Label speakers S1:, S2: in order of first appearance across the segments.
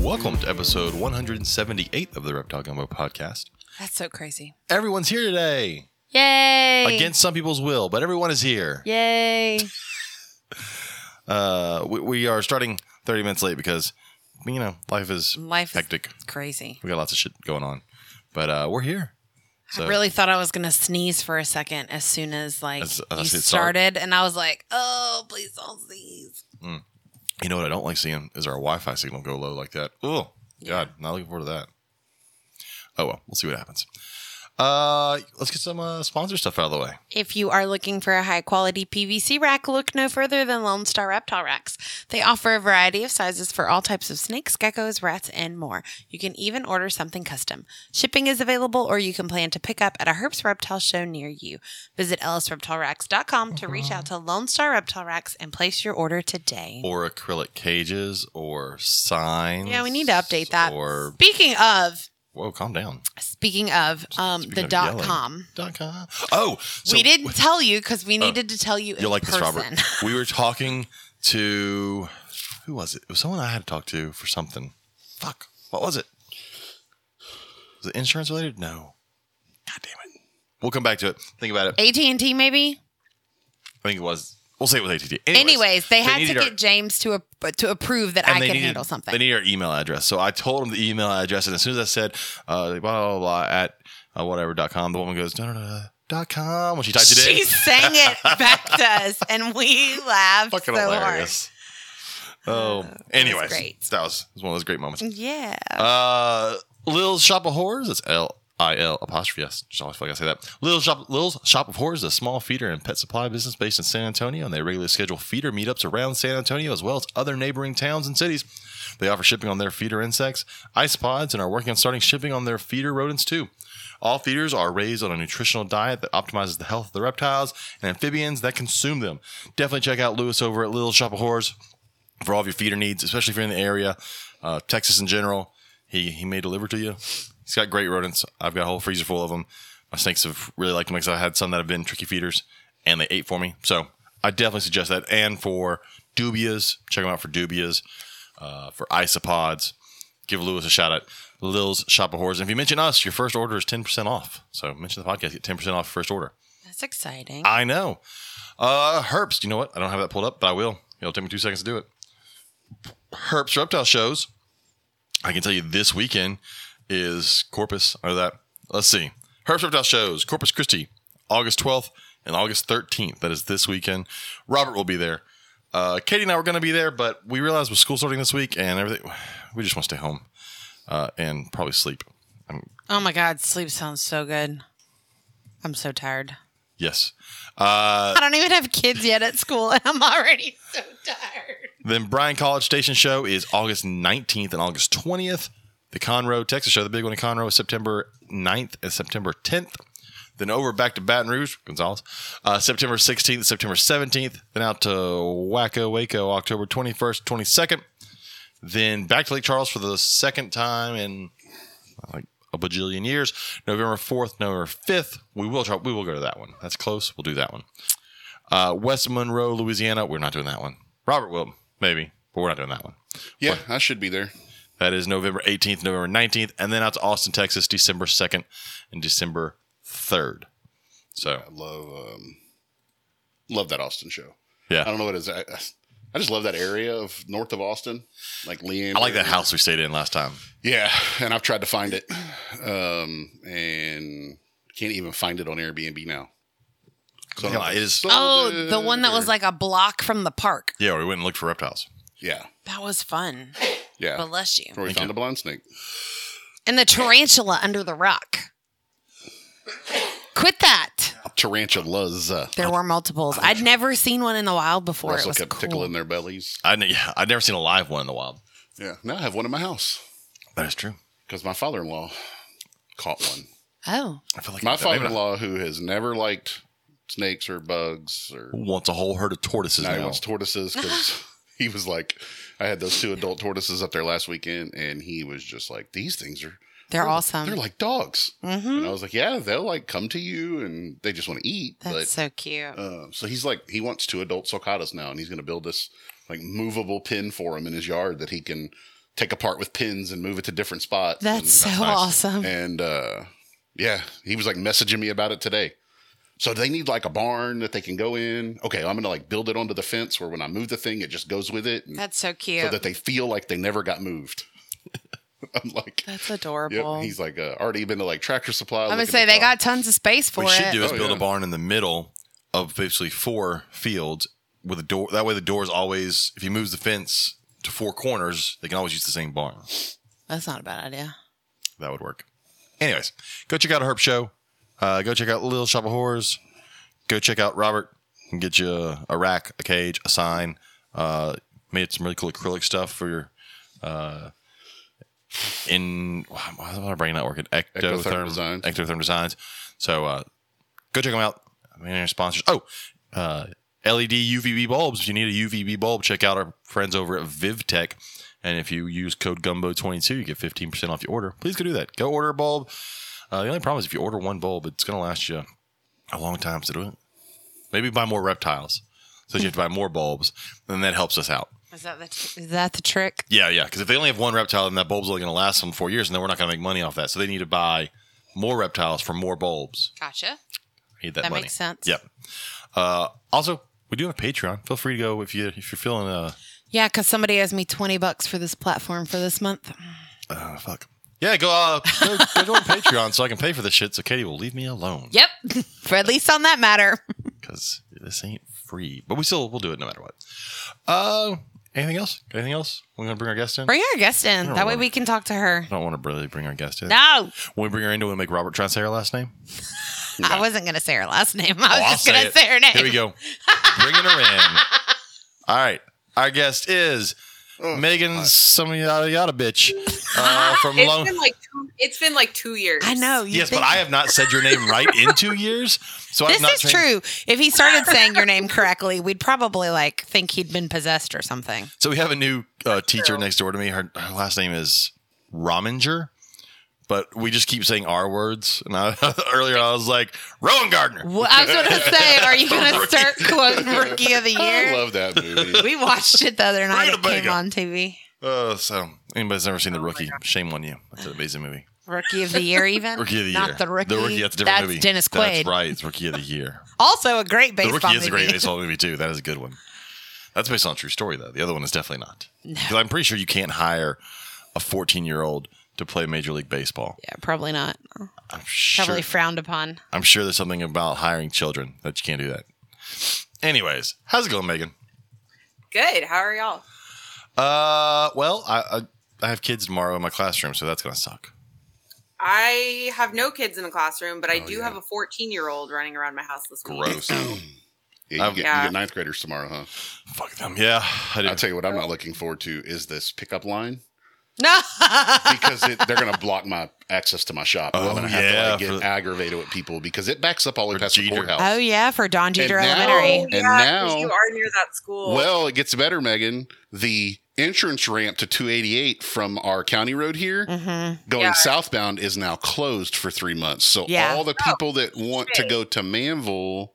S1: Welcome to episode 178 of the Reptile Gumbo podcast.
S2: That's so crazy.
S1: Everyone's here today
S2: Yay!
S1: against some people's will, but everyone is here.
S2: Yay!
S1: Uh, we, we are starting 30 minutes late because, you know, life is
S2: Life is
S1: hectic.
S2: crazy.
S1: We got lots of shit going on, but uh, we're here. So-
S2: I really thought I was gonna sneeze for a second as soon as like
S1: As- as I
S2: you
S1: said, sorry.
S2: started, and I was like, "Oh, please don't sneeze."
S1: You know what I don't like seeing is our Wi Fi signal go low like that. Oh, God. Not looking forward to that. Oh, well. We'll see what happens. Uh, let's get some uh, sponsor stuff out of the way.
S2: If you are looking for a high quality PVC rack, look no further than Lone Star Reptile Racks. They offer a variety of sizes for all types of snakes, geckos, rats, and more. You can even order something custom. Shipping is available, or you can plan to pick up at a Herps Reptile show near you. Visit ellisreptileracks.com to reach out to
S1: Uh-huh.
S2: Lone Star Reptile Racks and place your order today.
S1: Or acrylic cages or signs.
S2: Yeah, we need to update that.
S1: Or,
S2: Speaking of,
S1: whoa, calm down.
S2: speaking of um,
S1: Speaking
S2: the
S1: of
S2: dot
S1: yelling.
S2: com.
S1: Dot com. Oh, so
S2: we didn't tell you because we needed to tell you. in
S1: You'll like this, Robert.
S2: person.
S1: We were talking to who was it? It was someone I had to talk to for something. Fuck. What was it? Was it insurance related? No. God damn it. We'll come back to it. Think about it.
S2: AT&T maybe?
S1: I think it was. We'll say it was ATT.
S2: Anyways, they had to
S1: needed
S2: get
S1: our-
S2: James to a, to approve that I
S1: and
S2: could
S1: they needed-
S2: handle something.
S1: They need our email address. So I told them the email address, and as soon as I said uh, blah blah blah, blah at uh, whatever dot com, the woman goes no no no dot com when she typed it in.
S2: she sang it back to us, and we laughed
S1: fucking
S2: so
S1: hilarious. Oh, anyways,
S2: great.
S1: that was, it was one of those great moments.
S2: hard. Yeah.
S1: Uh, Lil's Shop of Horrors. That's L I L apostrophe S. Just always feel like I say that. Lil's Shop Lil's Shop of Horrors is a small feeder and pet supply business based in San Antonio, and they regularly schedule feeder meetups around San Antonio as well as other neighboring towns and cities. They offer shipping on their feeder insects, ice pods, and are working on starting shipping on their feeder rodents too. All feeders are raised on a nutritional diet that optimizes the health of the reptiles and amphibians that consume them. Definitely check out Lewis over at Lil's Shop of Horrors for all of your feeder needs, especially if you're in the area, uh, Texas in general. He he may deliver to you. He's got great rodents. I've got a whole freezer full of them. My snakes have really liked them because I had some that have been tricky feeders and they ate for me. So I definitely suggest that. And for dubias, check them out for dubias, uh, for isopods. Give Lewis a shout out. Lil's Shop of Horrors. And if you mention us, your first order is 10% off. So mention the podcast, get 10% off first order.
S2: That's exciting.
S1: I know. Uh Herps, you know what? I don't have that pulled up, but I will. It'll take me two seconds to do it. Herps Reptile Shows. I can tell you this weekend is Corpus. I know that. Let's see. Herps Reptile Shows, Corpus Christi, August 12th and August 13th. That is this weekend. Robert will be there. Uh, Katie and I were going to be there, but we realized with school starting this week and everything, we just want to stay home uh, and probably sleep. I'm,
S2: oh my God, sleep sounds so good. I'm so tired.
S1: yes. Uh,
S2: I don't even have kids yet at school, and I'm already so tired.
S1: Then Bryan College Station Show is August 19th and August 20th. The Conroe, Texas show, the big one in Conroe, is September 9th and September 10th. Then over back to Baton Rouge, Gonzales, uh, September 16th, September 17th. Then out to Waco, Waco, October 21st, 22nd. Then back to Lake Charles for the second time in like a bajillion years, November 4th, November 5th. We will try, we will go to that one. That's close. We'll do that one. Uh, West Monroe, Louisiana. We're not doing that one. Robert will, maybe, but we're not doing that one.
S3: Yeah, I should be there.
S1: That is November 18th, November 19th, and then out to Austin, Texas, December 2nd and December 3rd. So,
S3: I love um, love that Austin show. I
S1: yeah.
S3: don't know what it is. I, I just love that area of north of Austin, like Leanne.
S1: I like that house we stayed in last time.
S3: Yeah, and I've tried to find it, um, and can't even find it on Airbnb now. So
S1: Yeah, it is-
S2: Oh, the one that was like a block from the park.
S1: Yeah, we went and looked for reptiles.
S3: yeah,
S2: That was fun.
S3: yeah.
S2: Bless you.
S3: Where we found a blind snake.
S2: And the tarantula under the rock. Quit that.
S3: Tarantulas. Uh,
S2: There were multiples. I'd never seen one in the wild before. It
S3: also
S2: was
S3: kept
S2: cool.
S3: tickling their bellies.
S1: I ne- yeah, I'd never seen a live one in the wild.
S3: Yeah. Now I have one in my house
S1: That is true.
S3: because my father-in-law caught one.
S2: Oh,
S1: I feel like
S3: My
S1: I've done- maybe not.
S3: father-in-law, who has never liked snakes or bugs or
S1: wants a whole herd of tortoises
S3: Now he
S1: now.
S3: wants tortoises because he was like, I had those two adult tortoises up there last weekend, and he was just like, these things are
S2: They're awesome.
S3: They're like dogs.
S2: Mhm.
S3: And I was like, yeah, they'll like come to you and they just want to eat.
S2: That's so cute.
S3: but uh, so he's like, he wants two adult sulcatas now and he's going to build this like movable pin for him in his yard that he can take apart with pins and move it to different spots.
S2: That's so
S1: nice.
S2: awesome.
S3: And uh, yeah, he was like messaging me about it today. So do they need like a barn that they can go in? Okay, I'm gonna like build it onto the fence where when I move the thing, it just goes with it, and
S2: That's so cute.
S3: so that they feel like they never got moved. I'm like,
S2: That's
S3: yep.
S2: adorable.
S3: He's like, uh, already been to like Tractor Supply.
S2: I'm
S3: looking
S2: gonna say
S3: at
S2: they
S3: the-
S2: got tons of space for
S1: What you should
S2: it.
S1: do is
S3: Oh,
S1: build
S3: yeah.
S1: a barn in the middle of basically four fields with a door. That way, the door is always, if he moves the fence to four corners, they can always use the same barn.
S2: That's not a bad idea.
S1: That would work. Anyways, go check out Herb Show. Uh, go check out Little Shop of Horrors. Go check out Robert and get you a, a rack, a cage, a sign. Uh, made some really cool acrylic stuff for your. Uh, in why why is my brain not working? Ectotherm,
S3: Ectotherm
S1: ectotherm
S3: Designs.
S1: designs. Ectotherm designs. So uh, go check them out. I mean, our sponsors. Oh, uh, LED UVB bulbs. If you need a UVB bulb, check out our friends over at VivTech. And if you use code Gumbo22, you get 15% off your order. Please go do that. Go order a bulb. Uh, the only problem is if you order one bulb, it's going to last you a long time to do it. Maybe buy more reptiles. So you have to buy more bulbs, and that helps us out.
S2: Is that the t- is that the trick?
S1: Yeah, yeah. Because if they only have one reptile, then that bulb's only going to last them four years, and then we're not going to make money off that. So they need to buy more reptiles for more bulbs.
S2: Gotcha.
S1: Need that,
S2: That
S1: money.
S2: makes sense.
S1: Yep. Uh, also, we do have Patreon. Feel free to go if you if you're feeling uh,
S2: Yeah, because somebody owes me twenty bucks for this platform for this month.
S1: uh fuck. Yeah, go uh go, go join Patreon so I can pay for this shit so Katie will leave me alone.
S2: Yep. for at least on that matter.
S1: Because this ain't free. But we still we'll do it no matter what. Uh anything else? Anything else? We're gonna bring our guest in?
S2: Bring our guest in. That way we can talk to her.
S1: I don't want to really bring our guest in.
S2: No,
S1: When we bring her in, do we make Robert try and say her last name?
S2: I wasn't gonna say her last name. I was
S1: Oh, I'll
S2: just gonna
S1: it.
S2: say her name.
S1: Here we go. Bringing her in. All right. Our guest is Megan some yada yada bitch uh, from
S4: It's
S1: Lone.
S4: been like two, it's been like two years.
S2: I know. you
S1: Yes,
S2: think-
S1: but I have not said your name right in two years, so I've
S2: This
S1: not
S2: is
S1: changed-
S2: true. If he started saying your name correctly, we'd probably like think he'd been possessed or something.
S1: So we have a new uh, teacher
S4: true.
S1: next door to me. Her, her last name is Rominger, but we just keep saying R words. And I, earlier I was like Rowan Gardner.
S2: Well, I was gonna say, are you gonna start quoting Rookie of the
S3: I
S2: Year?
S3: love that movie.
S2: We watched it the other night. It came
S1: Rutabaga.
S2: on TV.
S1: Uh, so anybody's never
S2: Oh
S1: seen the rookie? Shame on you. That's an amazing movie.
S2: Rookie of the Year, even
S1: Rookie of the
S2: not
S1: year.
S2: the rookie.
S1: The rookie. That's a different
S2: That's
S1: movie.
S2: Dennis Quaid.
S1: That's right. It's rookie of the year.
S2: Also, a great
S1: the
S2: baseball
S1: rookie is a great
S2: movie.
S1: baseball movie too. That is a good one. That's based on a true story though. The other one is definitely not. Because I'm pretty sure you can't hire a 14 year old to play Major League Baseball.
S2: Yeah, probably not.
S1: I'm sure.
S2: Probably frowned upon.
S1: I'm sure there's something about hiring children that you can't do that. Anyways, how's it going, Megan?
S4: Good. How are y'all?
S1: Uh, well, I I, I have kids tomorrow in my classroom, so that's gonna suck.
S4: I have no kids in the classroom, but I
S3: Oh,
S4: do
S3: yeah.
S4: have a 14 year old running around my house this week.
S1: Gross.
S3: Yeah, you, get, you
S4: Yeah.
S3: get ninth graders tomorrow, huh?
S1: Fuck them. Yeah, I do.
S3: I'll tell you what I'm not looking forward to is this pickup line
S2: No.
S3: because it, they're going to block my access to my shop.
S1: Oh,
S3: I'm going to
S1: yeah,
S3: have to like,
S1: for-
S3: get aggravated with people because it backs up all the way
S1: Or
S3: past the
S1: Jeter.
S3: courthouse.
S2: oh yeah, for Don Jeter
S3: now-
S2: Elementary.
S3: And
S4: Oh, yeah, 'cause
S3: now-
S4: you are near that school.
S3: Well, it gets better, Megan. The entrance ramp to 288 from our county road here
S2: Mm-hmm.
S3: going
S4: Yeah.
S3: southbound is now closed for three months. So
S2: Yeah. Oh,
S3: all the people that want to
S4: shit.
S3: go to Manville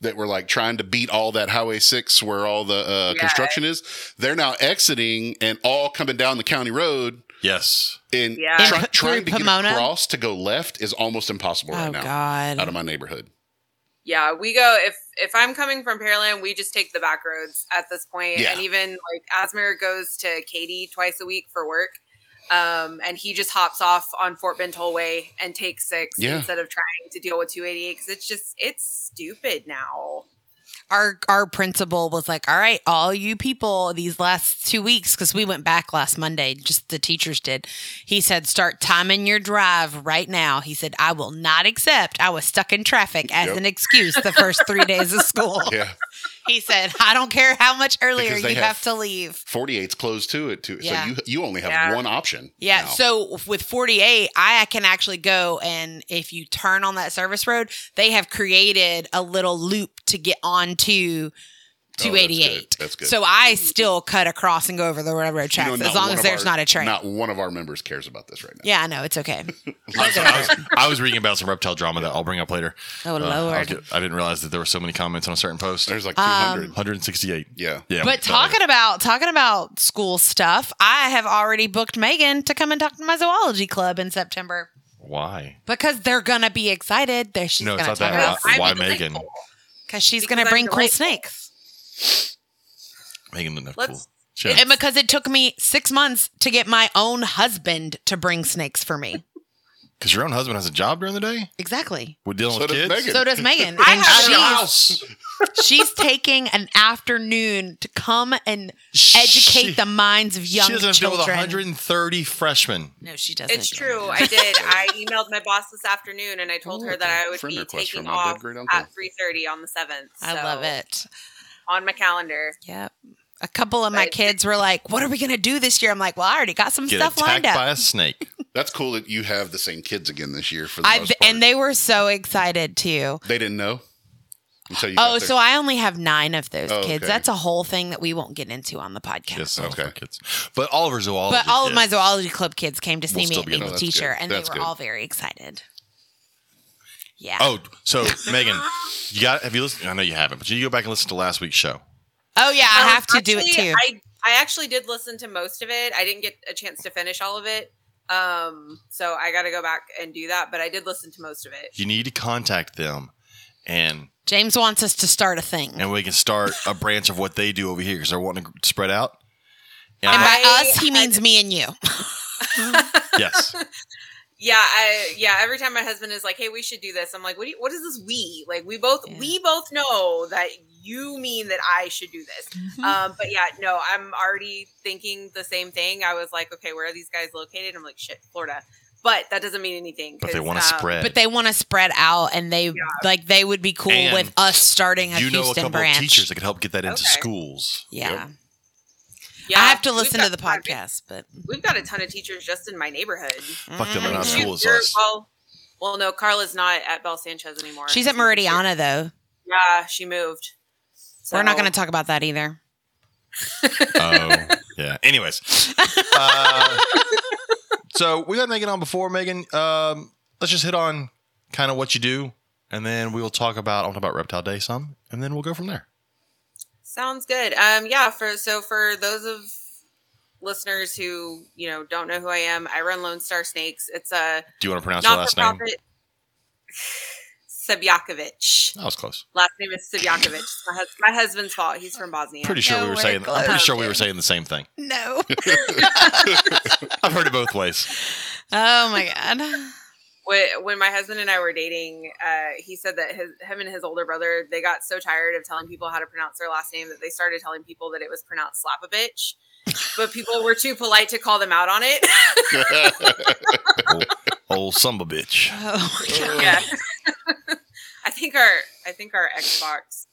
S3: that were like trying to beat all that Highway 6 where all the uh,
S4: Yeah.
S3: construction is, they're now exiting and all coming down the county road.
S1: yes.
S3: And
S4: Yeah.
S3: try-
S2: In P-
S3: trying to
S2: through
S3: get
S2: Pomona?
S3: across to go left is almost impossible right
S2: oh
S3: now
S2: God.
S3: out of my neighborhood.
S4: yeah, we go. If if I'm coming from Pearland, we just take the back roads at this point.
S3: Yeah.
S4: And even like Asmer goes to Katie twice a week for work. Um, and he just hops off on Fort Bend Tollway and takes six
S3: Yeah.
S4: instead of trying to deal with 288 because it's just it's stupid now.
S2: our our principal was like, "All right, all you people, these last two weeks, because we went back last Monday, just the teachers did." He said, "Start timing your drive right now." He said, "I will not accept. I was stuck in traffic as
S3: Yep.
S2: an excuse the first three days of school."
S3: Yeah.
S2: He said, "I don't care how much earlier
S3: Because
S2: you
S3: they
S2: have,
S3: have-
S2: to leave."
S3: 48's closed to it too.
S2: Yeah.
S3: So you you only have
S4: Yeah.
S3: one option.
S2: Yeah.
S3: now.
S2: So with 48, I can actually go and if you turn on that service road, they have created a little loop to get onto
S3: Oh, that's good.
S2: 288.
S3: That's good.
S2: So I still cut across and go over the railroad
S3: You know,
S2: tracks
S3: not
S2: as long
S3: one
S2: as
S3: of
S2: there's
S3: our-
S2: not a train.
S3: Not one of our members cares about this right now.
S2: Yeah, I know. It's okay.
S1: I was, I was- I was reading about some reptile drama that I'll bring up later.
S2: Oh,
S1: Uh, I, was
S2: Lord.
S1: get- I didn't realize that there were so many comments on a certain post.
S3: There's
S2: Um,
S3: like 200.
S1: 168.
S3: yeah.
S1: Yeah,
S2: But
S1: so-
S2: talking about talking about school stuff, I have already booked Megan to come and talk to my zoology club in September
S1: why?
S2: because they're gonna be excited. That she's
S1: No, it's
S2: gonna
S1: not
S2: talk
S1: that.
S2: about
S1: Why-
S4: I'm
S1: why
S4: delightful.
S1: Megan?
S2: because she's
S4: Because
S2: gonna
S4: I'm
S2: bring cool
S4: delightful.
S2: snakes.
S1: Megan didn't have
S4: Let's-
S1: cool. She had-
S2: And because it took me six months to get my own husband to bring snakes for me.
S1: Because your own husband has a job during the day?
S2: Exactly.
S1: We're dealing
S3: So
S1: with
S3: does
S1: kids?
S3: Megan.
S2: So does Megan.
S4: I
S2: And
S4: have
S1: Out of your
S4: Jeez.
S2: she's,
S1: house.
S2: she's taking an afternoon to come and educate
S1: She-
S2: the minds of young
S1: She doesn't have to deal
S2: children.
S1: with 130 freshmen.
S2: no, she doesn't.
S4: It's true. I did. I emailed my boss this afternoon and I told
S3: Ooh,
S4: her
S3: that's
S4: that
S3: a
S4: I would
S3: Oh, friend
S4: be
S3: request from
S4: taking
S3: my dead
S4: off
S3: great uncle.
S4: at 3:30 on the 7th.
S2: I
S4: So,
S2: love it.
S4: On my calendar.
S2: Yep. A couple of my
S4: But-
S2: kids were like, "What are we gonna do this year?" I'm like, "Well, I already got some
S1: Get
S2: stuff
S1: attacked
S2: lined up."
S1: by a snake.
S3: That's cool that you have the same kids again this year for the
S2: I
S3: most part.
S2: and they were so excited too.
S3: They didn't know until you.
S2: Oh,
S3: got there.
S2: so I only have nine of those
S3: Oh,
S2: kids.
S3: okay.
S2: That's a whole thing that we won't get into on the podcast.
S1: Yes, all of
S3: Okay.
S1: our kids. But all of our zoology.
S2: but all of my
S1: kids.
S2: zoology club kids came to see
S1: We'll
S2: me
S1: still
S2: at
S1: be in
S2: English
S3: the- That's
S2: teacher,
S3: good.
S2: and
S3: That's
S2: they were
S3: good.
S2: all very excited. Yeah.
S1: Oh, so Megan, you got? Have you listened? I know you haven't, but you go back and listen to last week's show.
S2: Oh, yeah, I
S4: Um,
S2: have to do it
S4: actually,
S2: too.
S4: I I actually did listen to most of it. I didn't get a chance to finish all of it. Um, so I got to go back and do that, but I did listen to most of it.
S1: You need to contact them, and
S2: James wants us to start a thing.
S1: and we can start a branch of what they do over here because they're wanting to spread out. And
S2: and by
S4: I-
S2: us, he
S4: I-
S2: means me and you.
S1: yes,
S4: Yeah, I yeah, every time my husband is like, "Hey, we should do this." I'm like, "What do you, what is this we?" Like we both
S2: Yeah.
S4: we both know that you mean that I should do this. Um, but yeah, no, I'm already thinking the same thing. I was like, "Okay, where are these guys located?" I'm like, "Shit, Florida." But that doesn't mean anything
S1: but they
S4: 'cause,
S1: want to
S4: um,
S1: spread.
S2: but they want to spread out, and they like they would be cool
S1: And
S2: with us starting a
S1: you know a
S2: Houston
S1: couple
S2: branch.
S1: of teachers that could help get that into
S4: Okay.
S1: schools.
S2: Yeah.
S4: Yeah,
S2: I have to
S4: we've
S2: listen
S4: got
S2: to the
S4: quite a bit-
S2: podcast, but Mm-hmm.
S4: We've got a ton of teachers just in my neighborhood.
S1: Fuck them, they're
S4: I
S1: not
S4: mean,
S1: as
S4: shoot,
S1: cool as
S4: you're-
S1: us.
S4: Well, well, no, Carla's not at Bel Sanchez anymore.
S2: She's at Meridiana though.
S4: Yeah, she moved. So-
S2: We're not going to talk about that either.
S1: Oh, yeah. Anyways, uh, so we had Megan on before. Megan, um, let's just hit on kind of what you do, and then we will talk about I'll talk about Reptile Day some, and then we'll go from there.
S4: Sounds good. Um, yeah. For so for those of listeners who you know don't know who I am, I run Lone Star Snakes. It's a
S1: Do you want to pronounce your
S4: not
S1: last
S4: for
S1: name?
S4: profit. Sebyakovic.
S1: That was close.
S4: Last name is Sebyakovic. It's My, hus- my husband's fault. He's from Bosnia.
S1: Pretty sure we were
S2: Nowhere
S1: saying. I'm pretty
S2: close.
S1: sure we were saying the same thing.
S2: No.
S1: I've heard it both ways.
S2: oh my god.
S4: Wh- when my husband and I were dating, uh, he said that his, him and his older brother they got so tired of telling people how to pronounce their last name that they started telling people that it was pronounced slap a bitch, but people were too polite to call them out on it.
S1: old, old son of a bitch.
S2: Oh my god.
S4: yeah, I think our I think our Xbox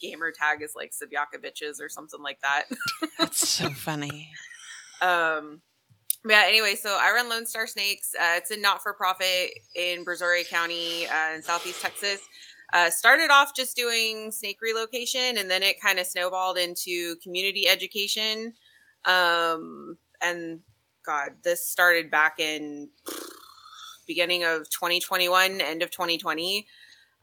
S4: gamer tag is like Sibyaka bitches or something like that.
S2: That's so funny.
S4: Um, but yeah, anyway, so I run Lone Star Snakes. Uh, it's a not for profit in Brazoria County uh, in Southeast Texas. Uh, started off just doing snake relocation and then it kind of snowballed into community education. Um, and God, this started back in beginning of 2021, end of 2020.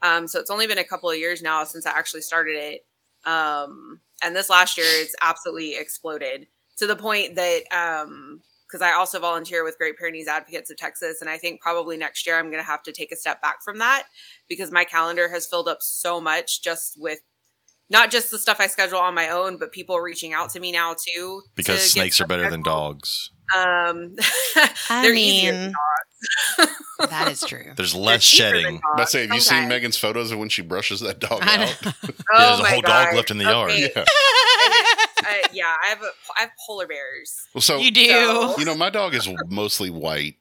S4: Um, so it's only been a couple of years now since I actually started it. Um, and this last year, it's absolutely exploded to the point that um because I also volunteer with Great Pyrenees Advocates of Texas, and I think probably next year I'm going to have to take a step back from that because my calendar has filled up so much just with not just the stuff I schedule on my own, but people reaching out to me now too.
S1: Because
S4: to get
S1: snakes are
S4: stuff
S1: better than dogs.
S4: Um,
S2: I
S4: They're easier than
S2: mean, that is true.
S1: There's less
S4: cheaper than
S1: shedding.
S4: dogs
S3: Let's say, have you seen
S4: sometimes.
S3: Megan's photos of when she brushes that dog
S2: I know.
S3: out?
S1: Yeah,
S4: Oh
S1: there's a
S4: my
S1: whole dog
S4: God.
S1: left in the
S4: Okay.
S1: yard.
S3: Yeah.
S4: Uh, yeah, I have a, I have polar bears.
S3: Well, so
S2: you
S3: you,
S2: do.
S4: So-
S3: know, my dog is mostly white,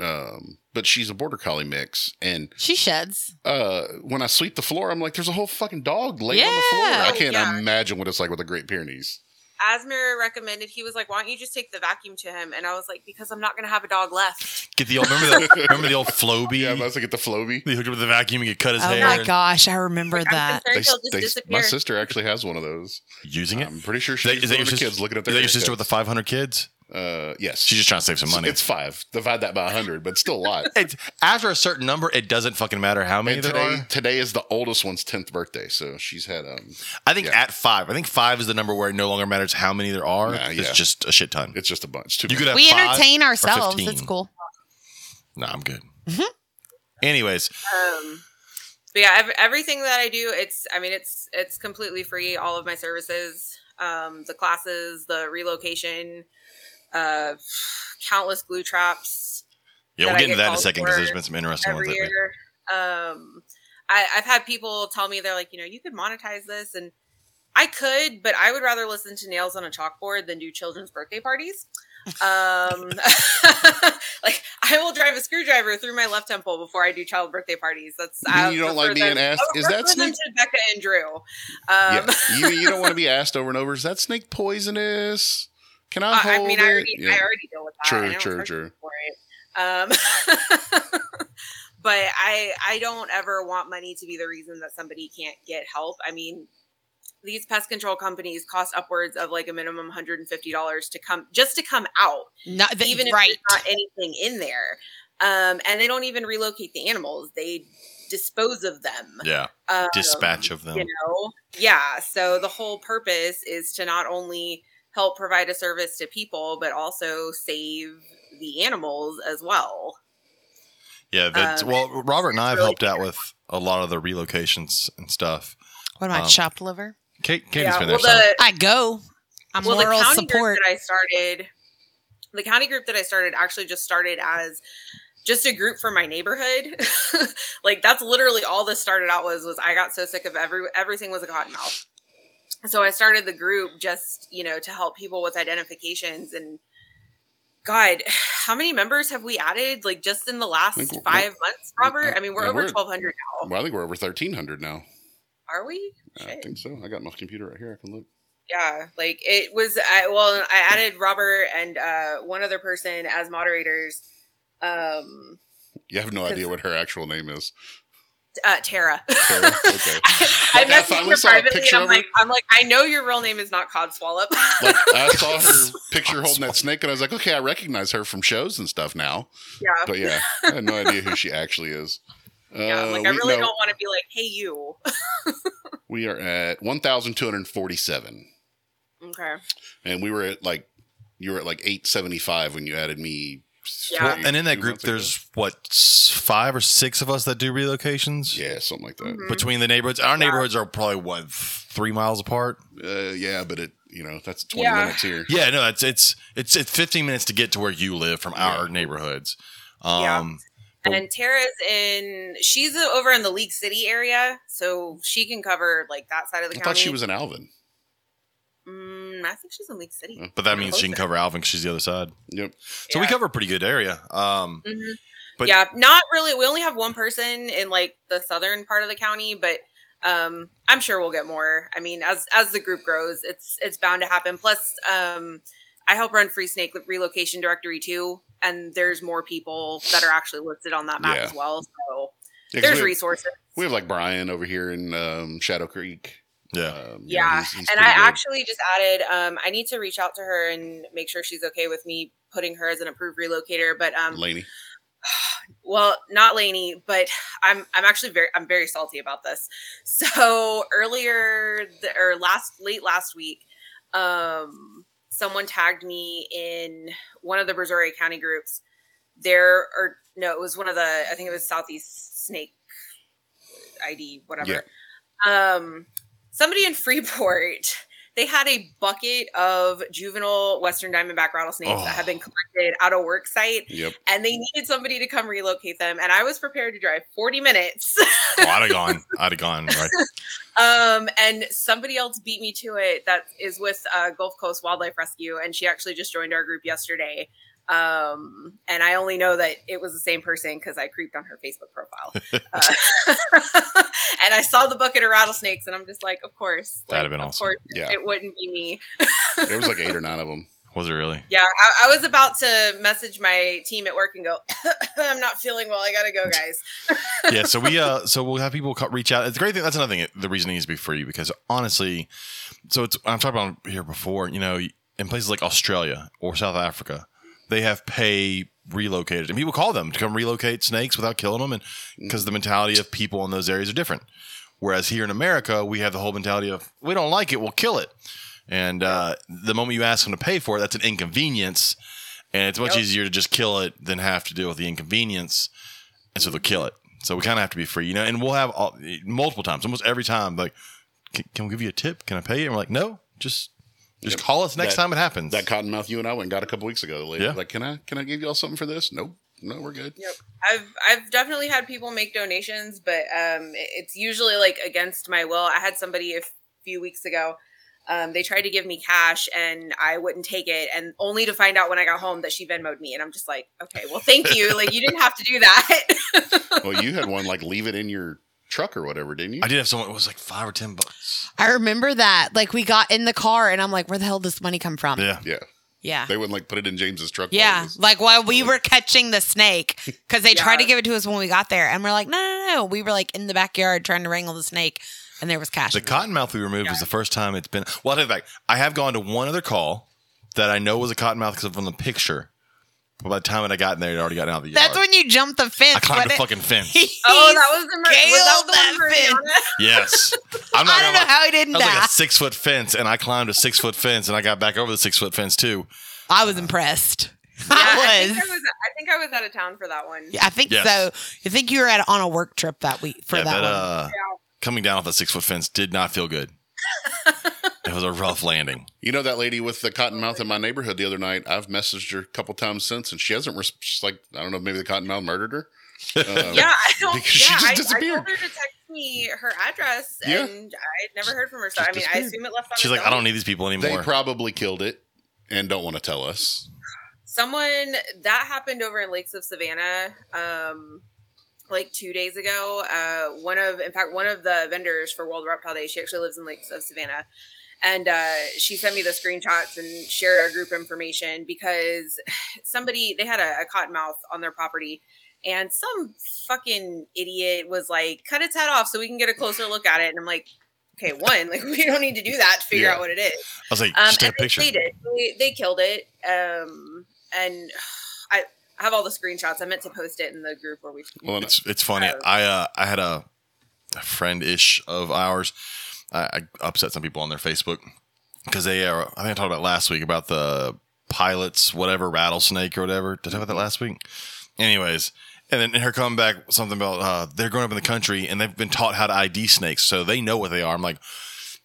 S3: um, but she's a border collie mix, and
S2: she sheds.
S3: uh, when I sweep the floor, I'm like, there's a whole fucking dog laying on the floor.
S2: Yeah.
S3: I can't
S4: Yeah.
S3: imagine what it's like with the Great Pyrenees.
S4: Asmir recommended he was like, "Why don't you just take the vacuum to him?" And I was like, "Because I'm not gonna have a dog left."
S1: Get the old remember the remember the old Floby.
S3: Yeah, I'm about to get the Floby.
S1: They hooked up with the vacuum and could cut his
S2: Oh
S1: hair.
S2: my gosh, I remember
S4: Like, I'm
S2: that.
S4: concerned he'll just
S3: They- they-
S4: disappear.
S3: my sister actually has one of those.
S1: Using it.
S3: I'm pretty sure
S1: Is that-
S3: she's
S1: is that
S3: one
S1: your
S3: of the
S1: sister-
S3: kids looking at
S1: Is
S3: their
S1: that your sister with the
S3: haircuts.
S1: 500 kids?
S3: Uh, yes,
S1: She's just trying to save some money.
S3: It's five. Divide that by hundred, but still a lot.
S1: It's after a certain number, it doesn't fucking matter how many
S3: And
S1: there
S3: today,
S1: are.
S3: today is the oldest one's tenth birthday, so she's had um.
S1: I think
S3: yeah.
S1: at five. I think five is the number where it no longer matters how many there are.
S3: Nah,
S1: It's
S3: yeah.
S1: just a shit ton.
S3: It's just a bunch. Too
S1: You could have
S2: We
S1: five.
S2: entertain ourselves.
S1: 15.
S2: It's cool.
S1: Nah, I'm good.
S4: Mm-hmm.
S2: Mhm.
S1: Anyways,
S4: Um, but yeah, ev- everything that I do, it's I mean, it's it's completely free. All of my services, um, the classes, the relocation, uh, countless glue traps
S1: yeah,
S4: That
S1: we'll
S4: I
S1: get into that
S4: get
S1: in a
S4: called
S1: second because
S4: for
S1: there's been some interesting ones
S4: every
S1: lately.
S4: year. Um, I, I've had people tell me they're like, you know, you could monetize this, and I could, but I would rather listen to nails on a chalkboard than do children's birthday parties. um like i will drive a screwdriver through my left temple before i do child birthday parties that's
S3: You
S4: I
S3: mean you don't like
S4: prefer
S3: being
S4: them-
S3: asked,
S4: I
S3: "Is that
S4: prefer
S3: snake-"
S4: them to becca and drew um
S3: yeah. you, you don't want to be asked over and over. Is that snake poisonous? Can I
S4: Uh, I,
S3: hold
S4: I mean
S3: it?
S4: i already
S3: yeah.
S4: i already deal with that I
S3: True,
S4: don't
S3: true,
S4: charge
S3: true.
S4: for it um but i i don't ever want money to be the reason that somebody can't get help i mean these pest control companies cost upwards of like a minimum $150 to come just to come out
S2: No, th-
S4: even
S2: right.
S4: if there's not anything in there. Um, and they don't even relocate the animals; they dispose of them.
S1: Yeah,
S4: Um,
S1: dispatch of them.
S4: You know, yeah. So the whole purpose is to not only help provide a service to people, but also save the animals as well.
S1: Yeah, that's,
S4: Um,
S1: well, Robert and I have
S4: really
S1: helped out with a lot of the relocations and stuff.
S2: what am I,
S1: um,
S2: chop liver?
S1: Kate, Katie's
S4: yeah.
S1: been
S4: Well,
S1: there. so-
S4: the
S2: I go. I'm
S4: well, the
S2: moral
S4: county
S2: support.
S4: group that I started, the county group that I started actually just started as just a group for my neighborhood. like that's literally all this started out was was I got so sick of every everything was a cottonmouth. So I started the group just, you know, to help people with identifications and God, how many members have we added like just in the last
S3: think we're-
S4: five months, Robert? I mean, we're
S3: Yeah,
S4: over
S3: we're-
S4: 1200 now.
S3: Well, I think we're over thirteen hundred now.
S4: Are we?
S3: I
S4: Shit.
S3: think so. I got my computer right here. I can look.
S4: yeah like it was i well i added robert and uh one other person as moderators um
S3: You have no
S4: Cause-
S3: idea what her actual name is.
S4: uh tara
S3: So, okay.
S4: i
S3: Like, I
S4: messaged
S3: finally
S4: her
S3: saw a
S4: privately
S3: picture
S4: and i'm
S3: of her.
S4: like i'm like i know your real name is not codswallop
S3: Like I saw her picture holding that snake, and I was like, okay, I recognize her from shows and stuff now.
S4: yeah
S3: But yeah, I had no idea who she actually is. Uh,
S4: yeah I'm like i
S3: we-
S4: really
S3: no,
S4: don't want to be like hey you
S3: We are at one thousand two hundred forty-seven,
S4: okay
S3: and we were at like you were at like eight seventy-five when you added me.
S4: Yeah.
S1: Well, and in that
S3: two
S1: group,
S3: months ago.
S1: there's what s- five or six of us that do relocations
S3: yeah, something like that.
S4: Mhm.
S1: between the neighborhoods. Our neighborhoods are probably what three miles apart.
S3: Uh, yeah, but it you know that's twenty
S4: Yeah.
S3: minutes here.
S1: Yeah, no, it's it's it's it's 15 minutes to get to where you live from our neighborhoods.
S4: Yeah.
S1: Um,
S4: and then tara's in she's uh, over in the league city area so she can cover like that side of the
S3: I
S4: county
S3: thought she was in Alvin.
S4: mm, i think she's in league city
S3: Oh.
S1: but that means she can
S4: Closer.
S1: cover Alvin 'cause she's the other side.
S3: Yep.
S1: So we
S4: Yeah.
S1: cover a pretty good area. Um,
S4: Mhm.
S1: But-
S4: yeah, not really. We only have one person in like the southern part of the county, but um, I'm sure we'll get more. I mean, as as the group grows, it's it's bound to happen. Plus, um, I help run Free Snake Relocation Directory too, and there's more people that are actually listed on that map
S3: Yeah.
S4: as well. So
S3: Yeah, 'cause
S4: there's
S3: we, have,
S4: resources.
S3: we have like Brian over here in um, Shadow Creek.
S4: Mm-hmm.
S1: yeah.
S3: Um, you know,
S4: Yeah,
S3: he's- he's
S4: and
S3: pretty
S4: I
S3: good.
S4: actually just added. Um, I need to reach out to her and make sure she's okay with me putting her as an approved relocator. But um,
S3: Laney.
S4: Well, not Lainey, but I'm I'm actually very I'm very salty about this. So earlier th- or last late last week, um, someone tagged me in one of the Brazoria County groups. There or no, it was one of the I think it was Southeast Snake ID whatever. Um, somebody in Freeport. They had a bucket of juvenile Western Diamondback rattlesnakes
S1: Oh.
S4: that had been collected out of work site
S3: Yep.
S4: and they needed somebody to come relocate them and i was prepared to drive 40 minutes
S1: Oh, I'd have gone. I'd have gone. Right.
S4: um, and somebody else beat me to it that is with uh, gulf coast wildlife rescue and she actually just joined our group yesterday Um, and I only know that it was the same person because I creeped on her Facebook profile. Uh, and I saw the bucket of rattlesnakes, and I'm just like, of course. Like,
S1: That'd have been
S4: of
S1: awesome.
S4: course,
S3: Yeah.
S4: It wouldn't be me.
S3: There was like eight or nine of them.
S1: Was it really?
S4: Yeah, I, I was about to message my team at work and go, I'm not feeling well. I got to go, guys.
S1: yeah so we uh so we'll have people co- reach out it's a great thing that's another thing the reason it needs to be free because honestly so it's i've talked about here before you know in places like australia or south africa they have pay relocated and people call them to come relocate snakes without killing them and because the mentality of people in those areas are different whereas here in america we have the whole mentality of we don't like it we'll kill it and uh, the moment you ask them to pay for it that's an inconvenience and it's much
S4: Yep.
S1: easier to just kill it than have to deal with the inconvenience and so they'll kill it. So we kind of have to be free, you know. And we'll have all, multiple times, almost every time, like, can, can we give you a tip? Can I pay you? And we're like, no, just just
S3: Yep.
S1: call us next
S3: That-
S1: time it happens.
S3: That cottonmouth you and I went and got a couple weeks ago. The lady
S1: Yeah.
S3: was like, can I can I give y'all something for this? Nope. No, we're good.
S4: Yep. I've I've definitely had people make donations, but um, it- it's usually like against my will. I had somebody a few weeks ago. Um, they tried to give me cash and I wouldn't take it, and only to find out when I got home that she Venmoed me. And I'm just like, okay, well, thank you. Like you didn't have to do that.
S3: Well, you had one like leave it in your truck or whatever, didn't you?
S1: I did have someone. It was like five or ten bucks.
S2: I remember that. Like we got in the car and I'm like, where the hell does this money come from?
S1: Yeah,
S3: Yeah.
S2: Yeah.
S3: They wouldn't like put it in James's truck. while
S2: Yeah,
S3: it was-
S2: like while we were catching the snake, because they tried to
S4: Yeah.
S2: give it to us when we got there, and we're like, no, no, no. We were like in the backyard trying to wrangle the snake, and there was cash.
S1: the cottonmouth we removed was the first time it's been. Well, in fact, I have gone to one other call that I know was a cottonmouth because from the picture. But by the time that I got in there, it had already gotten out of the yard.
S2: That's when you jumped the fence.
S1: I climbed the
S2: wasn't
S1: fucking fence.
S2: it?
S4: oh, that was the mur- was
S2: scaled
S4: that
S2: that
S4: the one for
S2: fence.
S4: Rihanna?
S1: yes, I'm
S2: I
S1: gonna
S2: don't know
S1: lie.
S2: how he didn't
S1: That was
S2: die.
S1: like a six foot fence, and I climbed a six foot fence, and I got back over the six foot fence too.
S2: I was impressed.
S4: Yeah,
S2: I
S4: I think I
S2: was.
S4: was I think I was out of town for that one.
S2: Yeah, I think
S1: Yes.
S2: so. I think you were at, on a work trip that week for that, one.
S1: Uh, Coming down off that six foot fence did not feel good. it was a rough landing.
S3: You know that lady with the cottonmouth in my neighborhood the other night. I've messaged her a couple times since, and she hasn't. Res- she's like, I don't know, maybe the cottonmouth murdered her. Uh,
S4: Yeah, I don't,
S3: Because she
S4: yeah,
S3: just
S4: I, I
S3: disappeared.
S4: told her to text me her address,
S3: Yeah.
S4: and I never heard from her. So
S3: Just
S4: I mean,
S3: disappeared.
S4: I assume it left on.
S1: She's
S4: its
S1: like, I
S4: own.
S1: don't need these people
S3: They
S1: anymore.
S3: probably killed it and don't want to tell us.
S4: someone that happened over in lakes of savannah um like two days ago uh one of in fact one of the vendors for world reptile day she actually lives in lakes of savannah and uh, she sent me the screenshots and shared our group information because somebody they had a, a cottonmouth on their property and some fucking idiot was like cut its head off so we can get a closer look at it and i'm like okay one like we don't need to do that to figure
S3: Yeah.
S4: out what it is
S1: I was like,
S4: um,
S1: just take a
S4: and they-
S1: picture.
S4: They did. They, they killed it. Um, and I I have all the screenshots. I meant to post it in the group where we.
S3: Well, and
S1: It's it's funny. I uh, I had a, a friend ish of ours. I, I upset some people on their Facebook because they are. I think I talked about last week about the pilots, whatever rattlesnake or whatever. Did I talk about that last week? Anyways, and then in her comeback, something about uh, they're growing up in the country and they've been taught how to ID snakes, so they know what they are. I'm like.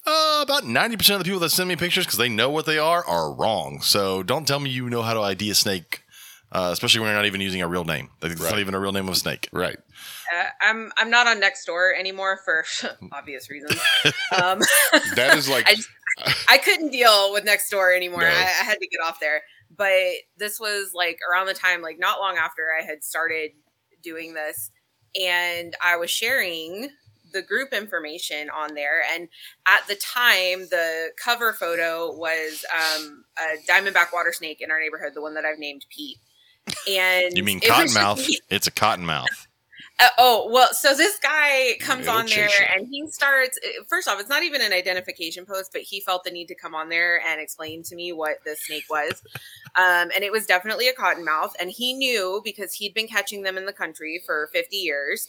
S1: Uh, about 90% of the people that send me pictures because they know what they are are wrong. So don't tell me you know how to ID a snake, uh, especially when you're not even using a real name. Like, It's not
S3: Right.
S1: even a real name of a snake.
S3: Right.
S4: Uh, I'm I'm not on Nextdoor anymore for obvious reasons. Um,
S3: That is like
S4: I just- I couldn't deal with Nextdoor anymore.
S1: No.
S4: I, I had to get off there. But this was like around the time, like not long after I had started doing this, and I was sharing the group information on there. And at the time, the cover photo was um, a diamondback water snake in our neighborhood, the one that I've named Pete. And
S1: You mean
S4: it was just
S1: cottonmouth?
S4: me-
S1: It's a cottonmouth.
S4: uh, oh well, so this guy comes
S3: It'll
S4: on there
S3: chase you.
S4: and he starts. uh, First off, it's not even an identification post, but he felt the need to come on there and explain to me what this snake was, um, and it was definitely a cottonmouth. And he knew because he'd been catching them in the country for fifty years.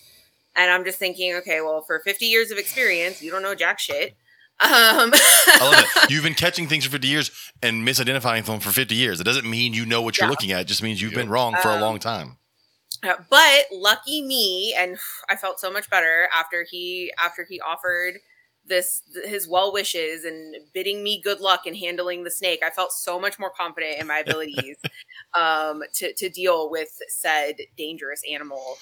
S4: And I'm just thinking, okay, well, for fifty years of experience, you don't know jack shit. Um,
S1: I love it. You've been catching things for 50 years and misidentifying them for 50 years. It doesn't mean you know what you're
S4: Yeah.
S1: looking at. It just means you've
S3: Yep.
S1: been wrong for a
S4: Um,
S1: long time.
S4: Uh, but lucky me and i felt so much better after he after he offered this th- his well wishes and bidding me good luck in handling the snake i felt so much more confident in my abilities um, to, to deal with said dangerous animal.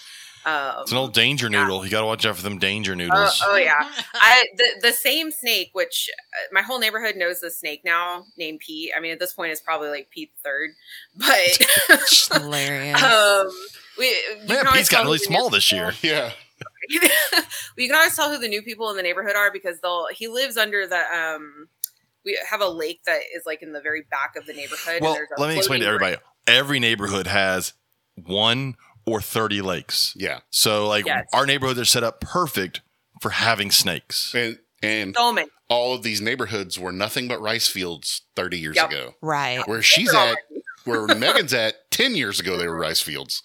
S4: Um,
S1: It's an old danger noodle. You got to watch out for them danger
S4: oh,
S1: noodles.
S4: oh yeah, I the, the same snake, which uh, my whole neighborhood knows the snake now, named Pete. I mean, at this point, it's probably like Pete the third, but
S2: Hilarious.
S4: um, we you
S1: Man,
S4: can always
S1: Pete's gotten
S4: tell
S1: really
S4: who the
S1: small
S4: new
S1: this year.
S3: Yeah.
S4: well, you can always tell who the new people in the neighborhood are because they'll. He lives under the. um We have a lake that is like in the very back of the neighborhood.
S1: Well,
S4: and there's a
S1: let me explain to
S4: floating
S1: everybody. Every neighborhood has one or 30 lakes.
S3: Yeah.
S1: So, like,
S4: Yes.
S1: our neighborhoods are set up perfect for having snakes.
S3: And and
S4: So many.
S3: all of these neighborhoods were nothing but rice fields 30 years
S4: Yep.
S3: ago.
S2: right.
S3: Where she's at, where Megan's at, 10 years ago they were rice fields.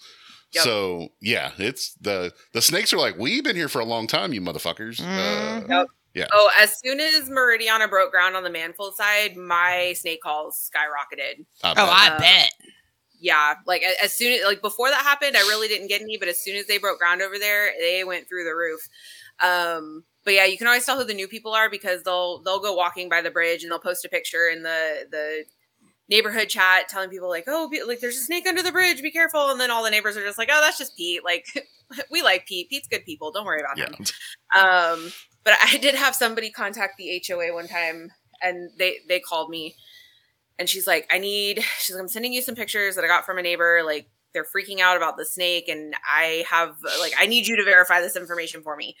S4: Yep.
S3: So yeah, it's the the snakes are like we've been here for a long time, you motherfuckers. Uh,
S2: Mhm.
S4: Oh, as soon as Meridiana broke ground on the Manfold side, my snake calls skyrocketed.
S3: I bet.
S2: Oh, I
S4: Uh,
S2: bet.
S4: Yeah, like a- as soon as like before that happened, I really didn't get any. But as soon as they broke ground over there, they went through the roof. Um, but yeah, you can always tell who the new people are because they'll they'll go walking by the bridge and they'll post a picture in the the neighborhood chat telling people like, oh, be- like there's a snake under the bridge, be careful. And then all the neighbors are just like, oh, that's just Pete. Like we like Pete. Pete's good people. Don't worry about
S3: yeah.
S4: him. Um, but I did have somebody contact the HOA one time, and they they called me, and she's like, "I need." She's like, "I'm sending you some pictures that I got from a neighbor. Like they're freaking out about the snake, and I have like I need you to verify this information for me."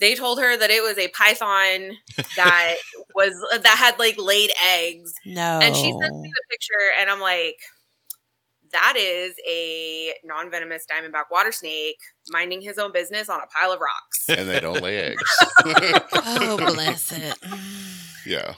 S4: They told her that it was a python that was that had like laid eggs
S2: No.
S4: and she
S2: Oh.
S4: sent me the picture, and I'm like, that is a non venomous diamondback water snake minding his own business on a pile of rocks.
S3: And they don't lay eggs.
S2: oh, bless it.
S3: yeah.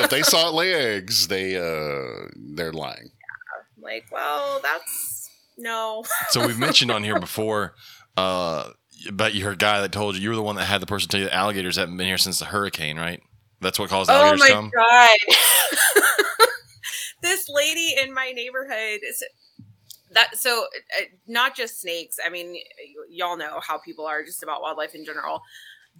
S3: if they saw it lay eggs, they uh they're lying.
S4: I'm like, well, that's no.
S1: so we've mentioned on here before uh, about your guy that told you you were the one that had the person tell you that alligators haven't been here since the hurricane, right? That's what caused
S4: Oh
S1: alligators
S4: my
S1: to come.
S4: God. this lady in my neighborhood is. That so uh, not just snakes. I mean, y- y'all know how people are just about wildlife in general.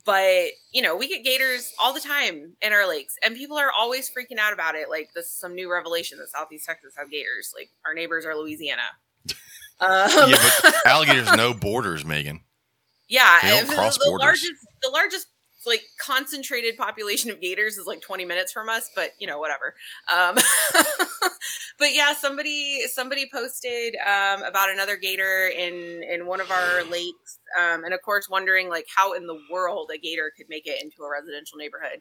S4: but you know we get gators all the time in our lakes and people are always freaking out about it like this is some new revelation that southeast texas have gators like our neighbors are louisiana um,
S1: Yeah, but alligators know borders, Megan.
S4: yeah,
S1: They don't
S4: and the-
S1: cross
S4: the,
S1: borders.
S4: largest the largest like concentrated population of gators is like 20 minutes from us, but you know whatever. Um, but yeah, somebody somebody posted um, about another gator in in one of our lakes, um, and of course wondering like how in the world a gator could make it into a residential neighborhood.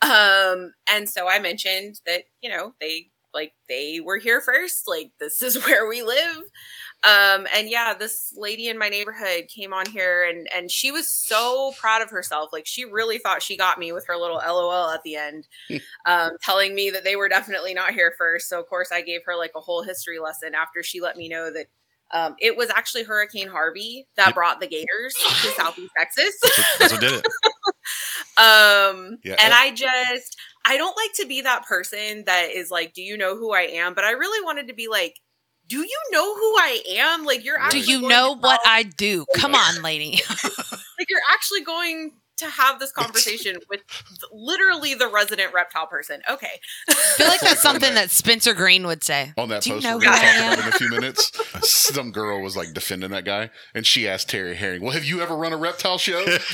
S4: Um, and so I mentioned that you know they like they were here first, like this is where we live. Um, and yeah, this lady in my neighborhood came on here and and she was so proud of herself. Like she really thought she got me with her little LOL at the end, um, telling me that they were definitely not here first. So of course I gave her like a whole history lesson after she let me know that um, it was actually Hurricane Harvey that
S1: Yep.
S4: brought the Gators to Southeast Texas.
S1: That's what, that's what did it.
S4: Um,
S3: Yeah,
S4: and
S3: uh,
S4: I just, I don't like to be that person that is like, do you know who I am? But I really wanted to be like, do you know who I am? Like you're
S2: Do
S4: actually
S2: you
S4: going
S2: know
S4: to
S2: what
S4: tell-
S2: I do? Come on, lady.
S4: like you're actually going to have this conversation with th- literally the resident reptile person. Okay.
S2: I feel like that's something that Spencer Green would say.
S3: On that
S2: Do you
S3: post
S2: know
S3: we're gonna
S2: who I
S3: talk about
S2: am?
S3: in a few minutes, some girl was like defending that guy, and she asked Terry Herring, "Well, have you ever run a reptile show?"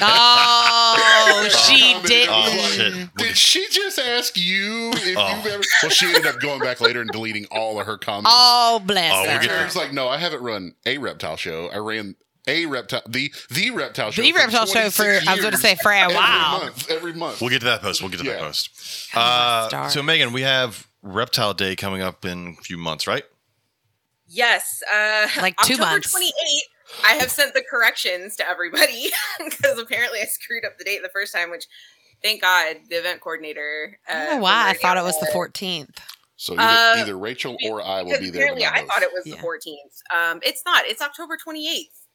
S2: Oh, she
S3: Comedy
S2: didn't.
S1: Oh, shit.
S3: Did she just ask you if
S1: Oh.
S3: you've ever? Well, she ended up going back later and deleting all of her comments.
S2: Oh, bless
S1: Oh, we'll
S2: her.
S1: get
S3: It's like, no, I haven't run a reptile show. I ran a reptile, the the reptile show.
S2: The
S3: for
S2: reptile show for,
S3: 26
S2: I was going to
S3: years
S2: say, for a
S3: every
S2: while.
S3: month, every month.
S1: We'll get to that post. We'll get to that
S3: Yeah.
S1: post.
S2: Oh,
S1: Uh,
S2: stars.
S1: so, Megan, we have Reptile Day coming up in a few months, right?
S4: Yes. Uh,
S2: Like two
S4: October
S2: months.
S4: 28th, I have sent the corrections to everybody because apparently I screwed up the date the first time, which thank God the event coordinator. uh,
S2: I don't know why Oh, I thought it was
S4: Meridiana-
S2: the 14th.
S3: so either,
S4: uh,
S3: either Rachel or I will
S4: Because
S3: be there.
S4: apparently I thought it was
S2: Yeah.
S4: the 14th. Um, it's not. It's October 28th.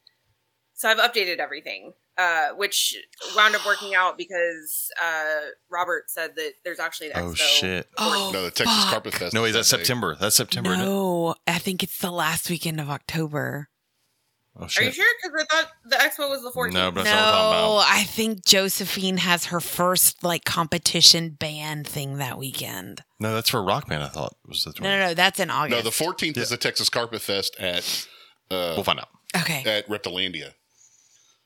S4: So I've updated everything, uh, which wound up working out because uh, Robert said that there's actually an expo.
S1: Oh, shit.
S2: Oh,
S3: no, the Texas
S2: fuck.
S3: Carpet Fest.
S1: No, wait,
S3: is
S1: that's
S3: that day.
S1: September. That's September. isn't it?
S2: No, I think it's the last weekend of October.
S1: Oh
S4: Are you
S1: shit!
S4: sure? Because I thought the expo was the 14th.
S1: No, but that's not what I'm talking
S2: No,
S1: about.
S2: I think Josephine has her first like competition band thing that weekend.
S1: No, that's for Rock Band. I thought was the
S2: No, no, no, that's in August.
S3: No, the 14th is the Texas Carpet Fest at uh,
S1: We'll find out.
S2: okay.
S3: at Reptilandia.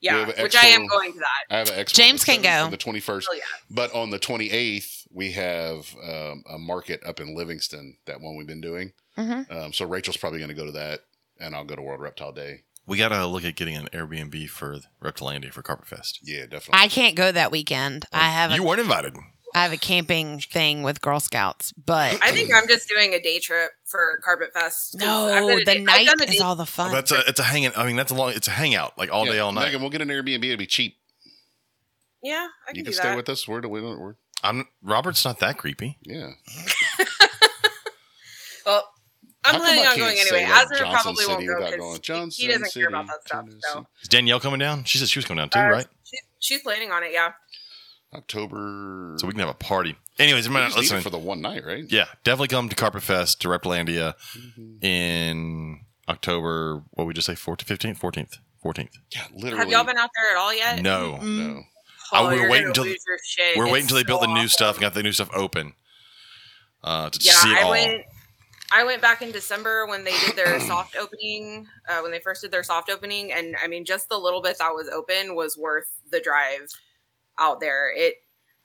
S3: We
S4: yeah,
S3: have an
S4: which I am
S3: expo-
S4: going to that.
S3: I have an expo
S2: James
S3: on
S2: can
S3: the 7th
S2: go.
S3: on the 21st.
S4: Oh, yeah.
S3: But on the 28th, we have um, a market up in Livingston, that one we've been doing.
S2: hmm
S3: Um, so Rachel's probably going to go to that, and I'll go to World Reptile Day.
S1: We gotta look at getting an Airbnb for Reptilandia for Carpet Fest.
S3: Yeah, definitely.
S2: I can't go that weekend. I have
S1: You
S2: a,
S1: weren't invited.
S2: I have a camping thing with Girl Scouts, but
S4: I think I'm just doing a day trip for Carpet Fest. 'cause I've
S2: no,
S4: done a
S2: the
S4: day- I've
S2: night
S4: done a
S2: is
S4: day-
S2: all the fun.
S1: Oh, That's a it's a hanging. I mean, that's a long. It's a hangout like all
S3: Yeah,
S1: day, all night.
S3: Megan, we'll get an Airbnb. It'll be cheap.
S4: Yeah, I can,
S3: you
S4: do
S3: can stay
S4: that.
S3: with us. We're, we don't, we're
S1: I'm Robert's not that creepy.
S3: yeah.
S4: well,
S3: How
S4: I'm
S3: come
S4: planning
S3: I
S4: on going
S3: can't say
S4: anyway.
S3: that
S4: Azra
S3: Johnson
S4: probably
S3: City
S4: won't go
S3: without
S4: because
S3: going,
S4: he- he,
S3: Johnson
S4: doesn't care about
S3: City,
S4: that stuff. So
S3: Johnson.
S1: Is Danielle coming down? She said she was coming down too,
S4: Uh,
S1: right?
S4: she, she's planning on it. Yeah.
S3: October.
S1: So we can have a party. Anyways, I'm
S3: We
S1: not
S3: just leave it
S1: listening.
S3: for the one night, right?
S1: yeah, definitely come to Carpet Fest to Replandia
S3: Mhm.
S1: in October. What we just say, fourteenth, fifteenth, fourteenth, fourteenth.
S3: Yeah, literally.
S4: Have y'all been out there at all yet? Oh,
S1: No,
S2: Mm.
S3: No.
S1: I- we're
S4: you're gonna
S1: waiting till-
S4: lose your shit.
S1: we're waiting
S4: It's
S1: until they built
S4: so
S1: the new
S4: awful.
S1: stuff and got the new stuff open uh, to
S4: Yeah,
S1: see it
S4: I
S1: all.
S4: went. I went back in December when they did their soft opening. Uh, when they first did their soft opening, and I mean, just the little bit that was open was worth the drive out there. It,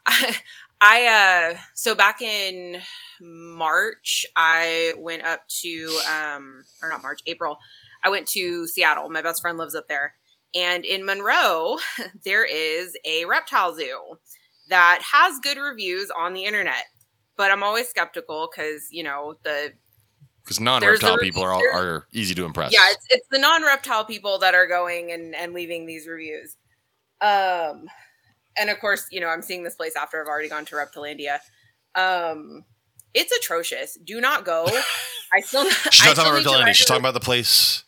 S4: I, uh, so back in March, I went up to, um, or not March, April. I went to Seattle. My best friend lives up there, and in Monroe, there is a reptile zoo that has good reviews on the internet. But I'm always skeptical because you know the
S1: because non-reptile
S4: There's a-
S1: people are all,
S4: there-
S1: are easy to impress.
S4: yeah, it's, it's the non-reptile people that are going and, and leaving these reviews. Um, and of course, you know, I'm seeing this place after I've already gone to Reptilandia. Um, it's atrocious. Do not go. I still.
S1: she's
S4: I
S1: not talking
S4: still need to
S1: about Reptilandia. She's
S4: recommend-
S1: talking about the place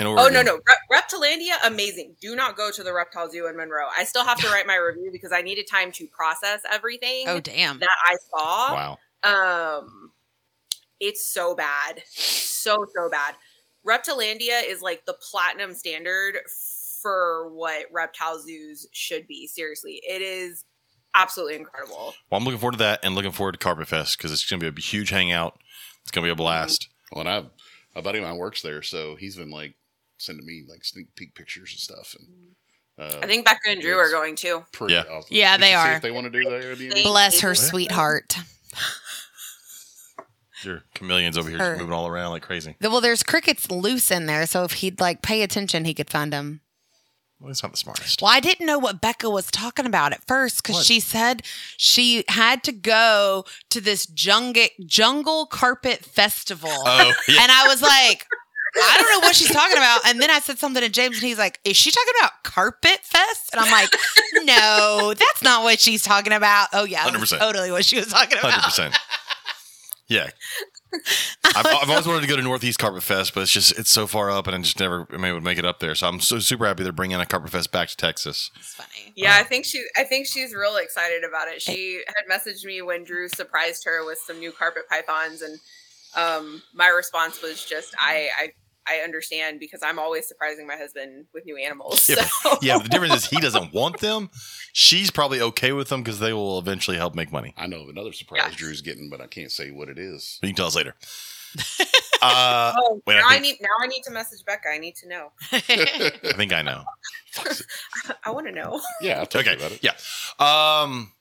S1: in Oregon.
S4: Oh no no Rep- Reptilandia amazing. Do not go to the Reptile Zoo in Monroe. I still have to write my review because I needed time to process everything
S2: Oh damn.
S4: that I saw.
S1: Wow.
S4: Um, it's so bad, so so bad. Reptilandia is like the platinum standard for what reptile zoos should be. Seriously, it is absolutely incredible.
S1: Well, I'm looking forward to that and looking forward to Carpet Fest because it's going to be a huge hangout. It's going to be a blast.
S3: Well, and I've a buddy of mine works there, so he's been like sending me like sneak peek pictures and stuff. And uh,
S4: I think Becca and Drew are going too.
S3: pretty
S1: Yeah.
S3: awesome.
S2: Yeah,
S3: We
S2: they
S3: should see
S2: are.
S3: if they want to do their Airbnb.
S4: They-
S2: Bless her
S4: What?
S2: sweetheart.
S1: Your chameleons over here
S2: Her.
S1: moving all around like crazy.
S2: The- Well, there's crickets loose in there, so if he'd like pay attention, he could find them.
S1: Well, it's not the smartest.
S2: Well, I didn't know what Becca was talking about at first because
S1: What?
S2: she said she had to go to this jungle jungle carpet festival,
S1: Oh yeah.
S2: and I was like. I don't know what she's talking about. And then I said something to James, and he's like, Is she talking about Carpet Fest? And I'm like, No, that's not what she's talking about. Oh, yeah. That's
S1: 100%.
S2: totally what she was talking
S1: Hundred
S2: about.
S1: percent. Yeah. I've, I've always wanted to go to Northeast Carpet Fest, but it's just it's so far up, and I just never am able to make it up there. So I'm so super happy they're bringing a Carpet Fest back to Texas.
S2: It's funny.
S4: Yeah, I think she. I think she's real excited about it. She had messaged me when Drew surprised her with some new carpet pythons, and um, my response was just, "I, I, I understand because I'm always surprising my husband with new animals."
S1: Yeah,
S4: So.
S1: Yeah, but the difference is he doesn't want them. She's probably okay with them because they will eventually help make money.
S3: I know of another surprise
S4: Yeah.
S3: Drew's getting, but I can't say what it is.
S1: But you can tell us later. Uh,
S4: Oh,
S1: Wait, I
S4: now I,
S1: think-
S4: need now I need to message Becca. I need to know.
S1: I think I know.
S4: I want to know.
S3: Yeah, I'll tell
S1: Okay,
S3: you about it.
S1: yeah. Um,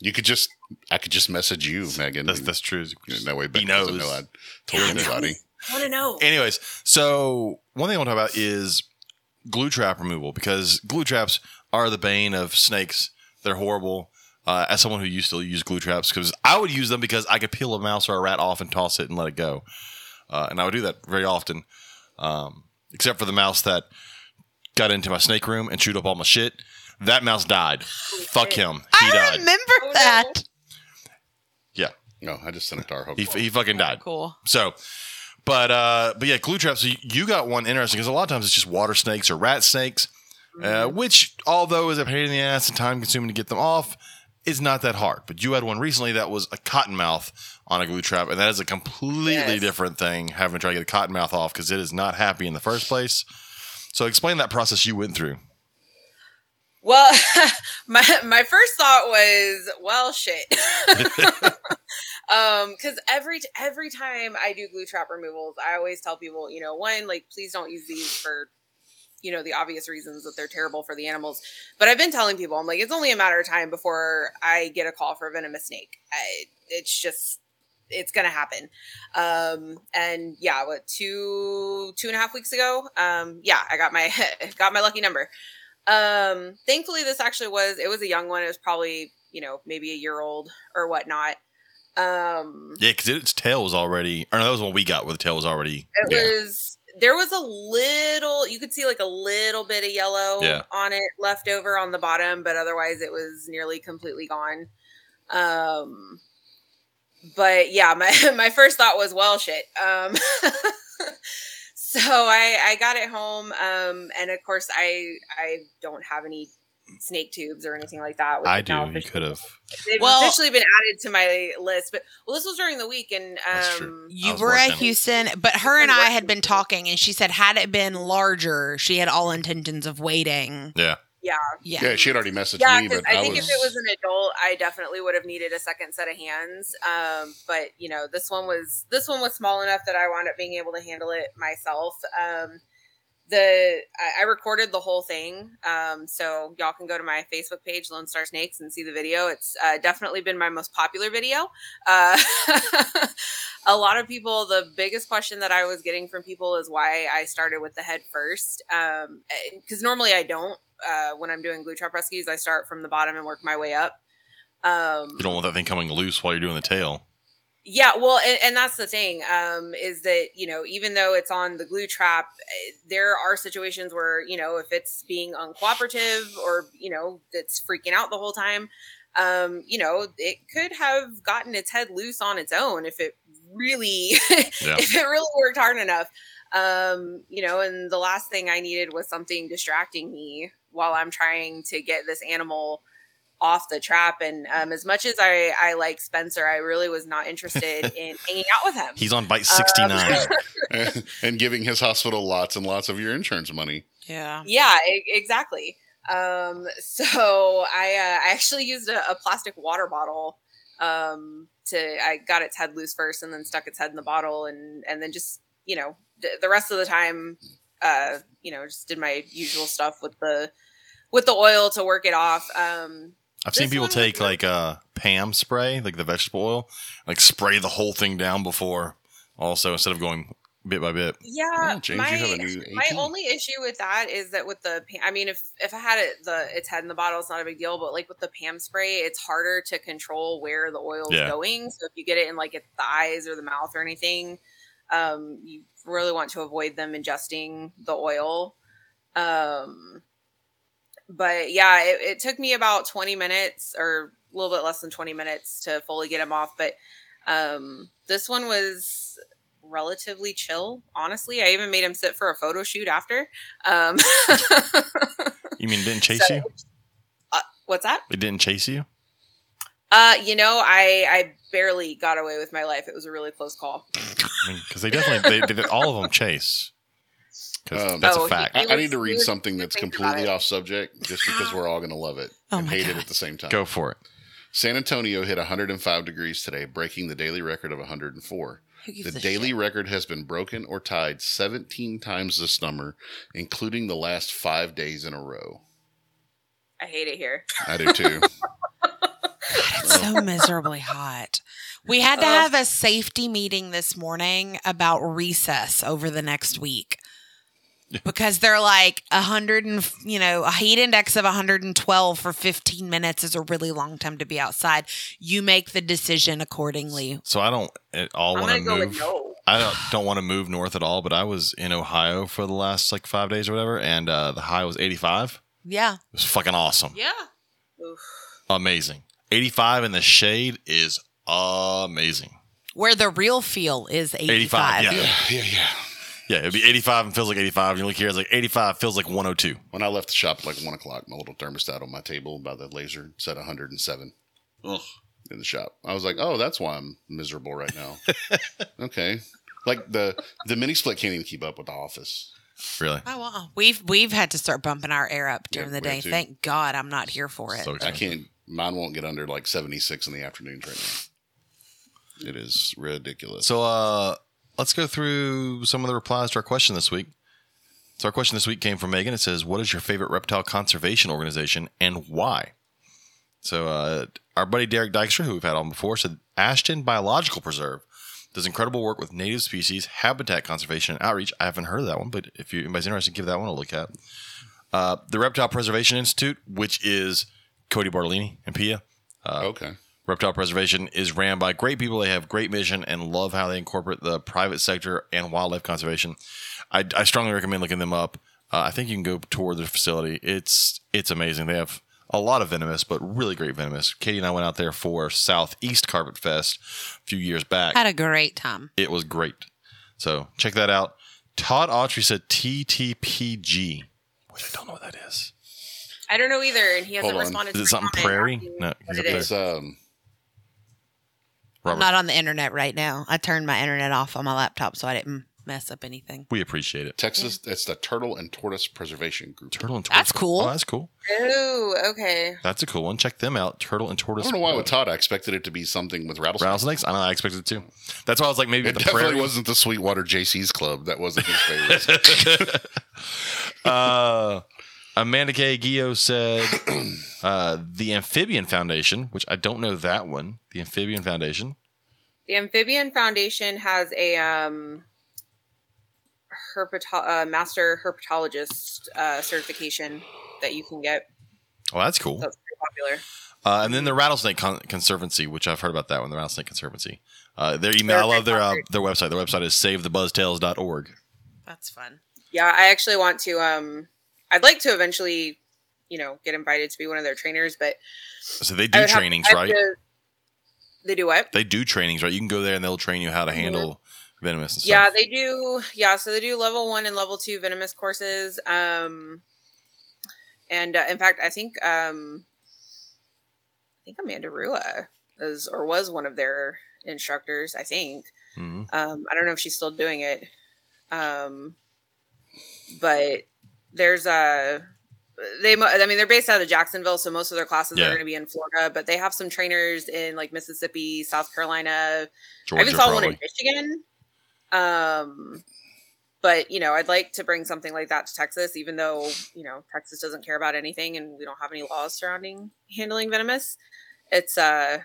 S3: You could just, I could just message you, Megan.
S1: that's that's true.
S3: And that way,
S1: He
S3: Becky doesn't
S1: knows.
S3: know I told anybody.
S4: I want to know.
S1: Anyways, so one thing I want to talk about is glue trap removal because glue traps are the bane of snakes. They're horrible. Uh, as someone who used to use glue traps, because I would use them because I could peel a mouse or a rat off and toss it and let it go, uh, and I would do that very often. Um, except for the mouse that got into my snake room and chewed up all my shit. That mouse died. Fuck him. He
S2: I
S1: died.
S2: remember
S4: Oh, no.
S2: that.
S3: No, I just sent it to our home.
S1: He, he fucking died.
S2: Cool.
S1: So, but uh, but yeah, glue traps. You, you got one interesting because a lot of times it's just water snakes or rat snakes, uh, which although is a pain in the ass and time consuming to get them off, is not that hard. But you had one recently that was a cottonmouth on a glue trap, and that is a completely
S4: Yes.
S1: different thing. Having to try to get a cottonmouth off because it is not happy in the first place. So explain that process you went through.
S4: Well, my my first thought was, well, shit, because every every time I do glue trap removals, I always tell people, you know, one, like, please don't use these for, you know, the obvious reasons that they're terrible for the animals. But I've been telling people, I'm like, it's only a matter of time before I get a call for a venomous snake. I, it's just it's gonna happen um and yeah what two two and a half weeks ago um yeah i got my got my lucky number um thankfully this actually was it was a young one it was probably you know maybe a year old or whatnot um
S1: Yeah, because its tail was already, or no, that was one we got where the tail was already.
S4: it
S1: yeah.
S4: was there was a little you could see like a little bit of yellow
S1: Yeah.
S4: on it left over on the bottom but otherwise it was nearly completely gone um but yeah my my first thought was well shit um so i i got it home um and of course i i don't have any snake tubes or anything like that which
S1: I
S4: is now
S1: do. You
S4: officially-
S1: could have.
S4: they've
S2: Well-
S4: officially been added to my list but well this was during the week and
S1: That's true.
S4: um
S1: I
S2: You
S1: was
S2: were at
S1: working.
S2: Houston, but her and
S4: been
S2: I
S4: working
S2: had been
S4: for-
S2: talking, and she said, had it been larger, she had all intentions of waiting.
S1: Yeah.
S4: Yeah.
S2: Yeah.
S3: Yeah, she had already messaged
S4: yeah,
S3: me,
S4: 'cause
S3: but
S4: I
S3: I,
S4: think
S3: was,
S4: if it was an adult, I definitely would have needed a second set of hands. Um, but you know, this one was this one was small enough that I wound up being able to handle it myself. Um, the I, I recorded the whole thing, um, so y'all can go to my Facebook page, Lone Star Snakes, and see the video. It's uh, definitely been my most popular video. Uh, a lot of people, the biggest question that I was getting from people is why I started with the head first, because normally I don't. Uh, when I'm doing glue trap rescues, I start from the bottom and work my way up. Um,
S1: You don't want that thing coming loose while you're doing the tail.
S4: yeah, well, and, and that's the thing um, is that you know even though it's on the glue trap, eh, there are situations where you know if it's being uncooperative or you know it's freaking out the whole time, um, you know it could have gotten its head loose on its own if it really
S1: Yeah.
S4: if it really worked hard enough. Um, you know, and the last thing I needed was something distracting me while I'm trying to get this animal off the trap. And um, as much as I, I like Spencer, I really was not interested in hanging out with him.
S1: He's on bite 69.
S3: and giving his hospital lots and lots of your insurance money.
S2: Yeah.
S4: yeah, e- exactly. Um, so I, uh, I actually used a, a plastic water bottle um, to I got its head loose first, and then stuck its head in the bottle, and and then just you know d- the rest of the time, uh, you know, just did my usual stuff with the with the oil to work it off. Um,
S1: I've seen
S4: This
S1: people
S4: one was
S1: take
S4: good.
S1: like uh Pam spray, like the vegetable oil, like spray the whole thing down before. Also, instead of going bit by bit,
S4: Yeah,
S3: Oh, James,
S4: Uh, my,
S3: you have a new
S4: my
S3: 18.
S4: only issue with that is that with the Pam- I mean, if if I had it the its head in the bottle, it's not a big deal. But like with the Pam spray, it's harder to control where the oil's
S1: Yeah.
S4: going. So if you get it in like it's the eyes or the mouth or anything, um, you really want to avoid them ingesting the oil. Um, but yeah, it, it took me about 20 minutes or a little bit less than 20 minutes to fully get him off. But um, this one was relatively chill, honestly. I even made him sit for a photo shoot after. Um,
S1: you mean it didn't chase
S4: So-
S1: you?
S4: what's that?
S1: It didn't chase you.
S4: Uh, you know, I I barely got away with my life. It was a really close call.
S1: I mean, because they definitely they, they, all of them chase. 'Cause
S3: Um,
S1: that's
S4: Oh,
S1: a
S4: he-
S1: fact.
S4: he-
S3: I, I
S4: was-
S3: need to read
S4: was
S3: something that's
S4: thinking
S3: completely
S4: about it.
S3: off subject just because we're all going to love it
S2: Oh
S3: and
S2: my
S3: hate it
S2: God.
S3: at the same time.
S1: Go for it.
S3: San Antonio hit 105 degrees today, breaking the daily record of 104.
S2: Who gives
S3: The
S2: a
S3: daily
S2: shit?
S3: record has been broken or tied 17 times this summer, including the last five days in a row.
S4: I hate it here.
S3: I do too.
S2: It's so miserably hot. We had to
S4: Ugh.
S2: have a safety meeting this morning about recess over the next week because they're like a hundred and you know a heat index of 112 for 15 minutes is a really long time to be outside. You make the decision accordingly.
S1: So I don't at all
S4: I'm
S1: want to
S4: gonna go
S1: move.
S4: with no.
S1: I don't, don't want to move north at all. But I was in Ohio for the last like five days or whatever, and uh, the high was 85.
S2: Yeah,
S1: It was fucking awesome.
S4: Yeah.
S1: Amazing. 85 in the shade is amazing.
S2: where the real feel is
S1: 85,
S2: 85.
S1: yeah.
S3: yeah, yeah, yeah.
S1: Yeah, it'd be 85 and feels like 85. You look here, it's like 85 feels like 102.
S3: When I left the shop at like one o'clock, my little thermostat on my table by the laser said 107
S1: Ugh.
S3: in the shop. I was like, oh, that's why I'm miserable right now. okay. Like the the mini split can't even keep up with the office.
S1: Really?
S2: Oh wow, we've we've had to start bumping our air up during the
S3: Yeah, we
S2: day.
S3: have to.
S2: Thank God I'm not here for it.
S1: So
S3: I
S1: expensive.
S3: can't. Mine won't get under like 76 in the afternoons right now. It is ridiculous.
S1: So uh, let's go through some of the replies to our question this week. So our question this week came from Megan. It says, "What is your favorite reptile conservation organization and why?" So uh, our buddy Derek Dykstra, who we've had on before, said Ashton Biological Preserve does incredible work with native species, habitat conservation, and outreach. I haven't heard of that one, but if you, anybody's interested, give that one a look at. Uh, the Reptile Preservation Institute, which is Cody Bartolini and Pia, uh,
S3: okay.
S1: Reptile Preservation is ran by great people. They have great mission and love how they incorporate the private sector and wildlife conservation. I, I strongly recommend looking them up. Uh, I think you can go tour their facility. It's it's amazing. They have a lot of venomous, but really great venomous. Katie and I went out there for Southeast Carpet Fest a few years back.
S2: Had a great time.
S1: It was great. So check that out. Todd Autry said TTPG, which I don't know what that is.
S4: I don't know either, and he hasn't
S3: Hold on.
S4: responded.
S1: Is it
S4: to my
S1: something
S4: comment
S1: prairie?
S4: asking
S1: No,
S4: what
S1: he's
S4: it
S1: up there.
S3: It's
S4: is.
S3: um.
S1: Robert,
S2: I'm not on the internet right now. I turned my internet off on my laptop so I didn't mess up anything.
S1: we appreciate it.
S3: Texas. It's the Turtle and Tortoise Preservation Group.
S1: Turtle and
S2: That's
S1: tortoise.
S2: cool.
S1: Oh, that's cool.
S4: Oh, okay.
S1: That's a cool one. Check them out. Turtle and
S3: I
S1: tortoise.
S3: don't know why with Todd I expected it to be something with rattlesnakes.
S1: rattlesnakes. I know. I expected it too. That's why I was like, maybe
S3: It
S1: the
S3: definitely
S1: prairie.
S3: wasn't the Sweetwater JC's Club. That wasn't his favorite.
S1: uh, Amanda K. Gio said uh, the Amphibian Foundation, which I don't know that one. The Amphibian Foundation.
S4: The Amphibian Foundation has a um, herpeto- uh, master herpetologist uh, certification that you can get.
S1: Oh, that's cool.
S4: That's pretty popular.
S1: Uh, and then the Rattlesnake Con- Conservancy, which I've heard about that one. The Rattlesnake Conservancy. Uh, their email, I love their uh, their website. Their website is savethebuzztails.org.
S2: That's fun.
S4: Yeah, I actually want to. Um, I'd like to eventually, you know, get invited to be one of their trainers, but
S1: So they
S4: I
S1: do
S4: would have-
S1: trainings,
S4: I have
S1: right?
S4: to- they do what?
S1: They do trainings, right? You can go there and they'll train you how to
S4: Mhm.
S1: handle venomous and stuff.
S4: yeah they do yeah so they do level one and level two venomous courses um and uh, in fact i think um i think amanda rua is or was one of their instructors i think
S1: Mhm.
S4: um i don't know if she's still doing it um but there's a they mo- i mean they're based out of jacksonville so most of their classes
S1: Yeah.
S4: are going to be in florida but they have some trainers in like mississippi south carolina
S1: Georgia,
S4: I even saw
S1: probably.
S4: one in Michigan. Um, but you know, I'd like to bring something like that to Texas, even though you know Texas doesn't care about anything, and we don't have any laws surrounding handling venomous. It's uh,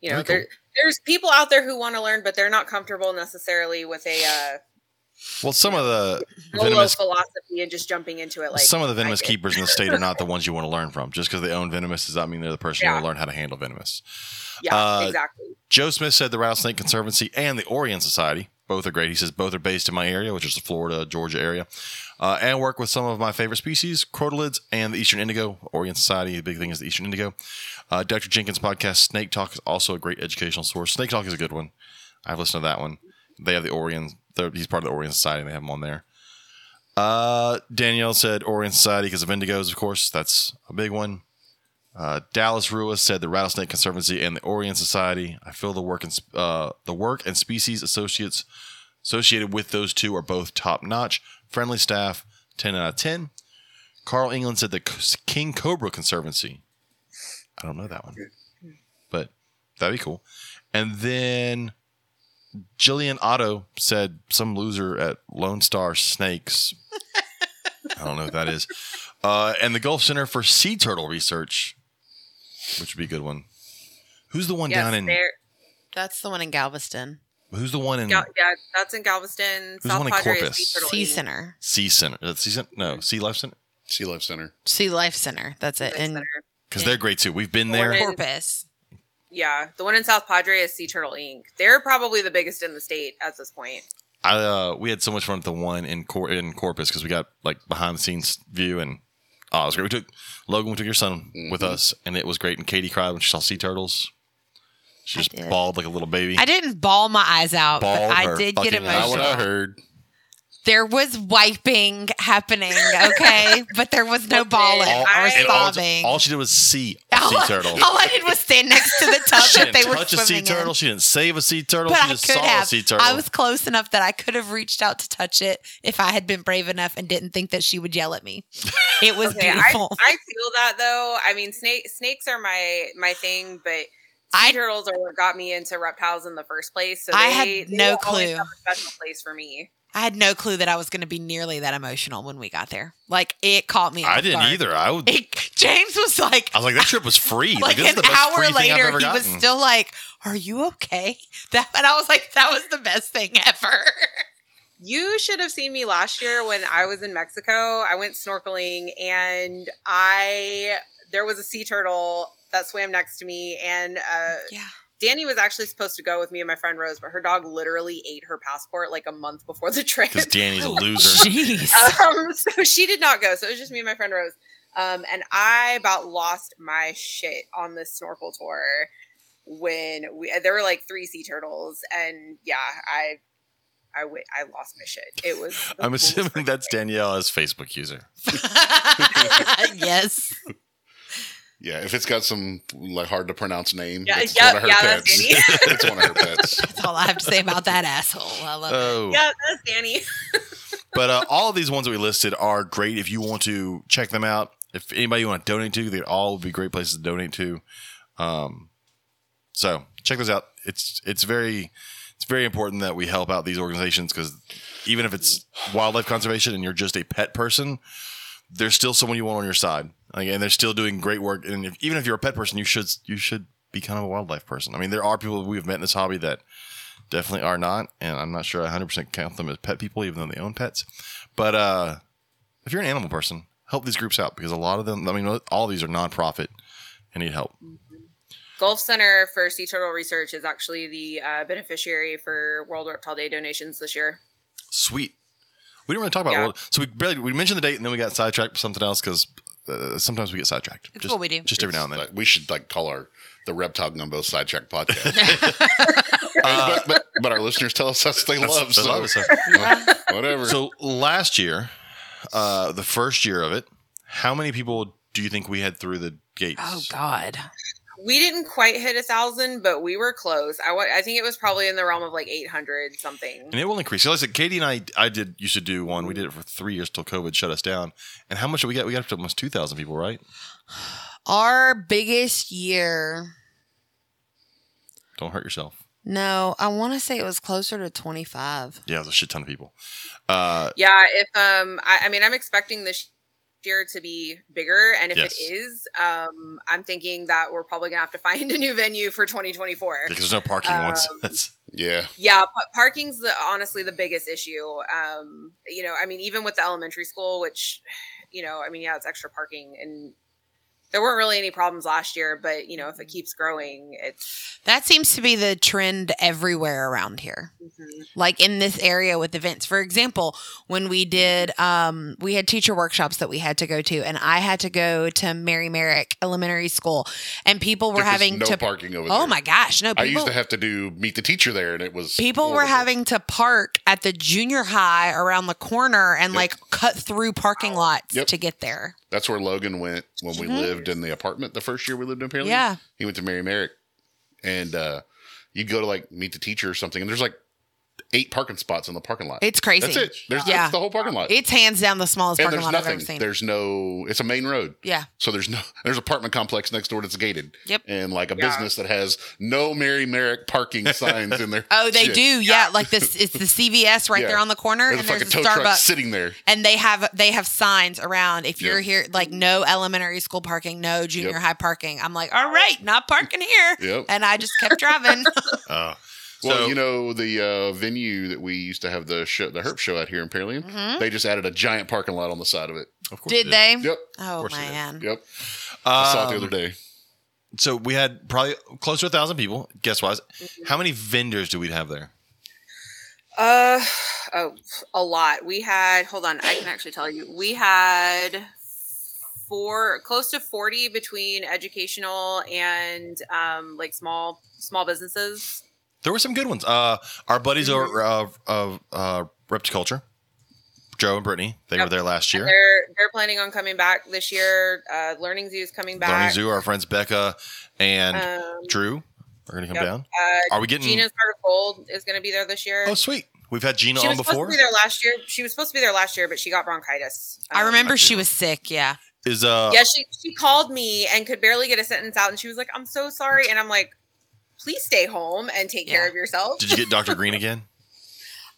S4: you know,
S1: Very cool.
S4: there, there's people out there who want to learn, but they're not comfortable necessarily with a uh,
S1: Well, some of the
S4: solo
S1: venomous
S4: philosophy and just jumping into it. Like
S1: some of the
S4: I
S1: venomous
S4: did.
S1: keepers in the state are not the ones you want to learn from. Just because they own venomous does not mean they're the person you
S4: Yeah.
S1: want to learn how to handle venomous.
S4: Yeah,
S1: uh,
S4: exactly.
S1: Joe Smith said the Rattlesnake Conservancy and the Orient Society both are great. He says both are based in my area, which is the Florida Georgia area, uh, and work with some of my favorite species, crotalids and the Eastern Indigo. Orient Society, the big thing is the Eastern Indigo. Uh, Dr. Jenkins' podcast Snake Talk is also a great educational source. Snake Talk is a good one. I've listened to that one. They have the Orient. they're- He's part of the Orient Society, and they have him on there. Uh, Danielle said Orient Society because of indigos, of course. That's a big one. Uh, Dallas Ruiz said the Rattlesnake Conservancy and the Orient Society. I feel the work and sp- uh, the work and species associates associated with those two are both top notch. Friendly staff, ten out of ten. Carl England said the C- King Cobra Conservancy. I don't know that one, but that'd be cool. And then Jillian Otto said some loser at Lone Star Snakes. I don't know what that is. Uh, and the Gulf Center for Sea Turtle Research, which would be a good one. Who's the one down in?
S4: there-
S2: That's the one in Galveston.
S1: Who's the one in
S4: Gal- yeah, that's in Galveston,
S1: the
S4: South
S1: one in
S4: Padre
S1: Corpus?
S4: Sea Turtle
S2: Sea
S4: Inn.
S2: Center.
S1: Sea Center? Is that Sea Center? No, Sea Life Center
S3: sea Life Center.
S2: Sea Life Center. That's it. In
S1: because
S2: Yeah.
S1: they're great too. We've been
S4: The one
S1: there.
S4: in-
S2: Corpus.
S4: Yeah, the one in South Padre is Sea Turtle Inc. They're probably the biggest in the state at this point.
S1: I uh, we had so much fun at the one in Cor- in Corpus because we got like behind the scenes view and oh, it was great. We took Logan, we took your son
S2: Mm-hmm.
S1: with
S3: Mhm.
S1: us, and it was great. And Katie cried when she saw sea turtles. She
S2: I
S1: just
S2: did.
S1: bawled like a little baby.
S2: I didn't bawl my eyes out,
S1: Bawled
S2: but I
S1: her
S2: did get
S1: fucking eyes
S2: emotional.
S1: out.
S3: heard.
S2: There was wiping happening, okay? but there was no bawling
S4: All-
S2: or
S4: and
S1: all,
S2: sobbing.
S1: all she did was see a
S2: All-
S1: sea turtle.
S2: all I did was stand next to the tub
S1: She
S2: that
S1: didn't
S2: they were
S1: touch a sea
S2: swimming in.
S1: turtle. She didn't save a sea turtle.
S2: But
S1: she
S2: I
S1: just
S2: could
S1: saw
S2: have.
S1: a sea turtle.
S2: I was close enough that I could have reached out to touch it if I had been brave enough and didn't think that she would yell at me. It was
S4: Okay, I, I
S2: beautiful.
S4: feel that though. I mean, snake snakes are my my thing, but sea
S2: I-
S4: turtles are what got me into reptiles in the first place. So
S2: I
S4: they-
S2: had
S4: they
S2: no
S4: will always
S2: clue.
S4: have a special place for me.
S2: I had no clue that I was going to be nearly that emotional when we got there. Like it caught me.
S1: I
S2: off
S1: didn't
S2: guard.
S1: either. I would.
S2: It, James was like,
S1: I was like, that trip was free. Like,
S2: like
S1: this is
S2: an
S1: the best free
S2: hour
S1: thing I've
S2: later,
S1: ever
S2: he was
S1: gotten.
S2: still like, "Are you okay?" That and I was like, "That was the best thing ever."
S4: You should have seen me last year when I was in Mexico. I went snorkeling and I there was a sea turtle that swam next to me and uh
S2: Yeah.
S4: Danny was actually supposed to go with me and my friend Rose, but her dog literally ate her passport like a month before the trip.
S1: Because Danny's a loser.
S2: Jeez.
S4: um, so she did not go. So it was just me and my friend Rose. Um, and I about lost my shit on this snorkel tour when we uh, there were like three sea turtles, and yeah, I I wi- I lost my shit. It was. the
S1: I'm
S4: coolest
S1: assuming
S4: freaking
S1: that's
S4: thing.
S1: Danielle's Facebook user.
S2: yes.
S3: Yeah, if it's got some like hard to pronounce name,
S4: Yeah,
S3: it's
S4: yep,
S3: one of her
S4: yeah, that's
S3: pets.
S4: Danny.
S3: it's one of her pets.
S2: That's all I have to say about that asshole. I love
S1: Oh.
S4: Yeah, that's Danny.
S1: But uh, all of these ones that we listed are great if you want to check them out. If anybody you want to donate to, they all would be great places to donate to. Um, so check those out. It's it's very it's very important that we help out these organizations because even if it's wildlife conservation and you're just a pet person, there's still someone you want on your side, Like, and they're still doing great work. And if, even if you're a pet person, you should you should be kind of a wildlife person. I mean, there are people we've met in this hobby that definitely are not, and I'm not sure I 100% count them as pet people, even though they own pets. But uh, if you're an animal person, help these groups out because a lot of them, I mean, all these are nonprofit and need help.
S4: Gulf Center for Sea Turtle Research is actually the uh, beneficiary for World Reptile Day donations this year.
S1: Sweet. We didn't really talk about
S4: Yeah.
S1: world. So we barely we mentioned the date, and then we got sidetracked with something else because uh, sometimes we get sidetracked.
S2: It's
S1: just,
S2: what we do.
S1: Just every now and then.
S3: Like, we should like call our the Reptile Gumbo Sidetrack podcast.
S1: Uh,
S3: but, but but our listeners tell us that's what they
S1: that's-
S3: love.
S1: that's
S3: so
S1: love, so.
S3: whatever.
S1: So last year, uh, the first year of it, how many people do you think we had through the gates?
S2: Oh God.
S4: We didn't quite hit a thousand, but we were close. I wa- I think it was probably in the realm of like eight hundred something.
S1: And it will increase. So like I said, Katie and I, I did used to do one. We did it for three years till COVID shut us down. And how much did we get? We got up to almost two thousand people, right?
S2: Our biggest year.
S1: Don't hurt yourself.
S2: No, I want to say it was closer to 25.
S1: Yeah, it was a shit ton of people. Uh,
S4: Yeah, if um, I, I mean, I'm expecting this year to be bigger, and if
S1: Yes.
S4: it is, um, I'm thinking that we're probably gonna have to find a new venue for 2024.
S1: because there's no parking
S4: Um,
S1: ones. That's
S3: yeah,
S4: Yeah, pa- parking's the, honestly the biggest issue. Um, you know, I mean, even with the elementary school, which, you know, I mean, yeah, it's extra parking, and there weren't really any problems last year. But you know,
S1: Mm-hmm.
S4: if it keeps growing, it's
S2: That seems to be the trend everywhere around here.
S4: mm-hmm.
S2: Like in this area with events. For example, when we did um we had teacher workshops that we had to go to and I had to go to Mary Merrick Elementary School and people were
S3: There was
S2: having
S3: no
S2: to
S3: parking over there.
S2: Oh my gosh, no
S3: I used
S2: people
S3: to have to do meet the teacher there, and it was
S2: people were
S3: horrible.
S2: having to park at the junior high around the corner and
S3: Yep.
S2: like cut through parking lots
S3: Yep.
S2: to get there.
S3: That's where Logan went when we
S2: Mhm.
S3: lived in the apartment the first year we lived in Pearland.
S2: Yeah.
S3: he went to Mary Merrick, and uh, you'd go to like meet the teacher or something, and there's like eight parking spots in the parking lot.
S2: It's crazy.
S3: that's it. There's
S2: Yeah.
S3: that's the whole parking lot.
S2: It's hands down the smallest
S3: and
S2: parking
S3: there's
S2: lot I've
S3: nothing.
S2: ever seen.
S3: There's no. It's a main road.
S2: yeah.
S3: So there's no there's an apartment complex next door that's gated.
S2: Yep.
S3: And like a
S4: Yeah.
S3: business that has no Mary Merrick parking signs in there.
S2: Oh, they
S3: Shit.
S2: do. Yeah, like this. It's the CVS right
S3: Yeah.
S2: there on the corner,
S3: There's a
S2: and there's
S3: fucking
S2: a
S3: tow truck
S2: Starbucks,
S3: sitting there.
S2: and they have they have signs around. If
S3: Yeah.
S2: you're here, like no elementary school parking, no junior
S3: Yep.
S2: high parking. I'm like, all right, not parking here,
S3: Yep.
S2: and I just kept driving.
S1: uh,
S3: well,
S1: so-
S3: you know the uh, venue that we used to have the show, the Herp show out here in Pearland.
S4: Mm-hmm.
S2: Mhm.
S3: They just added a giant parking lot on the side of it.
S1: of course
S2: Did they?
S3: Yep.
S2: Oh
S1: course they did.
S2: man,
S3: Yep. I saw it the
S1: Um,
S3: other day.
S1: so we had probably close to a thousand people. Guess wise, how many vendors do we have there?
S4: uh oh, a lot. We had hold on, I can actually tell you. We had four close to 40 between educational and um like small small businesses. Mm-hmm.
S1: There were some good ones. Uh, our buddies over uh, of uh, Repticulture Joe and Brittany. They
S4: Yep.
S1: were there last year.
S4: They're they're planning on coming back this year. Uh, Learning Zoo's coming back.
S1: Learning Zoo, our friends Becca and
S4: Um,
S1: Drew are going to come
S4: yep.
S1: down.
S4: uh,
S1: Are we getting?
S4: Gina's Heart of Gold is going to be there this year.
S1: oh, sweet. We've had Gina
S4: she
S1: on
S4: was supposed to
S1: before.
S4: be there last year. She was supposed to be there last year, but she got bronchitis.
S2: I
S4: Um,
S2: remember
S1: I
S2: she
S1: do.
S2: was sick. Yeah.
S1: Is uh
S4: Yeah, she she called me and could barely get a sentence out, and she was like, "I'm so sorry," and I'm like, "Please stay home and take
S2: Yeah.
S4: care of yourself."
S1: did you get Dr. Green again?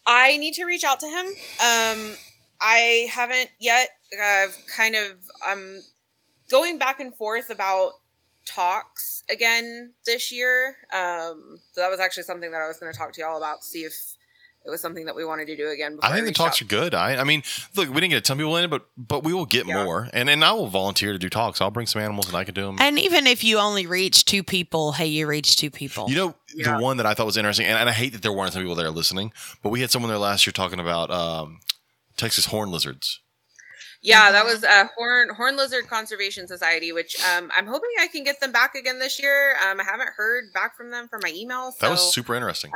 S4: I need to reach out to him. Um, I haven't yet. I've kind of um going back and forth about talks again this year. Um, so that was actually something that I was going to talk to y'all about, see if it was something that we wanted to do again.
S1: I think the
S4: reached
S1: talks
S4: out.
S1: are good. I I mean, look, we didn't get a ton of people in it, but but we will get
S4: Yeah.
S1: more. And and I will volunteer to do talks. I'll bring some animals and I can do
S3: Mm.
S1: them.
S2: And even if you only reach two people, hey, you reach two people.
S1: You know,
S4: Yeah.
S1: the one that I thought was interesting, and, and I hate that there weren't some people there listening, but we had someone there last year talking about um, Texas horn lizards.
S4: Yeah, that was uh, Horn Horn Lizard Conservation Society, which um, I'm hoping I can get them back again this year. Um, I haven't heard back from them for my email. So, uh,
S1: That was super interesting.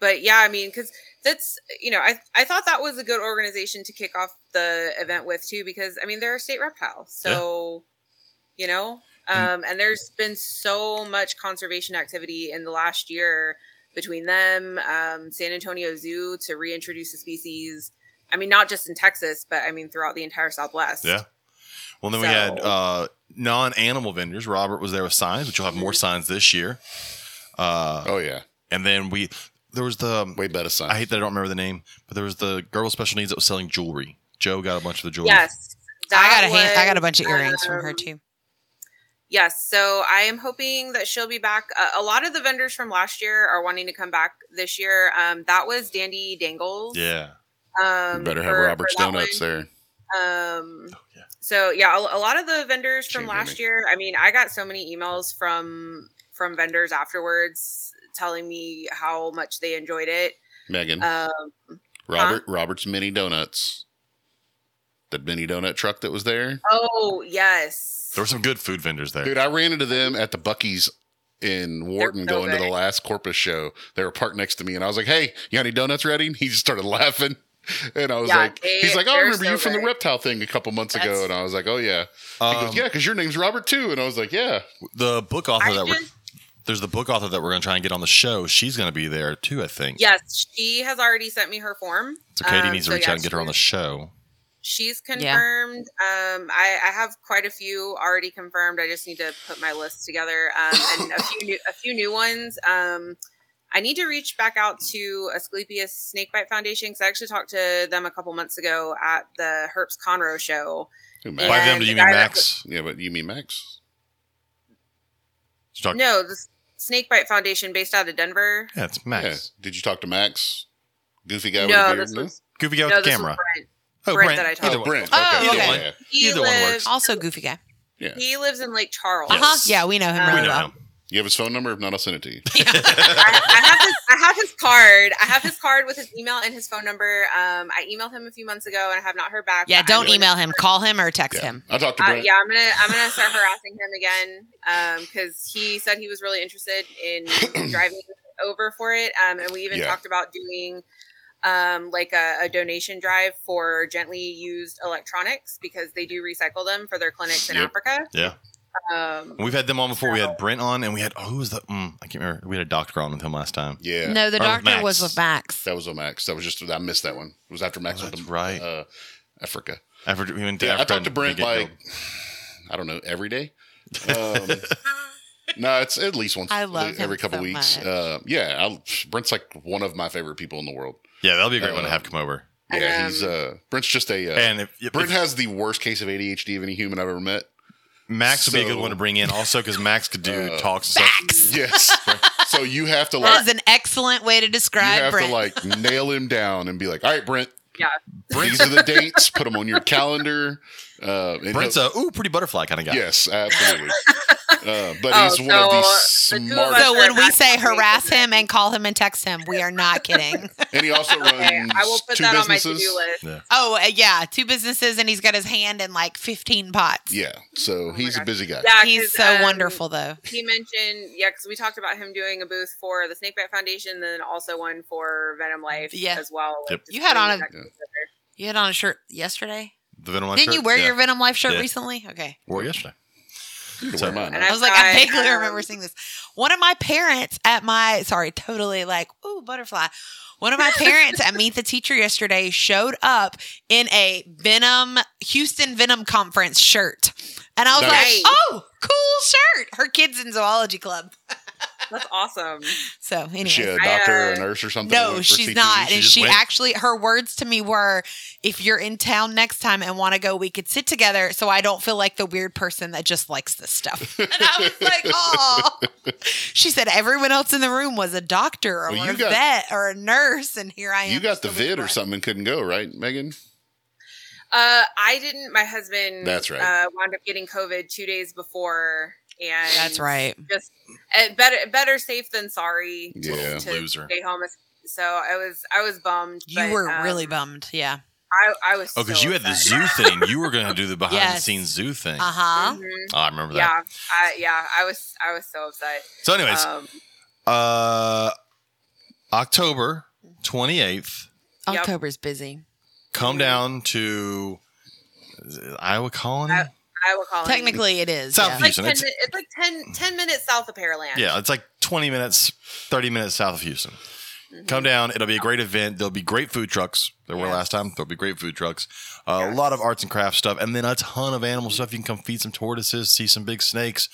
S4: but yeah, I mean, because that's you know, I I thought that was a good organization to kick off the event with too, because I mean they're a state reptile, so you know,
S1: Mm-hmm.
S4: um, and there's been so much conservation activity in the last year between them, um, San Antonio Zoo to reintroduce the species. I mean, not just in Texas, but I mean throughout the entire Southwest.
S1: Yeah. Well, then we had
S4: So-
S1: uh, non-animal vendors. Robert was there with signs, but you'll have
S4: Mhm.
S1: more signs this year. Uh,
S3: Oh yeah,
S1: And then we there was the um,
S3: way better sign.
S1: I hate that I don't remember the name, but there was the girl with special needs that was selling jewelry. Joe got a bunch of the jewelry.
S4: Yes.
S2: I
S4: that
S2: got a hand, I
S4: was-
S2: got a bunch of earrings from her
S4: um,
S2: too.
S4: Yes, so I am hoping that she'll be back. Uh, a lot of the vendors from last year are wanting to come back this year. Um, that was Dandy Dangles.
S1: Yeah.
S4: Um,
S3: You better have
S4: for-
S3: Robert's
S4: for that
S3: donuts
S4: one.
S3: there.
S4: Um,
S1: Oh, yeah.
S4: So yeah, a, a lot of the vendors from
S3: Shame on
S4: last
S3: me.
S4: year. I mean, I got so many emails from from vendors afterwards telling me how much they enjoyed it.
S3: Megan,
S1: Mm.
S4: Um,
S3: Robert, Robert's mini donuts. That mini donut truck that was there.
S4: oh yes,
S1: There were some good food vendors there.
S3: Dude, I ran into them at the Bucky's in Wharton
S4: so
S3: going to the
S4: good.
S3: last Corpus show. They were parked next to me, and I was like, "Hey, you got any donuts ready?" And he just started laughing, and I was
S4: Yeah,
S3: like,
S4: they-
S3: "He's like, oh, I
S4: they're
S3: remember
S4: so
S3: you from the
S4: good.
S3: reptile thing a couple months ago,"
S4: That's-
S3: and I was like, "Oh yeah." He
S1: Um,
S3: goes, "Yeah, because your name's Robert too," and I was like, "Yeah."
S1: The book author
S4: I
S1: that we're,
S4: just-
S1: there's the book author that we're going to try and get on the show. She's going to be there too, I think.
S4: yes. She has already sent me her form.
S1: So Katie
S4: Um,
S1: needs
S4: so
S1: to reach
S4: yeah,
S1: out and get her on the show.
S4: She's
S2: Yeah.
S4: confirmed. Um, I, I have quite a few already confirmed. I just need to put my list together um, and a few new, a few new ones. Um, I need to reach back out to Asclepius Snakebite Foundation because I actually talked to them a couple months ago at the Herps Conroe show.
S3: Who,
S4: Yeah.
S1: By
S3: Max?
S1: them,
S4: And
S1: do
S4: the
S1: you mean
S4: guy that-
S1: Max?
S3: Yeah, but you mean Max?
S1: Talk-
S4: No, the Snakebite Foundation based out of Denver.
S1: Yeah, it's Max.
S3: Yeah. Did you talk to Max? Goofy guy with
S4: No,
S3: a beard.
S4: this
S3: No?
S4: was,
S1: Goofy guy
S4: no,
S1: with the
S4: this
S1: camera.
S4: was Brent.
S1: Oh,
S4: Brent that I
S1: Either
S4: talked to.
S3: Oh,
S1: one.
S3: Brent.
S2: Oh,
S3: okay.
S1: okay.
S3: Yeah.
S4: He
S1: Either one
S4: lives,
S2: Also, goofy guy.
S4: He lives in Lake Charles.
S1: Yes.
S2: Uh huh. Yeah, we know him
S4: Um,
S2: really
S1: We know
S2: well.
S1: him.
S3: You have his phone number? If not, I'll send it to you.
S4: I, I have his I have his card. I have his card with his email and his phone number. Um, I emailed him a few months ago and I have not heard back.
S2: Yeah,
S4: but I'm
S2: don't
S4: gonna-
S2: email him. Call him or text him.
S3: I talked to
S4: Uh,
S3: Brent.
S4: yeah, I'm gonna I'm gonna start harassing him again because he said he was really interested in driving over for it. Um, and we even
S3: Yeah.
S4: talked about doing um, like a, a donation drive for gently used electronics because they do recycle them for their clinics in
S3: Yep.
S4: Africa.
S1: Yeah.
S4: Um,
S1: We've had them on before. We had Brent on, and we had oh, who was the? Mm, I can't remember. We had a doctor on with him last time.
S3: Yeah.
S2: No, the
S1: Or with
S2: doctor was
S1: Max.
S2: with Max.
S3: That was on Max. That was just I missed that one. It was after Max
S1: Oh,
S3: with
S1: that's
S3: the
S1: right.
S3: uh, Africa.
S1: After we went to
S3: Yeah, I
S1: Africa
S3: talked to
S1: and
S3: Brent
S1: they get
S3: like I don't know every day. Um, no, it's at least once.
S2: I love
S3: every
S2: him
S3: couple
S2: so
S3: weeks.
S2: much.
S3: Uh, yeah, I'll, Brent's like one of my favorite people in the world.
S1: yeah, that'll be a great one to
S3: Uh,
S1: have come over.
S3: Yeah,
S4: Um,
S3: he's uh, Brent's just a uh,
S1: And if, if
S3: Brent has the worst case of ADHD of any human I've ever met.
S1: Max would be a good
S3: so-
S1: one to bring in, also because Max could do
S3: Uh,
S1: talks. and stuff.
S2: Max.
S3: Yes. so you have to
S2: That
S3: like
S2: is an excellent way to
S3: you
S2: describe
S3: have
S2: Brent.
S3: to like nail him down and be like, all right, Brent.
S4: Yeah.
S3: These are the dates. Put them on your calendar. Uh, and
S1: Brent's a ooh, pretty butterfly kind of guy.
S3: Yes, absolutely. uh, but
S4: Oh,
S3: he's one of the
S4: so the two of us
S3: smartest.
S2: so when we
S4: harass
S2: say
S4: him, please.
S2: harass him and call him and text him, we are not kidding.
S3: and he also runs
S4: okay, I will put
S3: two
S4: that on my
S3: businesses.
S4: to do list.
S2: oh uh, yeah, two businesses and he's got his hand in like fifteen pots.
S3: Yeah, so
S4: Oh my
S3: he's a
S4: gosh.
S3: busy guy.
S4: Yeah,
S2: He's
S4: 'cause,
S2: so
S4: um,
S2: wonderful though.
S4: he mentioned yeah because we talked about him doing a booth for the snakebite foundation and then also one for venom life
S2: Yeah.
S4: as well
S1: Yep.
S4: just
S2: You had on
S4: putting
S2: a-
S3: Yeah.
S4: that together.
S2: You had on a shirt yesterday.
S1: The Venom Life
S2: Didn't
S1: shirt?
S2: you wear
S1: Yeah.
S2: your Venom Life shirt
S1: Yeah.
S2: recently? Okay.
S1: Wore it yesterday.
S3: You
S1: So-
S3: can wear mine.
S4: And
S2: I
S4: I've
S2: was like, I
S4: got,
S2: vaguely remember
S4: um,
S2: seeing this. One of my parents at my sorry, totally like, ooh, butterfly. One of my parents at Meet the Teacher yesterday showed up in a Venom Houston Venom conference shirt. And I was
S3: Nice.
S2: like, oh, cool shirt. Her kid's in zoology club.
S4: That's awesome.
S2: So anyway.
S3: Is she a
S4: I,
S3: doctor or
S4: uh,
S3: a nurse or something? that
S2: No,
S3: works for
S2: she's
S3: CTE?
S2: not.
S1: She
S2: and
S1: just
S2: she
S1: went.
S2: actually, her words to me were, if you're in town next time and want to go, we could sit together so I don't feel like the weird person that just likes this stuff. And I was like, oh. She said everyone else in the room was a doctor or
S3: Well,
S2: a
S3: you got-
S2: vet or a nurse. And here I am.
S3: You got the
S2: just a
S3: vid
S2: little
S3: or something and couldn't go, right, Megan?
S4: Uh, I didn't. My husband.
S3: That's right.
S4: Uh, wound up getting COVID two days before, and
S2: one. That's right.
S4: Just uh, better, better safe than sorry.
S3: Yeah.
S4: to
S1: Loser.
S4: Stay home. So I was, I was bummed.
S2: You
S4: but,
S2: were
S4: um,
S2: really bummed. Yeah.
S4: I, I was.
S1: Oh, because
S4: so
S1: you had the
S4: upset.
S1: zoo thing. You were going to do the behind the
S2: Yes.
S1: scenes zoo thing.
S2: Uh huh.
S4: Mhm.
S1: Oh, I remember that.
S4: Yeah, I, yeah. I was, I was so upset.
S1: So, anyways,
S4: Um,
S1: uh, October 28th,
S4: Yep.
S2: October's busy.
S1: come
S4: Mhm.
S1: down to is it Iowa Colony.
S4: I- Iowa Colony.
S2: Technically, it is.
S1: South
S2: yeah.
S4: It's
S1: Houston,
S4: like, 10,
S1: it's-
S4: it's like
S3: Mm.
S4: 10, 10 minutes south of Pearland.
S1: yeah, it's like 20 minutes, 30 minutes south of Houston.
S4: Mhm.
S1: Come down. It'll be a great event. There'll be great food trucks. There were
S2: Yes.
S1: last time. There'll be great food trucks. Uh, A
S4: Yes.
S1: lot of arts and crafts stuff, and then a ton of animal stuff. You can come feed some tortoises, see some big snakes,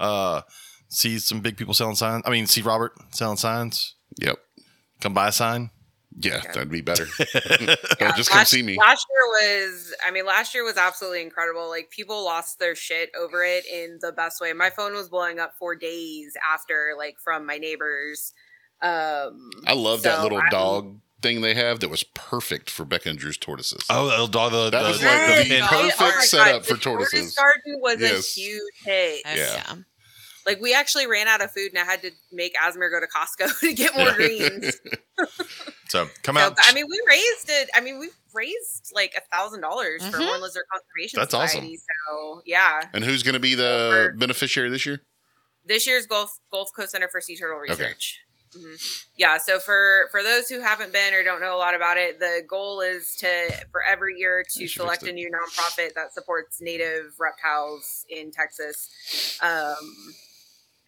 S1: uh, see some big people selling signs. I mean, see Robert selling signs.
S3: Yep.
S1: Come buy a sign.
S3: Yeah,
S4: Yeah.
S3: that'd be better.
S4: Yeah,
S3: Don't just come
S4: last-
S3: see me.
S4: Last year was, I mean, last year was absolutely incredible. Like people lost their shit over it in the best way. My phone was blowing up for days after, like from my neighbors. Um,
S3: I love that
S4: so
S3: little
S4: I-
S3: dog thing they have that was perfect for Becca and Drew's tortoises.
S1: Oh, the dog. The,
S3: That
S1: the-
S3: was like the
S1: and-
S4: oh my
S3: perfect setup for
S4: the Tortoise
S3: tortoises.
S4: garden was
S3: Yes.
S4: a huge hit.
S2: Yes,
S3: Yeah.
S4: Like we actually ran out of food, and I had to make Asmer go to Costco to get more
S1: Yeah.
S4: greens.
S1: so come
S4: So,
S1: out.
S4: but, I mean, we raised it. I mean, we raised like a thousand dollars for
S2: Mhm.
S4: one lizard conservation.
S1: That's awesome.
S4: Society, So yeah,
S3: And who's going to be the
S4: Over.
S3: beneficiary this year?
S4: this year's Gulf Gulf Coast Center for Sea Turtle
S3: Okay.
S4: Research. Mhm. Yeah, so for for those who haven't been or don't know a lot about it, the goal is to for every year
S3: I
S4: to
S3: should
S4: select
S3: fix
S4: a new nonprofit that supports native reptiles in Texas. Um,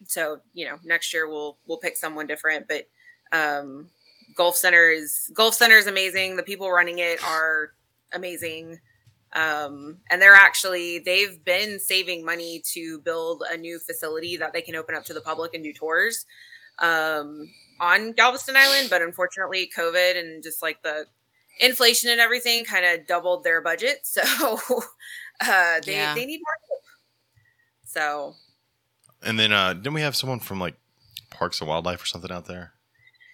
S4: so you know, next year we'll we'll pick someone different, but um, Gulf Center is Gulf Center is amazing. The people running it are amazing. Um, and they're actually they've been saving money to build a new facility that they can open up to the public and do tours um, on Galveston Island, but unfortunately, COVID and just like the inflation and everything kind of doubled their budget. So uh, they
S2: Yeah.
S4: they need more help. So
S1: and then uh, didn't we have someone from like Parks and Wildlife or something out there?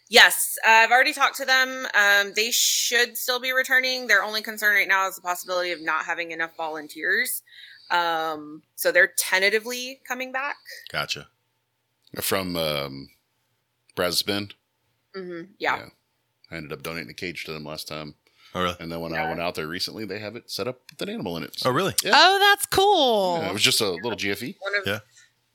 S4: Yes, uh, I've already talked to them. Um, they should still be returning. Their only concern right now is the possibility of not having enough volunteers. Um, so they're tentatively coming back.
S1: Gotcha.
S3: From um, Brazos Bend?
S4: Mm-hmm. Yeah.
S3: Yeah. I ended up donating a cage to them last time.
S1: Oh really?
S3: And then when I went out there recently, they have it set up with an animal in it.
S1: Oh really?
S2: Oh, that's cool.
S3: Yeah, it was just a little GFE
S4: One of
S1: Yeah.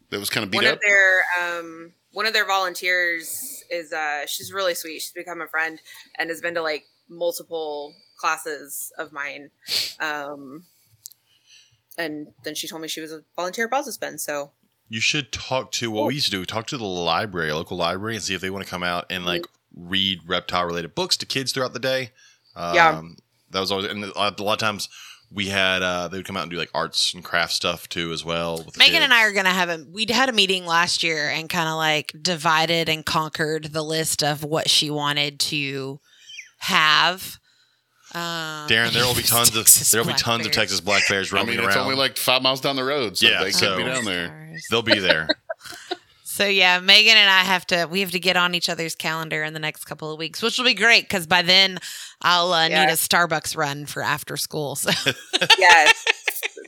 S3: that was kind of beat
S4: one
S3: up.
S4: of their um, one of their volunteers is uh, she's really sweet. She's become a friend and has been to like multiple classes of mine. Um, and then she told me she was a volunteer at Brazos Bend. So
S1: You should talk to what we used to do. Talk to the library, local library, and see if they want to come out
S2: Mm-hmm.
S1: and like read reptile related books to kids throughout the day. Um,
S4: Yeah.
S1: that was always and a lot a lot of times we had uh, they would come out and do like arts and craft stuff too as well. With the
S2: Megan and I are
S1: kids.
S2: going to have a we had a meeting last year and kind of like divided and conquered the list of what she wanted to have. Um,
S1: Darren, there will be tons of
S2: Texas
S1: there will be
S2: black
S1: tons of
S2: bears.
S1: Texas black bears
S3: I
S1: roaming
S3: mean,
S1: around.
S3: it's only like five miles down the road, so
S1: Yeah,
S3: they
S1: so-
S3: could be down there.
S2: Stars.
S1: They'll be there.
S2: So yeah, Megan and I have to we have to get on each other's calendar in the next couple of weeks, which will be great because by then I'll uh, need
S4: Yeah.
S2: a Starbucks run for after school. So
S4: yes,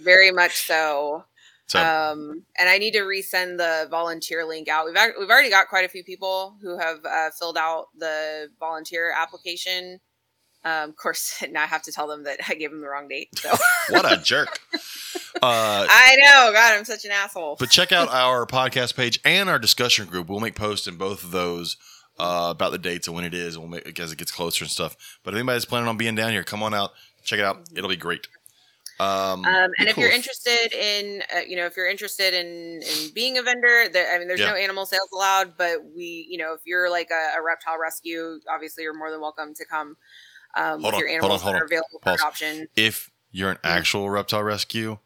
S4: very much so.
S1: So
S2: Uh.
S4: Um, and I need to resend the volunteer link out. We've ac- we've already got quite a few people who have uh, filled out the volunteer application. Um, of course, now I have to tell them that I gave them the wrong date. So
S1: what a jerk. Uh,
S4: I know, God, I'm such an asshole.
S1: But check out our podcast page and our discussion group. We'll make posts in both of those uh, about the dates and when it is. and We'll make as it gets closer and stuff. But if anybody's planning on being down here, come on out, Check it out. It'll be great. Um,
S4: Um, and if you're
S1: cool.
S4: interested in, uh, you know, if you're interested in, in being a vendor, there, I mean, there's
S1: Yeah.
S4: no animal sales allowed, but we, you know, if you're like a, a reptile rescue, obviously you're more than welcome to come. Um,
S1: Hold
S4: with
S1: on,
S4: your
S1: hold on,
S4: animals
S1: hold
S4: that
S1: on.
S4: are available
S1: Pause.
S4: for adoption.
S1: if you're an actual reptile rescue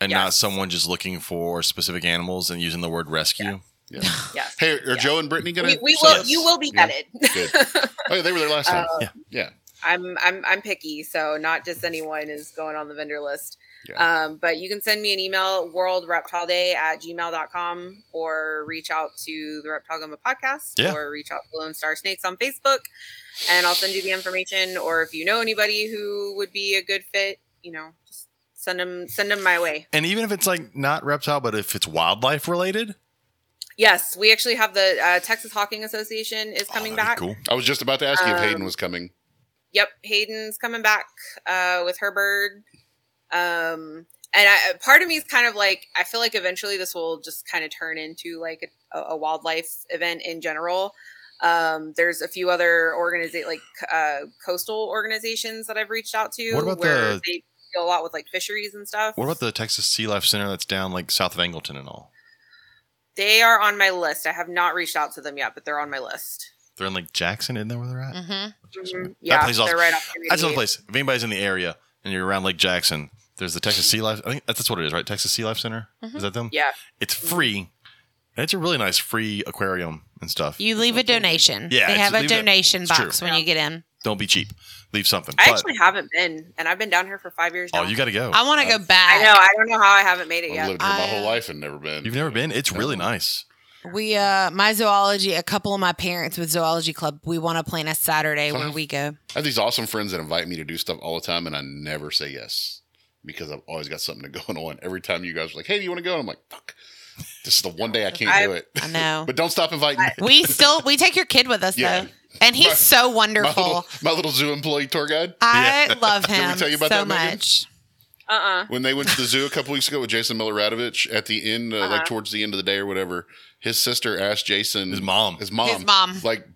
S1: and not
S4: Yes.
S1: someone just looking for specific animals and using the word rescue.
S4: Yes.
S3: Hey, are
S4: Yeah.
S3: Joe and Brittany gonna?
S4: We, we
S1: so
S4: will.
S1: yes.
S4: You will be
S3: Yeah.
S4: vetted.
S3: Good. Oh, yeah, they were there last time.
S4: Uh,
S1: Yeah.
S3: Yeah.
S4: I'm I'm I'm picky, so not just anyone is going on the vendor list.
S3: Yeah.
S4: Um, but you can send me an email, worldreptileday at gmail.com, or reach out to the Reptile Gumma podcast,
S1: Yeah.
S4: or reach out to Lone Star Snakes on Facebook, and I'll send you the information. Or if you know anybody who would be a good fit, you know, just send them send them my way.
S1: And even if it's like not reptile, but if it's wildlife related,
S4: Yes, we actually have the uh, Texas Hawking Association is
S1: oh,
S4: coming
S1: that'd be Cool.
S4: back.
S3: I was just about to ask you if Hayden
S4: um,
S3: was coming.
S4: Yep, Hayden's coming back uh, with her bird. Um, and I, part of me is kind of like, I feel like eventually this will just kind of turn into like a, a wildlife event in general. Um, there's a few other organiza- like uh, coastal organizations that I've reached out to
S1: What about
S4: where
S1: the-
S4: they deal a lot with like fisheries and stuff.
S1: What about the Texas Sea Life Center that's down like south of Angleton and all?
S4: they are on my list. I have not reached out to them yet, but they're on my list.
S1: They're in like Jackson, isn't that where they're at?
S2: Mm-hmm.
S4: Mhm. Yeah,
S1: place is awesome.
S4: they're right off.
S1: That's another place. If anybody's in the area and you're around Lake Jackson, there's the Texas Sea Life. I think that's, that's what it is, right? Texas Sea Life Center.
S2: Mhm.
S1: Is that them?
S4: Mm-hmm. Yeah.
S1: It's free. And it's a really nice free aquarium and stuff.
S2: You leave a donation.
S1: Yeah,
S2: they
S1: it's-
S2: have a
S1: leave it-
S2: donation
S1: it's
S2: box
S4: true.
S2: when you get in.
S1: Don't be cheap. Leave something.
S4: I
S1: but,
S4: actually haven't been, and I've been down here for five years now.
S1: oh, you got to go.
S2: I want to go
S4: I know.
S2: back.
S4: I don't know how I haven't made it
S3: I've
S4: yet.
S3: lived here my
S2: I,
S3: whole
S2: uh,
S3: life and never been.
S1: You've never been? It's really nice.
S2: We uh my zoology, a couple of my parents with zoology club, we want to plan a Saturday where
S3: Fun.
S2: we go.
S3: I have these awesome friends that invite me to do stuff all the time, and I never say yes because I've always got something going on. Every time you guys are like, "Hey, do you want to go?" And I'm like, "Fuck, this is the one day I can't
S4: I-
S3: do it."
S2: I know.
S3: but don't stop inviting. me.
S2: We still we take your kid with us
S3: Yeah.
S2: though. And he's
S3: My-
S2: so
S3: my
S2: wonderful.
S3: little, my little zoo employee tour guide.
S2: I love
S3: we
S2: him
S3: tell you about
S2: so
S3: that, Megan?
S2: much.
S4: Uh uh
S3: When they went to the zoo a couple weeks ago with Jason Miloradovich, at the end, uh, like
S4: Uh-huh.
S3: towards the end of the day or whatever, his sister asked Jason,
S1: His mom.
S3: his mom,
S2: His mom.
S3: like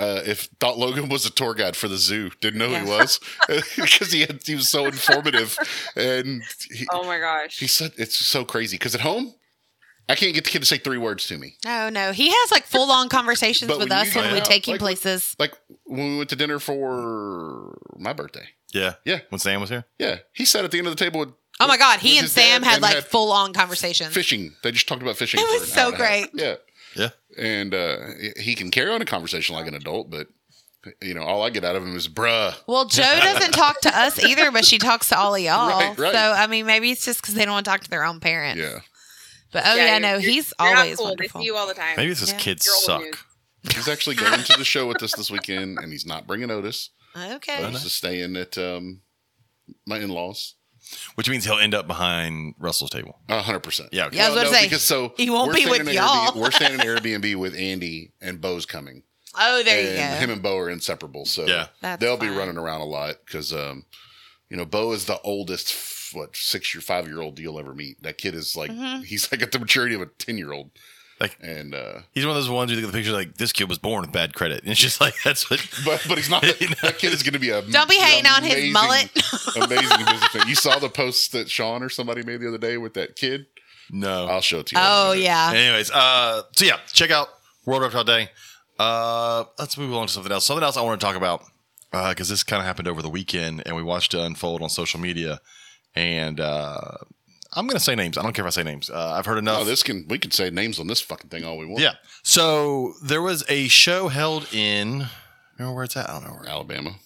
S3: uh, if thought Logan was a tour guide for the zoo, didn't know
S2: Yeah.
S3: he was because he had, he was so informative, and he,
S4: Oh my gosh.
S3: he said it's so crazy because at home. I can't get the kid to say three words to me.
S2: No, Oh, no. He has like full on conversations
S3: But
S2: with
S3: when you
S2: us
S3: go
S2: when we
S3: out,
S2: take him
S3: like,
S2: places.
S3: Like when we went to dinner for my birthday.
S1: Yeah.
S3: Yeah.
S1: When Sam was here?
S3: Yeah. He sat at the end of the table with
S2: Oh my god,
S3: with
S2: he and
S3: his dad
S2: Sam had
S3: and
S2: like full on conversations.
S3: fishing. They just talked about fishing.
S2: It
S3: for
S2: was
S3: an hour
S2: so
S3: and a
S2: great.
S3: half.
S1: Yeah.
S3: Yeah. And uh, he can carry on a conversation like an adult, but you know, all I get out of him is bruh.
S2: Well, Joe doesn't talk to us either, but she talks to all of y'all.
S3: Right, right.
S2: So I mean, maybe it's just because they don't want to talk to their own parents.
S3: Yeah.
S2: But oh yeah,
S4: you're-
S2: no,
S4: you're-
S2: he's
S4: you're not
S2: always
S4: cool.
S2: wonderful.
S4: They see you all the time.
S1: Maybe it's his
S2: Yeah.
S1: kids
S4: You're old
S1: suck.
S4: news.
S3: He's actually going to the show with us this weekend and he's not bringing Otis.
S2: Okay.
S3: Otis is staying at um, my in laws.
S1: Which means he'll end up behind Russell's table.
S3: A hundred percent.
S1: Yeah, okay.
S2: Yeah, I was
S3: Well,
S2: gonna
S3: no,
S2: say,
S3: because so
S2: he won't
S3: we're
S2: be
S3: staying
S2: with
S3: in
S2: y'all.
S3: Airbnb, we're staying in Airbnb with Andy and Bo's coming.
S2: Oh, there
S3: and
S2: you
S3: Him
S2: go.
S3: and Bo are inseparable, so
S1: Yeah.
S2: That's
S3: they'll be
S2: fine.
S3: running around a lot because, um, you know, Bo is the oldest, f- what six year, five year old you'll ever meet. That kid is like
S2: Mhm.
S3: he's like at the maturity of a ten year old.
S1: Like-
S3: and uh,
S1: He's one of those ones who look at the picture like this kid was born with bad credit. And it's just like that's what
S3: but but he's not.
S1: You know?
S3: that kid is going to be a
S2: Don't be hating on his
S3: amazing-
S2: mullet.
S3: amazing businessman. You saw the post that Sean or somebody made the other day with that kid.
S1: no.
S3: I'll show it to you.
S2: Oh yeah.
S1: Anyways, uh, so yeah, check out World Reptile Day. Uh, let's move on to something else. Something else I want to talk about because this kind of happened over the weekend, and we watched it unfold on social media. And uh, I'm gonna say names. I don't care if I say names. Uh, I've heard enough.
S3: Oh, this can we can say names on this fucking thing all we want.
S1: yeah. So there was a show held in. Remember where it's at? I don't know where.
S3: Alabama.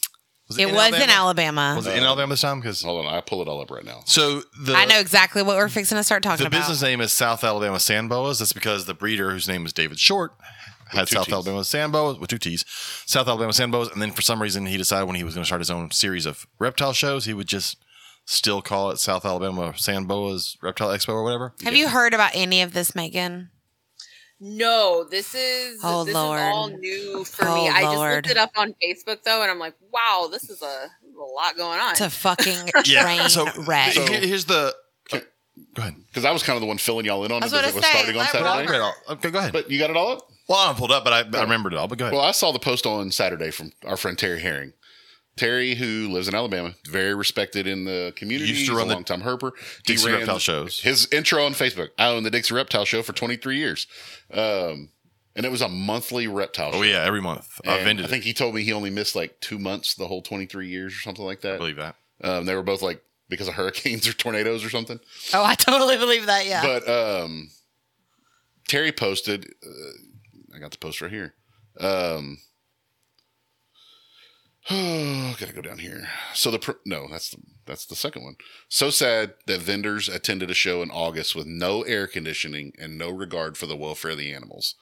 S1: Was
S2: It was in Alabama.
S1: Was it in Alabama this time? Because
S3: Hold on, I pull it all up right now.
S1: so the
S2: I know exactly what we're fixing to start talking
S1: the
S2: about.
S1: business name is South Alabama Sand Boas. That's because the breeder, whose name is David Short, had
S3: two
S1: South
S3: Ts.
S1: Alabama Sand Boas with two T's, South Alabama Sand Boas, and then for some reason he decided when he was going to start his own series of reptile shows, he would just still call it South Alabama Sand Boas Reptile Expo or whatever.
S2: Have you heard about any of this, Megan?
S4: No, this is
S2: Oh,
S4: this
S2: Lord.
S4: is all new for
S2: Oh,
S4: me. I just
S2: Lord.
S4: looked it up on Facebook though, and I'm like, wow, this is a, a lot going on.
S2: It's a fucking
S1: Yeah,
S2: train
S1: so-
S2: wreck.
S1: Here- Here's the.
S3: Can-
S1: Go ahead.
S3: Because I was kind of the one filling y'all in on
S2: I was
S3: it
S2: gonna
S3: because it was
S2: say,
S3: starting on
S2: let
S3: Saturday.
S2: Robert-
S1: Okay, go ahead.
S3: But you got it all up?
S1: well, I haven't pulled up, but I, I remembered it all. But go ahead.
S3: Well, I saw the post on Saturday from our friend Terry Herring. Terry, who lives in Alabama, very respected in the community.
S1: Used
S3: Used
S1: to
S3: to
S1: run
S3: a
S1: the
S3: long time herper. He
S1: Dixie
S3: ran
S1: Reptile shows.
S3: His intro on Facebook. I owned the Dixie Reptile Show for 23 years, um, and it was a monthly reptile.
S1: Oh
S3: show.
S1: yeah, every month. I've
S3: And
S1: ended.
S3: I
S1: I
S3: think he told me he only missed like two months the whole 23 years or something like
S1: I
S3: that.
S1: believe that.
S3: Um, they were both like because of hurricanes or tornadoes or something.
S2: Oh, I totally believe that. Yeah.
S3: But um, Terry posted. Uh, I got the post right here. Um, gotta go down here. So the pr- no, that's the, that's the second one. So sad that vendors attended a show in August with no air conditioning and no regard for the welfare of the animals.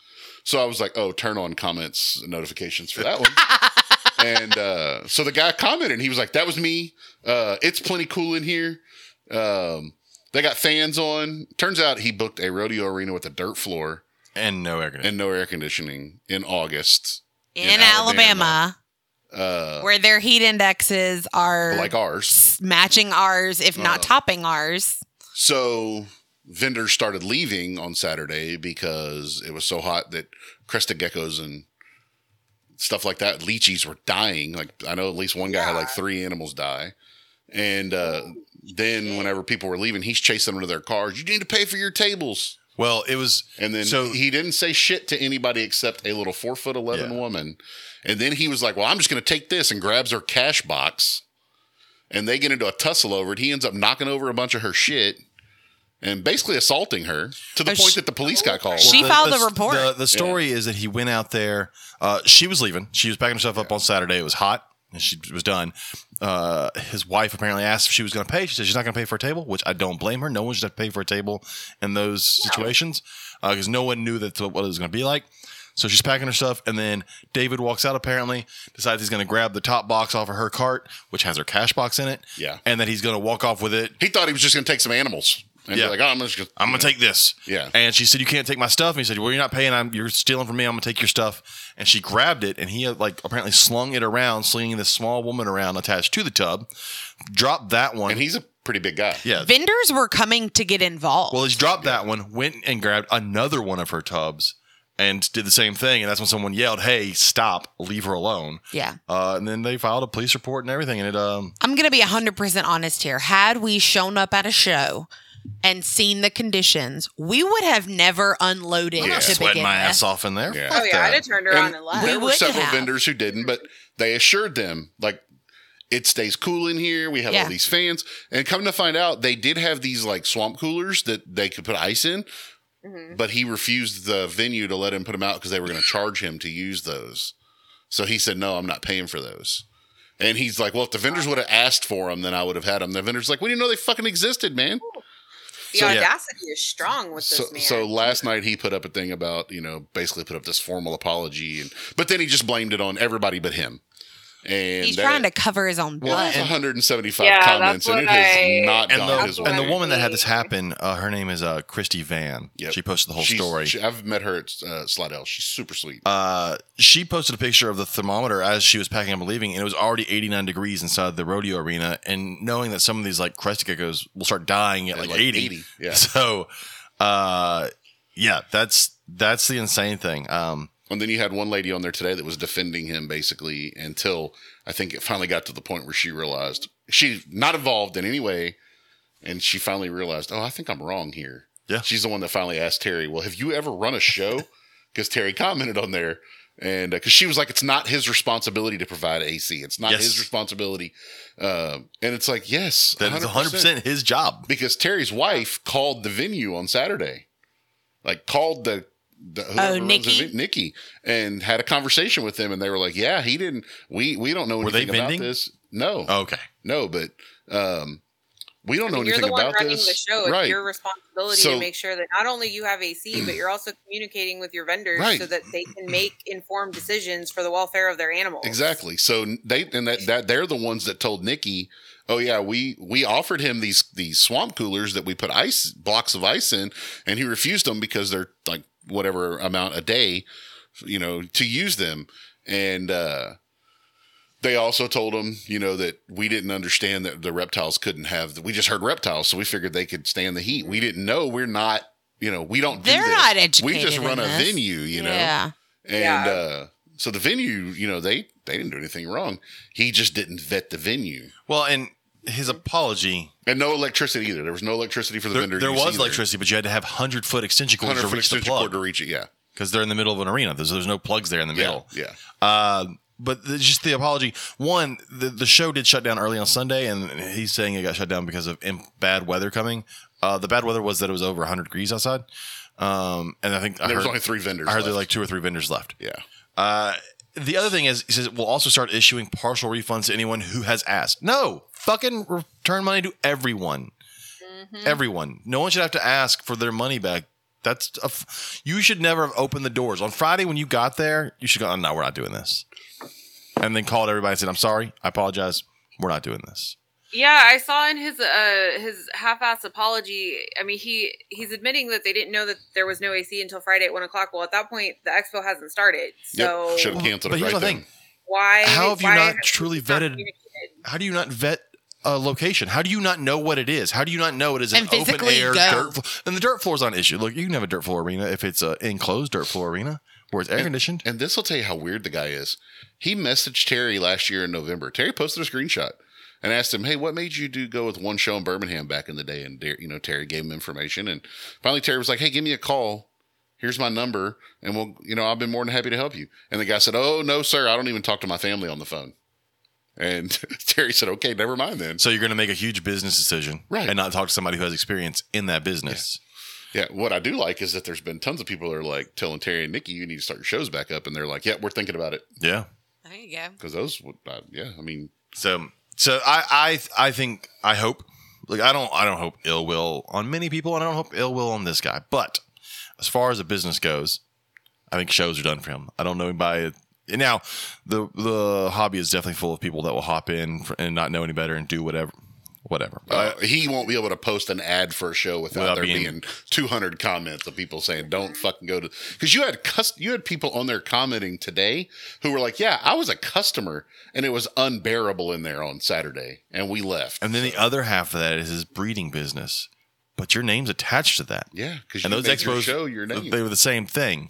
S3: So I was like, oh, turn on comments notifications for that one. and uh, so the guy commented, and he was like, that was me. Uh, it's plenty cool in here. Um, they got fans on. Turns out he booked a rodeo arena with a dirt floor
S1: And no air conditioning.
S3: and no air conditioning in August,
S2: in,
S3: in
S2: Alabama,
S3: uh,
S2: where their heat indexes are
S3: like ours.
S2: s- matching ours, if not
S3: Uh.
S2: topping ours.
S3: So vendors started leaving on Saturday because it was so hot that crested geckos and stuff like that, leeches were dying. Like I know at least one guy had like three animals die. And uh, then whenever people were leaving, he's chasing them to their cars. You need to pay for your tables.
S1: Well, it was.
S3: And then
S1: So-
S3: he didn't say shit to anybody except a little four foot eleven
S1: Yeah.
S3: woman. And then he was like, "Well, I'm just going to take this," and grabs her cash box. And they get into a tussle over it. He ends up knocking over a bunch of her shit and basically assaulting her to the
S2: Oh,
S3: point
S2: she-
S3: that the police got called.
S2: She
S1: the-
S2: filed
S1: the,
S2: a report.
S1: The, the story is that he went out there. Uh, she was leaving. She was packing herself up on Saturday. It was hot, and she was done. Uh, his wife apparently asked if she was going to pay. She said she's not going to pay for a table, which I don't blame her. No one should have to pay for a table in those situations because no one knew that what it was going to be like. So she's packing her stuff, and then David walks out. Apparently, decides he's going to grab the top box off of her cart, which has her cash box in it.
S3: Yeah.
S1: and that he's going to walk off with it.
S3: he thought he was just going to take some animals. And
S1: Yeah.
S3: be like, oh, I'm just going to.
S1: I'm gonna take this.
S3: Yeah.
S1: And she said, "You can't take my stuff." And he said, "Well, you're not paying. I'm, you're stealing from me. I'm gonna take your stuff." And she grabbed it, and he had, like apparently slung it around, slinging this small woman around attached to the tub. Dropped that one.
S3: And he's a pretty big guy.
S1: yeah.
S2: Vendors were coming to get involved.
S1: well, he dropped that one, went and grabbed another one of her tubs, and did the same thing. And that's when someone yelled, "Hey, stop! Leave her alone!"
S2: yeah.
S1: Uh, and then they filed a police report and everything. And it um,
S2: I'm going to be 100% honest here. Had we shown up at a show and seen the conditions, we would have never unloaded
S3: Yeah.
S2: to
S1: sweating
S2: begin
S1: my
S2: with.
S1: ass off in there.
S3: Yeah.
S4: Oh yeah, I'd have turned her on
S3: And
S4: and left.
S2: We
S3: there were
S2: would
S3: several
S2: have.
S3: vendors who didn't, but they assured them like it stays cool in here. We have
S2: Yeah.
S3: all these fans, and come to find out, they did have these like swamp coolers that they could put ice in.
S4: Mm-hmm.
S3: But he refused the venue to let him put them out because they were going to charge him to use those. So he said, "No, I'm not paying for those." And he's like, "Well, if the vendors would have asked for them, then I would have had them." The vendors like, "We didn't know they fucking existed, man."
S4: The
S1: So- Yeah.
S4: audacity is strong with this
S3: so,
S4: man.
S3: so last night he put up a thing about you know basically put up this formal apology and but then he just blamed it on everybody but him and
S2: He's
S3: that-
S2: trying to cover his own
S3: well,
S2: butt.
S3: it's 175
S4: Yeah, that's
S3: comments and
S4: what
S3: it has
S4: I-
S3: not
S1: And
S3: gone
S1: the,
S3: his
S4: That's what
S3: way.
S1: and the
S4: I
S1: woman that had
S4: mean.
S1: this happen, uh, her name is uh, Christy Van.
S3: Yep.
S1: She posted the whole
S3: She's-
S1: story.
S3: she- I've met her at uh, Slidell. She's super sweet.
S1: uh, she posted a picture of the thermometer as she was packing up and leaving, and it was already 89 degrees inside the rodeo arena. And knowing that some of these like crested geckos will start dying at,
S3: At,
S1: like,
S3: like,
S1: 80,
S3: 80, yeah.
S1: so uh, yeah, that's that's the insane thing. Um,
S3: And then you had one lady on there today that was defending him basically until I think it finally got to the point where she realized she's not involved in any way. And she finally realized, oh, I think I'm wrong here.
S1: Yeah.
S3: She's the one that finally asked Terry, well, have you ever run a show? Because Terry commented on there. And because she was like, it's not his responsibility to provide AC, it's not
S1: Yes.
S3: his responsibility. Uh, and it's like, yes,
S1: that is 100 percent his job.
S3: Because Terry's wife called the venue on Saturday, like called the, the whoever
S4: Oh,
S3: runs the
S2: Nikki?
S3: ven- Nikki, and had a conversation with them, and they were like, "Yeah, he didn't. We we don't know
S1: Were they
S3: anything about
S1: vending?
S3: this. No,
S1: Okay,
S3: no, but um, we don't know
S4: If you're
S3: anything
S4: the one
S3: about
S4: running
S3: this.
S4: the show. It's
S3: right?
S4: your responsibility
S3: So- Mm.
S4: to make sure that not only you have AC, but you're also communicating with your vendors
S3: Right. Mm.
S4: so that they can make informed decisions for the welfare of their animals.
S3: Exactly. So they and that, that they're the ones that told Nikki, "Oh yeah, we we offered him these these swamp coolers that we put ice blocks of ice in, and he refused them because they're like whatever amount a day, you know, to use them." And uh, they also told him, you know, that we didn't understand that the reptiles couldn't have. We just heard reptiles, so we figured they could stand the heat. We didn't know. We're not. You know, we don't.
S2: They're
S3: do this.
S2: not
S3: We just
S2: educated
S3: run
S2: in
S3: a
S2: this.
S3: venue. You know.
S2: yeah.
S3: And
S4: Yeah.
S3: uh, so the venue, you know, they they didn't do anything wrong. He just didn't vet the venue.
S1: Well, and his apology.
S3: And no electricity either. There was no electricity for the
S1: There,
S3: vendor.
S1: there
S3: use
S1: was
S3: either.
S1: electricity, but you had to have hundred foot extension cords
S3: 100
S1: to
S3: foot
S1: reach the
S3: extension cord
S1: plug
S3: to reach it. Yeah.
S1: because they're in the middle of an arena. There's, there's no plugs there in the
S3: Yeah.
S1: middle.
S3: Yeah.
S1: Uh, but the, just the apology. One, the, the show did shut down early on Sunday, and he's saying it got shut down because of imp- bad weather coming. Uh, the bad weather was that it was over 100 degrees outside, um, and I think I
S3: There was
S1: heard,
S3: only three vendors.
S1: I heard there
S3: left.
S1: were like two or three vendors left.
S3: yeah.
S1: Uh, the other thing is, he says we'll also start issuing partial refunds to anyone who has asked. No, fucking return money to everyone. Everyone. No one should have to ask for their money back. That's a f- you should never have opened the doors on Friday when you got there. You should go. Oh, no, we're not doing this. And then called everybody and said, "I'm sorry. I apologize. We're not doing this."
S4: Yeah, I saw in his uh his half-ass apology. I mean, he he's admitting that they didn't know that there was no AC until Friday at one o'clock. Well, at that point, the expo hasn't started, so
S3: Yep. Should have canceled
S1: But
S3: it
S1: here's
S3: right
S1: the
S3: then.
S1: thing:
S4: why?
S1: How have you
S4: why
S1: not
S4: it
S1: truly
S4: not
S1: vetted-
S4: communicated?
S1: How do you not vet a location? How do you not know what it is? How do you not know it is an
S2: And
S1: open
S2: physically
S1: air
S2: go.
S1: dirt floor? And the dirt floor is not an issue. Look, you can have a dirt floor arena if it's an enclosed dirt floor arena where it's air conditioned.
S3: And this will tell you how weird the guy is. He messaged Terry last year in November. Terry posted a screenshot and asked him, "Hey, what made you do go with one show in Birmingham back in the day?" And you know, Terry gave him information, and finally Terry was like, "Hey, give me a call. Here's my number, and we'll, you know, I've been more than happy to help you." And the guy said, "Oh no, sir, I don't even talk to my family on the phone." And Terry said, "Okay, never mind then."
S1: So you're going to make a huge business decision,
S3: Right.
S1: And not talk to somebody who has experience in that business.
S3: Yeah, what I do like is that there's been tons of people that are like telling Terry and Nikki, "You need to start your shows back up," and they're like, "Yeah, we're thinking about it."
S1: Yeah.
S2: There you go.
S3: Because those, would, uh, yeah, I mean,
S1: So, so I, I, I think I hope. Like I don't, I don't hope ill will on many people, and I don't hope ill will on this guy. But as far as the business goes, I think shows are done for him. I don't know anybody. And now, the the hobby is definitely full of people that will hop in for, and not know any better and do whatever, whatever.
S3: Uh, he won't be able to post an ad for a show without,
S1: Without
S3: there being,
S1: being-
S3: 200 comments of people saying don't fucking go to because you had cus- you had people on there commenting today who were like yeah i was a customer and it was unbearable in there on saturday and we left
S1: and then the other half of that is his breeding business, but your name's attached to that.
S3: yeah because
S1: and
S3: you
S1: those
S3: made your
S1: expos
S3: show your name
S1: they were the same thing.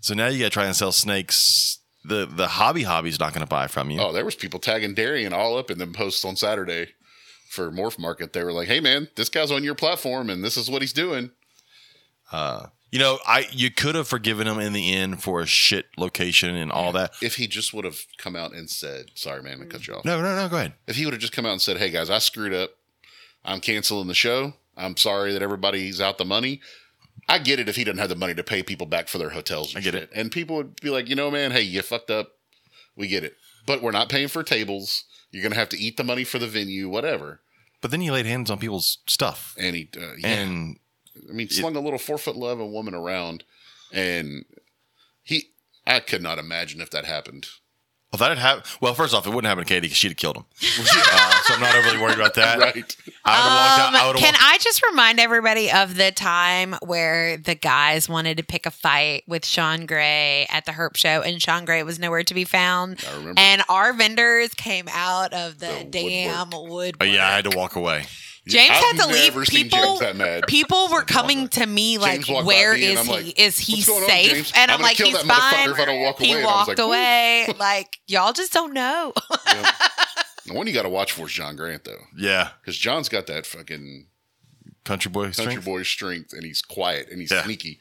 S1: So now you got to try and sell snakes. The the hobby hobby's not going to buy from you.
S3: oh there was people tagging darian all up in them posts on saturday for morph market they were like hey man this guy's on your platform and this is what he's doing
S1: Uh, you know, I you could have forgiven him in the end for a shit location and all that.
S3: if he just would have come out and said sorry man i cut you off
S1: No, no, no. Go ahead.
S3: if he would have just come out and said, "Hey guys, I screwed up. I'm canceling the show. I'm sorry that everybody's out the money." I get it if he doesn't have the money to pay people back for their hotels. And
S1: I get
S3: shit. and people would be like, "You know, man, hey, you fucked up. We get it, but we're not paying for tables. You're gonna have to eat the money for the venue, whatever."
S1: But then he laid hands on people's stuff,
S3: And he, uh, yeah.
S1: and
S3: I mean, slung a little four foot love and woman around, and he, I could not imagine if that happened.
S1: well, that'd happen. Well, first off, it wouldn't happen to Katie because she'd have killed him. uh, so I'm not overly worried about that.
S3: Right?
S1: I would have walked out. I
S2: Um,
S1: would
S2: can
S1: have.
S2: I just remind everybody of the time where the guys wanted to pick a fight with Sean Gray at the Herp Show, and Sean Gray was nowhere to be found.
S3: I remember.
S2: And our vendors came out of the,
S3: The
S2: damn wood.
S1: Oh, yeah, I had to walk away.
S2: James
S3: I've
S2: had to leave.
S3: never seen James
S2: People,
S3: that mad.
S2: people were coming to me like,
S3: walked by
S2: "Where
S3: me and
S2: is
S3: I'm
S2: he?
S3: like,
S2: is he
S3: "What's going on,
S2: safe?"
S3: James?
S2: and
S3: I'm
S2: I'm,
S3: gonna
S2: like,
S3: kill
S2: "He's
S3: that motherfucker
S2: fine."
S3: if I don't walk
S2: he
S3: away. And I was
S2: walked
S3: like, "Woo."
S2: away. like y'all just don't know.
S3: The one you got to watch for is John Grant though.
S1: Yeah,
S3: because John's got that fucking
S1: country boy.
S3: country
S1: strength.
S3: boy strength, and he's quiet and he's
S1: Yeah.
S3: sneaky.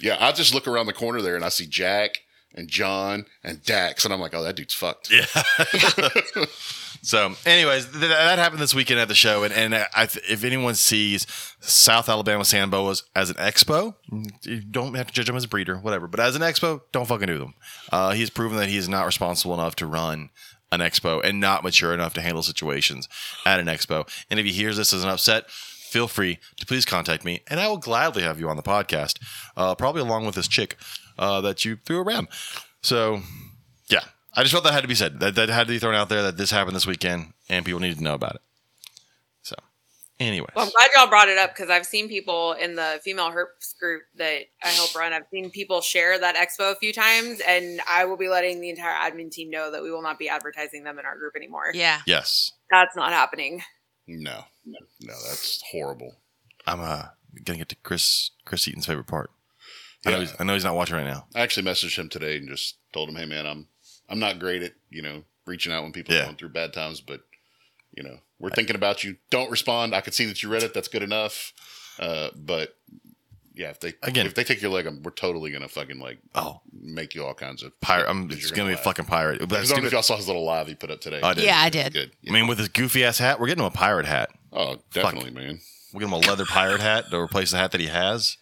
S3: Yeah, I just look around the corner there and I see Jack and John and Dax, and I'm like, oh, that dude's fucked.
S1: Yeah. so, anyways, th- that happened this weekend at the show, and and I, if anyone sees South Alabama sand boas as an expo, you don't have to judge them as a breeder, whatever. But as an expo, don't fucking do them. Uh, he's proven that he is not responsible enough to run an expo and not mature enough to handle situations at an expo. And if he hears this as an upset. Feel free to please contact me, and I will gladly have you on the podcast, uh, probably along with this chick uh, that you threw around. So yeah, I just felt that had to be said. That that had to be thrown out there that this happened this weekend and people needed to know about it. So, anyways,
S4: Well, I'm glad y'all brought it up because I've seen people in the female herps group that I help run. I've seen people share that expo a few times, and I will be letting the entire admin team know that we will not be advertising them in our group anymore.
S2: yeah.
S1: yes,
S4: That's not happening.
S3: No, no, that's horrible.
S1: I'm uh, gonna get to Chris Chris Eaton's favorite part. I, know
S3: Yeah.
S1: he's, I know he's not watching right now.
S3: I actually messaged him today and just told him, hey man, I'm I'm not great at you know reaching out when people
S1: Yeah.
S3: are going through bad times, but you know we're thinking about you. Don't respond. I could see that you read it. That's good enough. Uh, but yeah, if they
S1: Again-
S3: if they take your leg, I'm, we're totally gonna fucking like
S1: Oh,
S3: make you all kinds of
S1: pirate! I'm
S3: You're
S1: it's
S3: gonna
S1: gonna be a
S3: laugh.
S1: fucking pirate. But
S3: I
S1: that's
S3: don't know if
S1: stupid.
S3: y'all saw his little live he put up today.
S1: I did.
S2: Yeah, I
S3: It's
S2: did.
S3: good.
S1: I mean, with his goofy ass hat, we're getting him a pirate hat.
S3: oh, definitely, man.
S1: We'll get him a leather pirate hat to replace the hat that he has.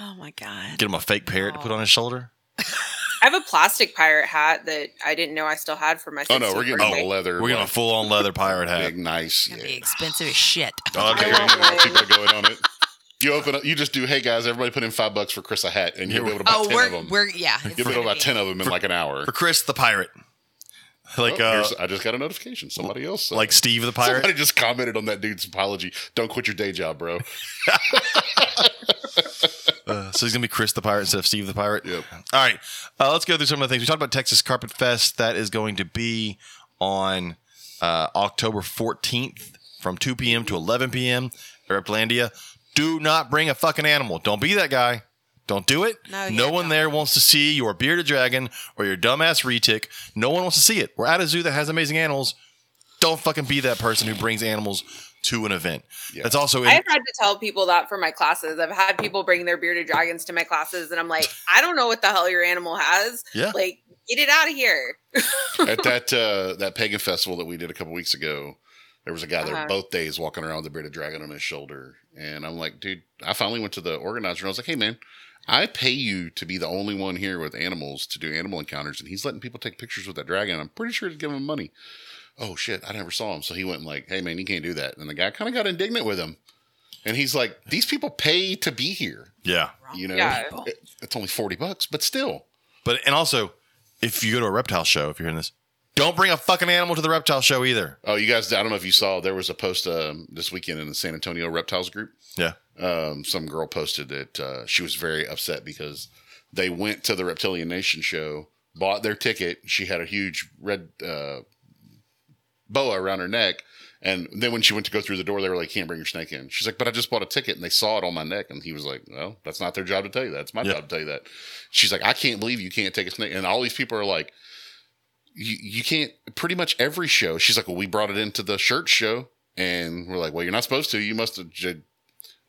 S2: Oh my god.
S1: Get him a fake parrot to put on his shoulder.
S4: I have a plastic pirate hat that I didn't know I still had for my.
S3: Oh no, we're
S4: 16th
S3: getting
S4: birthday.
S3: a leather.
S1: We're getting a
S3: like,
S1: full on leather pirate hat.
S3: big,
S2: It's
S3: nice. Yeah.
S2: gonna be expensive as shit.
S1: Oh, that'd be great.
S4: I want one.
S3: People are going on it. You open up. You just do. Hey guys, everybody put in five bucks for Chris a hat, and you'll be able to buy
S2: Oh,
S3: ten of
S2: we're
S3: them.
S2: we're yeah. it's
S3: You'll be able to
S2: gonna
S3: buy
S2: be-
S3: ten of them in like an hour.
S1: for Chris the pirate, like
S3: Oh,
S1: uh,
S3: here's- I just got a notification. Somebody else. uh,
S1: like Steve the pirate.
S3: somebody just commented on that dude's apology. Don't quit your day job, bro.
S1: Uh, so he's gonna be Chris the pirate instead of Steve the pirate.
S3: Yep.
S1: All right, uh, let's go through some of the things we talked about. Texas Carpet Fest that is going to be on uh, October 14th from 2 p.m. to 11 p.m. at Replandia. Do not bring a fucking animal. Don't be that guy. Don't do it.
S2: No, yeah,
S1: one
S2: don't.
S1: there wants to see your bearded dragon or your dumbass retic. No one wants to see it. We're at a zoo that has amazing animals. Don't fucking be that person who brings animals to an event.
S3: Yeah.
S1: That's also in-
S4: I've had to tell people that for my classes. I've had people bring their bearded dragons to my classes, and I'm like, I don't know what the hell your animal has.
S1: yeah.
S4: Like, get it out of here.
S3: At that uh, that pagan festival that we did a couple weeks ago, there was a guy
S4: Uh-huh.
S3: there both days walking around with a bearded dragon on his shoulder, and I'm like, dude, I finally went to the organizer and I was like, hey man. I pay you to be the only one here with animals to do animal encounters, and he's letting people take pictures with that dragon. I'm pretty sure he's giving him money. Oh shit, I never saw him. So he went and like, hey man, you can't do that. And the guy kind of got indignant with him, and he's like, these people pay to be here.
S1: yeah.
S3: you know
S4: Yeah.
S3: it- it's only 40 bucks but still
S1: But and also, if you go to a reptile show, if you're in this, don't bring a fucking animal to the reptile show either.
S3: oh you guys i don't know if you saw there was a post um, this weekend in the san antonio reptiles group
S1: Yeah.
S3: um, some girl posted that uh, she was very upset because they went to the reptilian nation show bought their ticket she had a huge red uh, boa around her neck and then when she went to go through the door they were like can't bring your snake in she's like but i just bought a ticket and they saw it on my neck and he was like well that's not their job to tell you that it's my
S1: Yeah.
S3: job to tell you that she's like i can't believe you can't take a snake and all these people are like you, you can't pretty much every show. She's like, well, we brought it into the shirt show. And we're like, well, you're not supposed to. You must have. ju-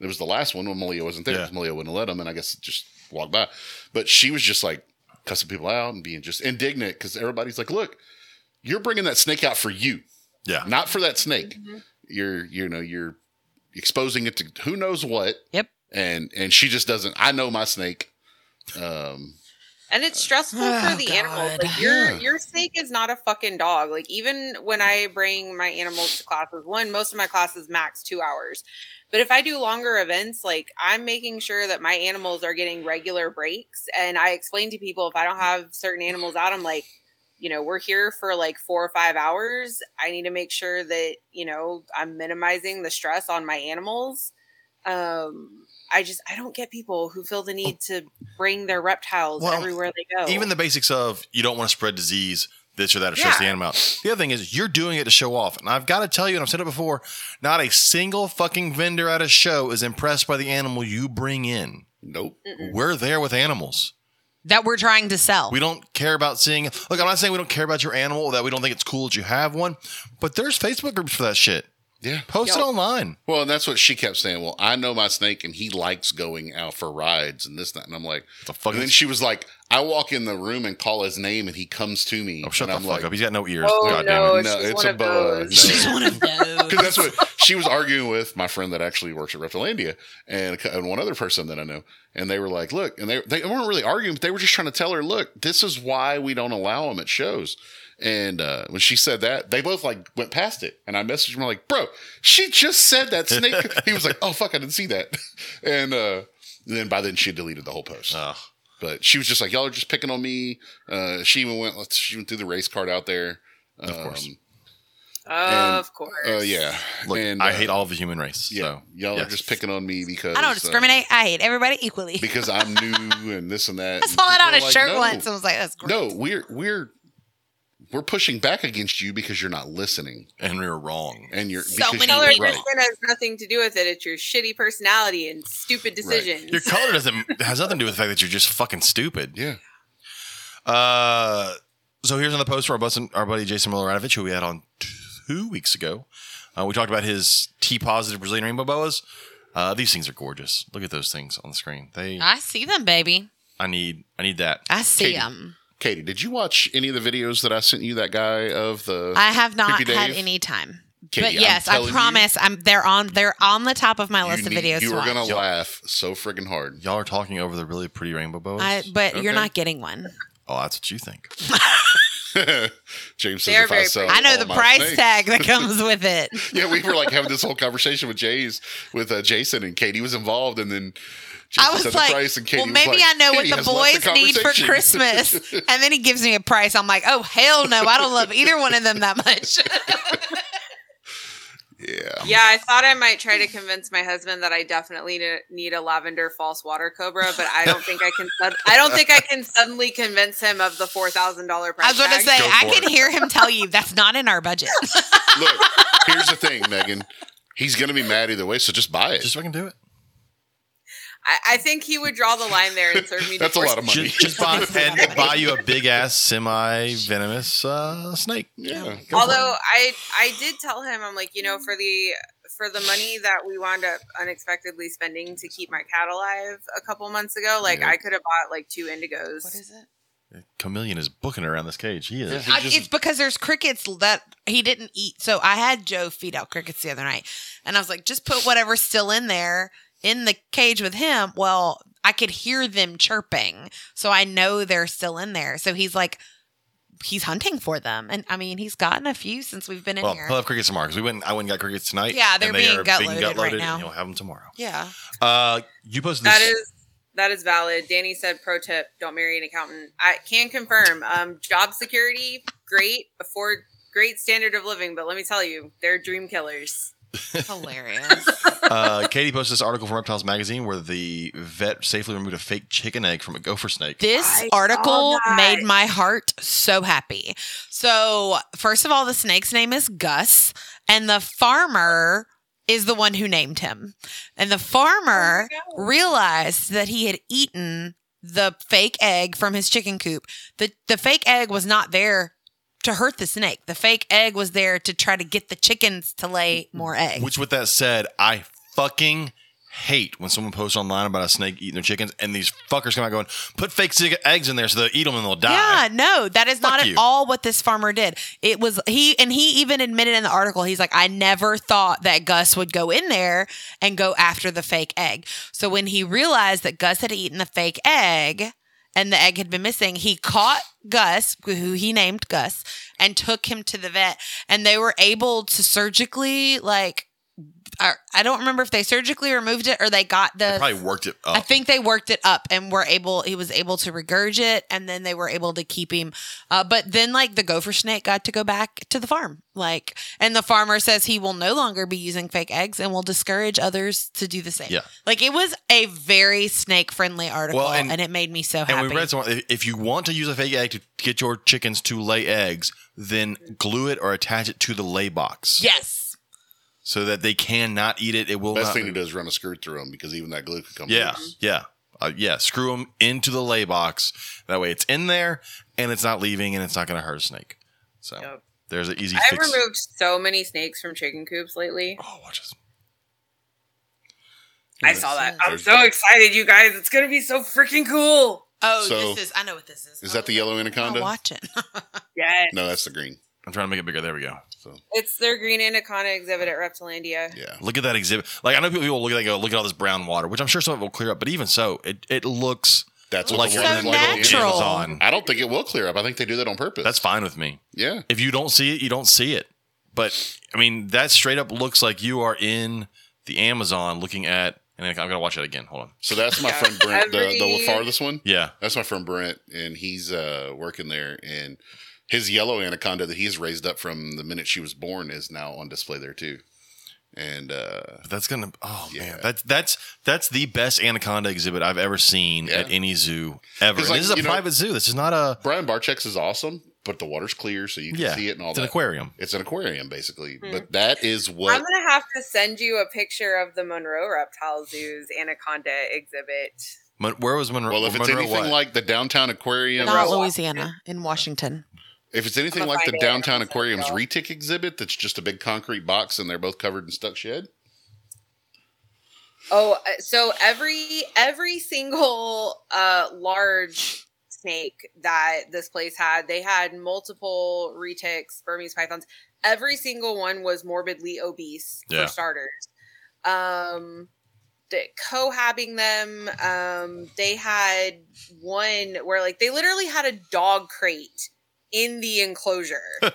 S3: It was the last one when Malia wasn't there
S1: Yeah.
S3: because Malia wouldn't let him. And I guess it just walked by. But she was just like cussing people out and being just indignant because everybody's like, look, you're bringing that snake out for you,
S1: Yeah.
S3: not for that snake. You're, you know, you're exposing it to who knows what.
S2: Yep.
S3: And, and she just doesn't. I know my snake. Um,
S4: And it's stressful
S2: Oh,
S4: for the animals.
S2: God.
S4: Like, your
S3: Yeah.
S4: your snake is not a fucking dog. Like even when I bring my animals to classes, one most of my classes max two hours, but if I do longer events, like I'm making sure that my animals are getting regular breaks. And I explain to people if I don't have certain animals out, I'm like, you know, we're here for like four or five hours. I need to make sure that you know I'm minimizing the stress on my animals. Um, I just I don't get people who feel the need to bring their reptiles
S1: Well,
S4: everywhere they go.
S1: Even the basics of you don't want to spread disease, this or that, or stress the
S4: Yeah.
S1: animal out. The other thing is you're doing it to show off. And I've got to tell you, and I've said it before, not a single fucking vendor at a show is impressed by the animal you bring in.
S3: nope.
S1: We're there with animals.
S2: That we're trying to sell.
S1: We don't care about seeing. Look, I'm not saying we don't care about your animal or that we don't think it's cool that you have one, but there's Facebook groups for that shit.
S3: Yeah.
S1: Post it
S4: Yep.
S1: online.
S3: Well, and that's what she kept saying. Well, I know my snake, and he likes going out for rides and this and that. And I'm like,
S1: The fuck
S3: and then
S1: is-
S3: she was like, I walk in the room and call his name, and he comes to me.
S1: Oh, shut
S3: and
S1: the
S3: I'm
S1: fuck
S3: like,
S1: up. He's got no ears.
S4: Oh
S1: God damn it.
S4: no,
S3: it. No,
S4: she's
S3: it's
S4: one
S3: a
S4: of
S3: boa.
S4: those.
S2: She's one of those.
S3: Because that's what she was arguing with my friend that actually works at Reptilandia and, and one other person that I know. And they were like, look, and they, they weren't really arguing, but they were just trying to tell her, look, this is why we don't allow them at shows. And uh, when she said that, they both like went past it. And I messaged him like, bro, she just said that snake. he was like, oh, fuck, I didn't see that. And uh, then by then she deleted the whole post.
S1: Ugh.
S3: But she was just like, y'all are just picking on me. Uh, she even went, she went through the race card out there.
S1: Of course.
S4: Of course.
S3: Oh, yeah.
S1: Look,
S3: And,
S1: I
S3: uh,
S1: hate all of the human race.
S3: yeah,
S1: So
S3: y'all
S1: yes.
S3: are just picking on me because
S2: I
S3: uh,
S2: don't discriminate. I hate everybody equally.
S3: because I'm new and this and
S2: I
S3: that. And
S2: saw it
S3: people
S2: on
S3: are
S2: a
S3: like,
S2: shirt
S3: no,
S2: once and was like, that's great.
S3: No, we're we're we're pushing back against you because you're not listening
S1: and we were wrong.
S3: and you're
S2: So
S3: because
S2: many
S3: you're
S4: Color and
S2: people-
S3: right.
S4: skin has nothing to do with it. It's your shitty personality and stupid decisions.
S1: Your color doesn't has nothing to do with the fact that you're just fucking stupid.
S3: Yeah,
S1: Uh, So here's another post from our, bus- our buddy Jason Miloranovich, who we had on two weeks ago. Uh, we talked about his T positive Brazilian rainbow boas. Uh, these things are gorgeous. Look at those things on the screen. They,
S2: I see them, baby.
S1: I need, I need that.
S2: I see
S3: Katie.
S2: them.
S3: Katie, did you watch any of the videos that I sent you? That guy of the
S2: I have not
S3: Creepy
S2: had
S3: Dave.
S2: any time.
S3: Katie,
S2: but
S3: I'm
S2: yes, I
S3: telling you-
S2: promise I'm they're on they're on the top of my list
S3: you,
S2: of videos
S3: need, you
S2: to
S3: were
S2: watch.
S3: gonna laugh so friggin' hard.
S1: Y'all are talking over the really pretty rainbow boas.
S2: I, but you're
S3: Okay.
S2: not getting one.
S1: oh, that's what you think.
S3: James says
S4: They're
S3: if I
S4: very
S3: sell,
S4: pretty.
S2: I know
S3: all
S2: the
S3: my
S2: price
S3: snakes-
S2: tag that comes with it.
S3: Yeah, we were like having this whole conversation with Jay's with uh, Jason and Katie was involved, and then Jason
S2: I was
S3: said
S2: like,
S3: the price, and Katie
S2: well,
S3: was
S2: maybe
S3: like,
S2: I know
S3: "Katie
S2: what the
S3: has left
S2: boys need for
S3: conversation."
S2: Christmas. and then he gives me a price. I'm like, oh, hell no. I don't love either one of them that much.
S3: yeah,
S4: Yeah, I thought I might try to convince my husband that I definitely ne- need a lavender false water cobra, but I don't think I can. sud- I don't think I can suddenly convince him of the four thousand dollar price.
S2: I was going to say,
S4: tag.
S1: Go
S2: I
S1: for
S2: can hear him tell you that's not in our budget.
S3: look, here's the thing, Megan. He's gonna be mad either way, so just buy it.
S1: Just fucking do it.
S4: I, I think he would draw the line there and serve me.
S3: That's a
S4: divorce.
S3: lot of money.
S1: Just, just buy and buy you a big ass semi venomous uh, snake.
S3: yeah,
S1: Go for
S4: Although I I did tell him I'm like you know for the for the money that we wound up unexpectedly spending to keep my cat alive a couple months ago, like
S1: Yeah.
S4: I could have bought like two indigos.
S2: it?
S1: it. chameleon is booking around this cage. He is.
S3: He
S2: I,
S3: just-
S2: it's because there's crickets that he didn't eat. So I had Joe feed out crickets the other night, and I was like, just put whatever's still in there in the cage with him. Well, I could hear them chirping, so I know they're still in there. So he's like, he's hunting for them, and I mean, he's gotten a few since we've been in
S1: Well,
S2: here.
S1: he'll have crickets tomorrow because we went. I went and got crickets tonight.
S2: Yeah, they're
S1: and they
S2: being
S1: are
S2: gut loaded right
S1: gut-loaded,
S2: now.
S1: And you'll have them tomorrow.
S2: yeah,
S1: Uh, you posted this.
S4: That is that is valid. Danny said, "Pro tip: Don't marry an accountant." I can confirm. Um, job security, great, afford great standard of living, but let me tell you, they're dream killers.
S2: hilarious.
S1: uh, Katie posted this article from Reptiles Magazine where the vet safely removed a fake chicken egg from a gopher snake.
S2: This
S4: I
S2: article
S4: saw that.
S2: made my heart so happy. So, first of all, the snake's name is Gus, and the farmer is the one who named him. And the farmer
S4: Oh my God.
S2: realized that he had eaten the fake egg from his chicken coop. The the fake egg was not there to hurt the snake. The fake egg was there to try to get the chickens to lay more eggs.
S1: Which, with that said, I fucking hate when someone posts online about a snake eating their chickens and these fuckers come out going, put fake sig- eggs in there so they'll eat them and they'll die.
S2: Yeah, no, that is
S1: Fuck
S2: not at
S1: you.
S2: all what this farmer did. It was he, and he even admitted in the article, he's like, I never thought that Gus would go in there and go after the fake egg. So when he realized that Gus had eaten the fake egg and the egg had been missing, he caught Gus, who he named Gus, and took him to the vet, and they were able to surgically, like, I, I don't remember if they surgically removed it or they got the
S1: They probably worked it
S2: I
S1: up.
S2: think they worked it up and were able. He was able to regurgitate, and then they were able to keep him. Uh, but then, like the gopher snake got to go back to the farm. Like, and the farmer says he will no longer be using fake eggs and will discourage others to do the same.
S1: Yeah.
S2: Like it was a very snake friendly article,
S1: Well, and-
S2: and, it made me so happy.
S1: and we read somewhere if- if you want to use a fake egg to get your chickens to lay eggs, then glue it or attach it to the lay box
S2: yes.
S1: so that they cannot eat it. It will
S3: best
S1: not.
S3: thing to do is run a screw through them because even that glue could come.
S1: Yeah,
S3: loose.
S1: yeah, uh, yeah. Screw them into the lay box. That way, it's in there and it's not leaving, and it's not going to hurt a snake. So
S4: Yep.
S1: there's an easy
S4: I've
S1: fix.
S4: removed so many snakes from chicken coops lately.
S1: oh, watch this.
S4: I saw that. I'm
S3: There's-
S4: so excited, you guys. It's gonna be so freaking cool.
S2: Oh,
S3: So-
S2: this is. I know what this is.
S3: Is that the yellow anaconda?
S2: Watch it.
S4: Yes,
S3: No, that's the green.
S1: I'm trying to make it bigger. There we go.
S3: So
S4: it's their green anaconda exhibit at Reptilandia.
S3: yeah,
S1: Look at that exhibit. Like I know people will look at that and go, look at all this brown water, which I'm sure some of it will clear up. But even so, it it looks
S3: that's what
S1: like
S3: the
S2: so
S1: one
S3: one
S1: that labeled
S3: is
S2: natural.
S1: Amazon.
S3: I don't think it will clear up. I think they do that on purpose.
S1: That's fine with me.
S3: yeah.
S1: If you don't see it, you don't see it. But I mean, that straight up looks like you are in the Amazon looking at. And I'm gonna watch it again. Hold on.
S3: So that's my
S4: Yeah.
S3: friend Brent, the, the
S4: Every-
S3: farthest one.
S1: Yeah.
S3: That's my friend Brent, and he's uh, working there. And his yellow anaconda that he's raised up from the minute she was born is now on display there too. And uh,
S1: But that's gonna. Oh
S3: Yeah.
S1: man, that's that's that's the best anaconda exhibit I've ever seen
S3: Yeah.
S1: at any zoo ever.
S3: 'Cause,
S1: And
S3: like,
S1: this is a
S3: you know-
S1: private zoo. This is not a
S3: Brian Barchek's is awesome, but the water's clear, so you can
S1: yeah.
S3: see it and all
S1: it's
S3: that.
S1: an aquarium.
S3: It's an aquarium, basically.
S4: Hmm.
S3: But that is what
S4: I'm gonna have to send you a picture of the Monroe Reptile Zoo's anaconda exhibit.
S1: Mon- Where was Monroe?
S3: Well, if it's
S1: Monroe
S3: anything
S1: what?
S3: like the downtown aquarium,
S2: Not
S4: Monroe.
S2: Louisiana, in Washington.
S3: If it's anything
S4: I'ma
S3: like the
S4: find it.
S3: downtown
S4: I'ma send it
S3: aquarium's
S4: y'all.
S3: retic exhibit, that's just a big concrete box and they're both covered in stuck shed.
S4: Oh, uh, so every every single uh large snake that this place had, they had multiple retics, Burmese pythons. Every single one was morbidly obese
S1: Yeah.
S4: for starters. Um the cohabbing them, um, they had one where like they literally had a dog crate in the enclosure.
S2: Oh,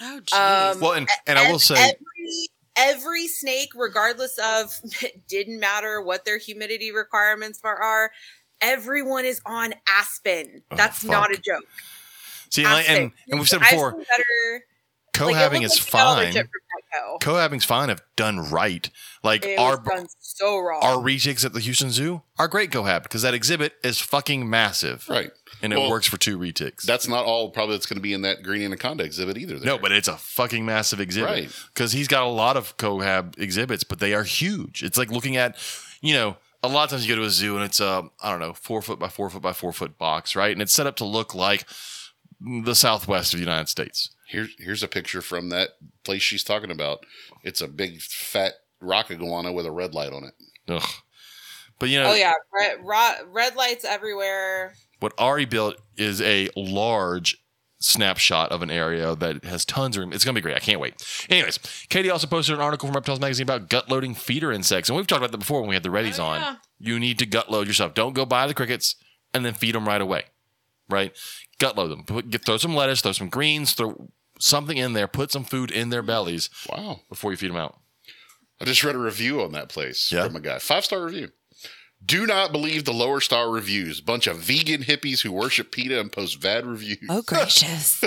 S4: Um,
S2: jeez.
S1: Well, and, and I will
S4: Ev-
S1: say,
S4: every, every snake, regardless of it didn't matter what their humidity requirements are, are everyone is on aspen.
S1: Oh,
S4: That's
S1: fuck.
S4: not a joke.
S1: see, and,
S4: Aspen.
S1: and, and we've said
S4: I've
S1: before,
S4: seen better, like, it
S1: cohabbing
S4: looked
S1: is
S4: like a dollar
S1: fine.
S4: chip from Petco.
S1: Cohabbing's fine if done right. Like
S4: It
S1: our
S4: was done so wrong.
S1: our retics at the Houston Zoo are great cohab because that exhibit is fucking massive,
S3: Right.
S1: and it
S3: Well,
S1: works for two retics.
S3: That's not all probably that's going to be in that green anaconda exhibit either. there.
S1: no, but it's a fucking massive exhibit.
S3: Right.
S1: because he's got a lot of cohab exhibits, but they are huge. It's like looking at, you know, a lot of times you go to a zoo and it's a I don't know four foot by four foot by four foot box, right? And it's set up to look like the Southwest of the United States.
S3: Here's here's a picture from that place she's talking about. It's a big fat rock iguana with a red light on it.
S1: Ugh. But you know
S4: oh yeah, red, ro- red lights everywhere.
S1: what Ari built is a large snapshot of an area that has tons of room. It's gonna be great. I can't wait. Anyways, Katie also posted an article from Reptiles Magazine about gut loading feeder insects, and we've talked about that before when we had the readies
S2: Oh,
S1: on.
S2: yeah.
S1: You need to gut load yourself. Don't go buy the crickets and then feed them right away. Right? Gut load them. Put, get, throw some lettuce, throw some greens, throw something in there. Put some food in their bellies
S3: Wow.
S1: before you feed them out.
S3: I just read a review on that place
S1: Yeah.
S3: from a guy. Five star review. Do not believe the lower star reviews. Bunch of vegan hippies who worship PETA and post bad reviews.
S2: oh, gracious.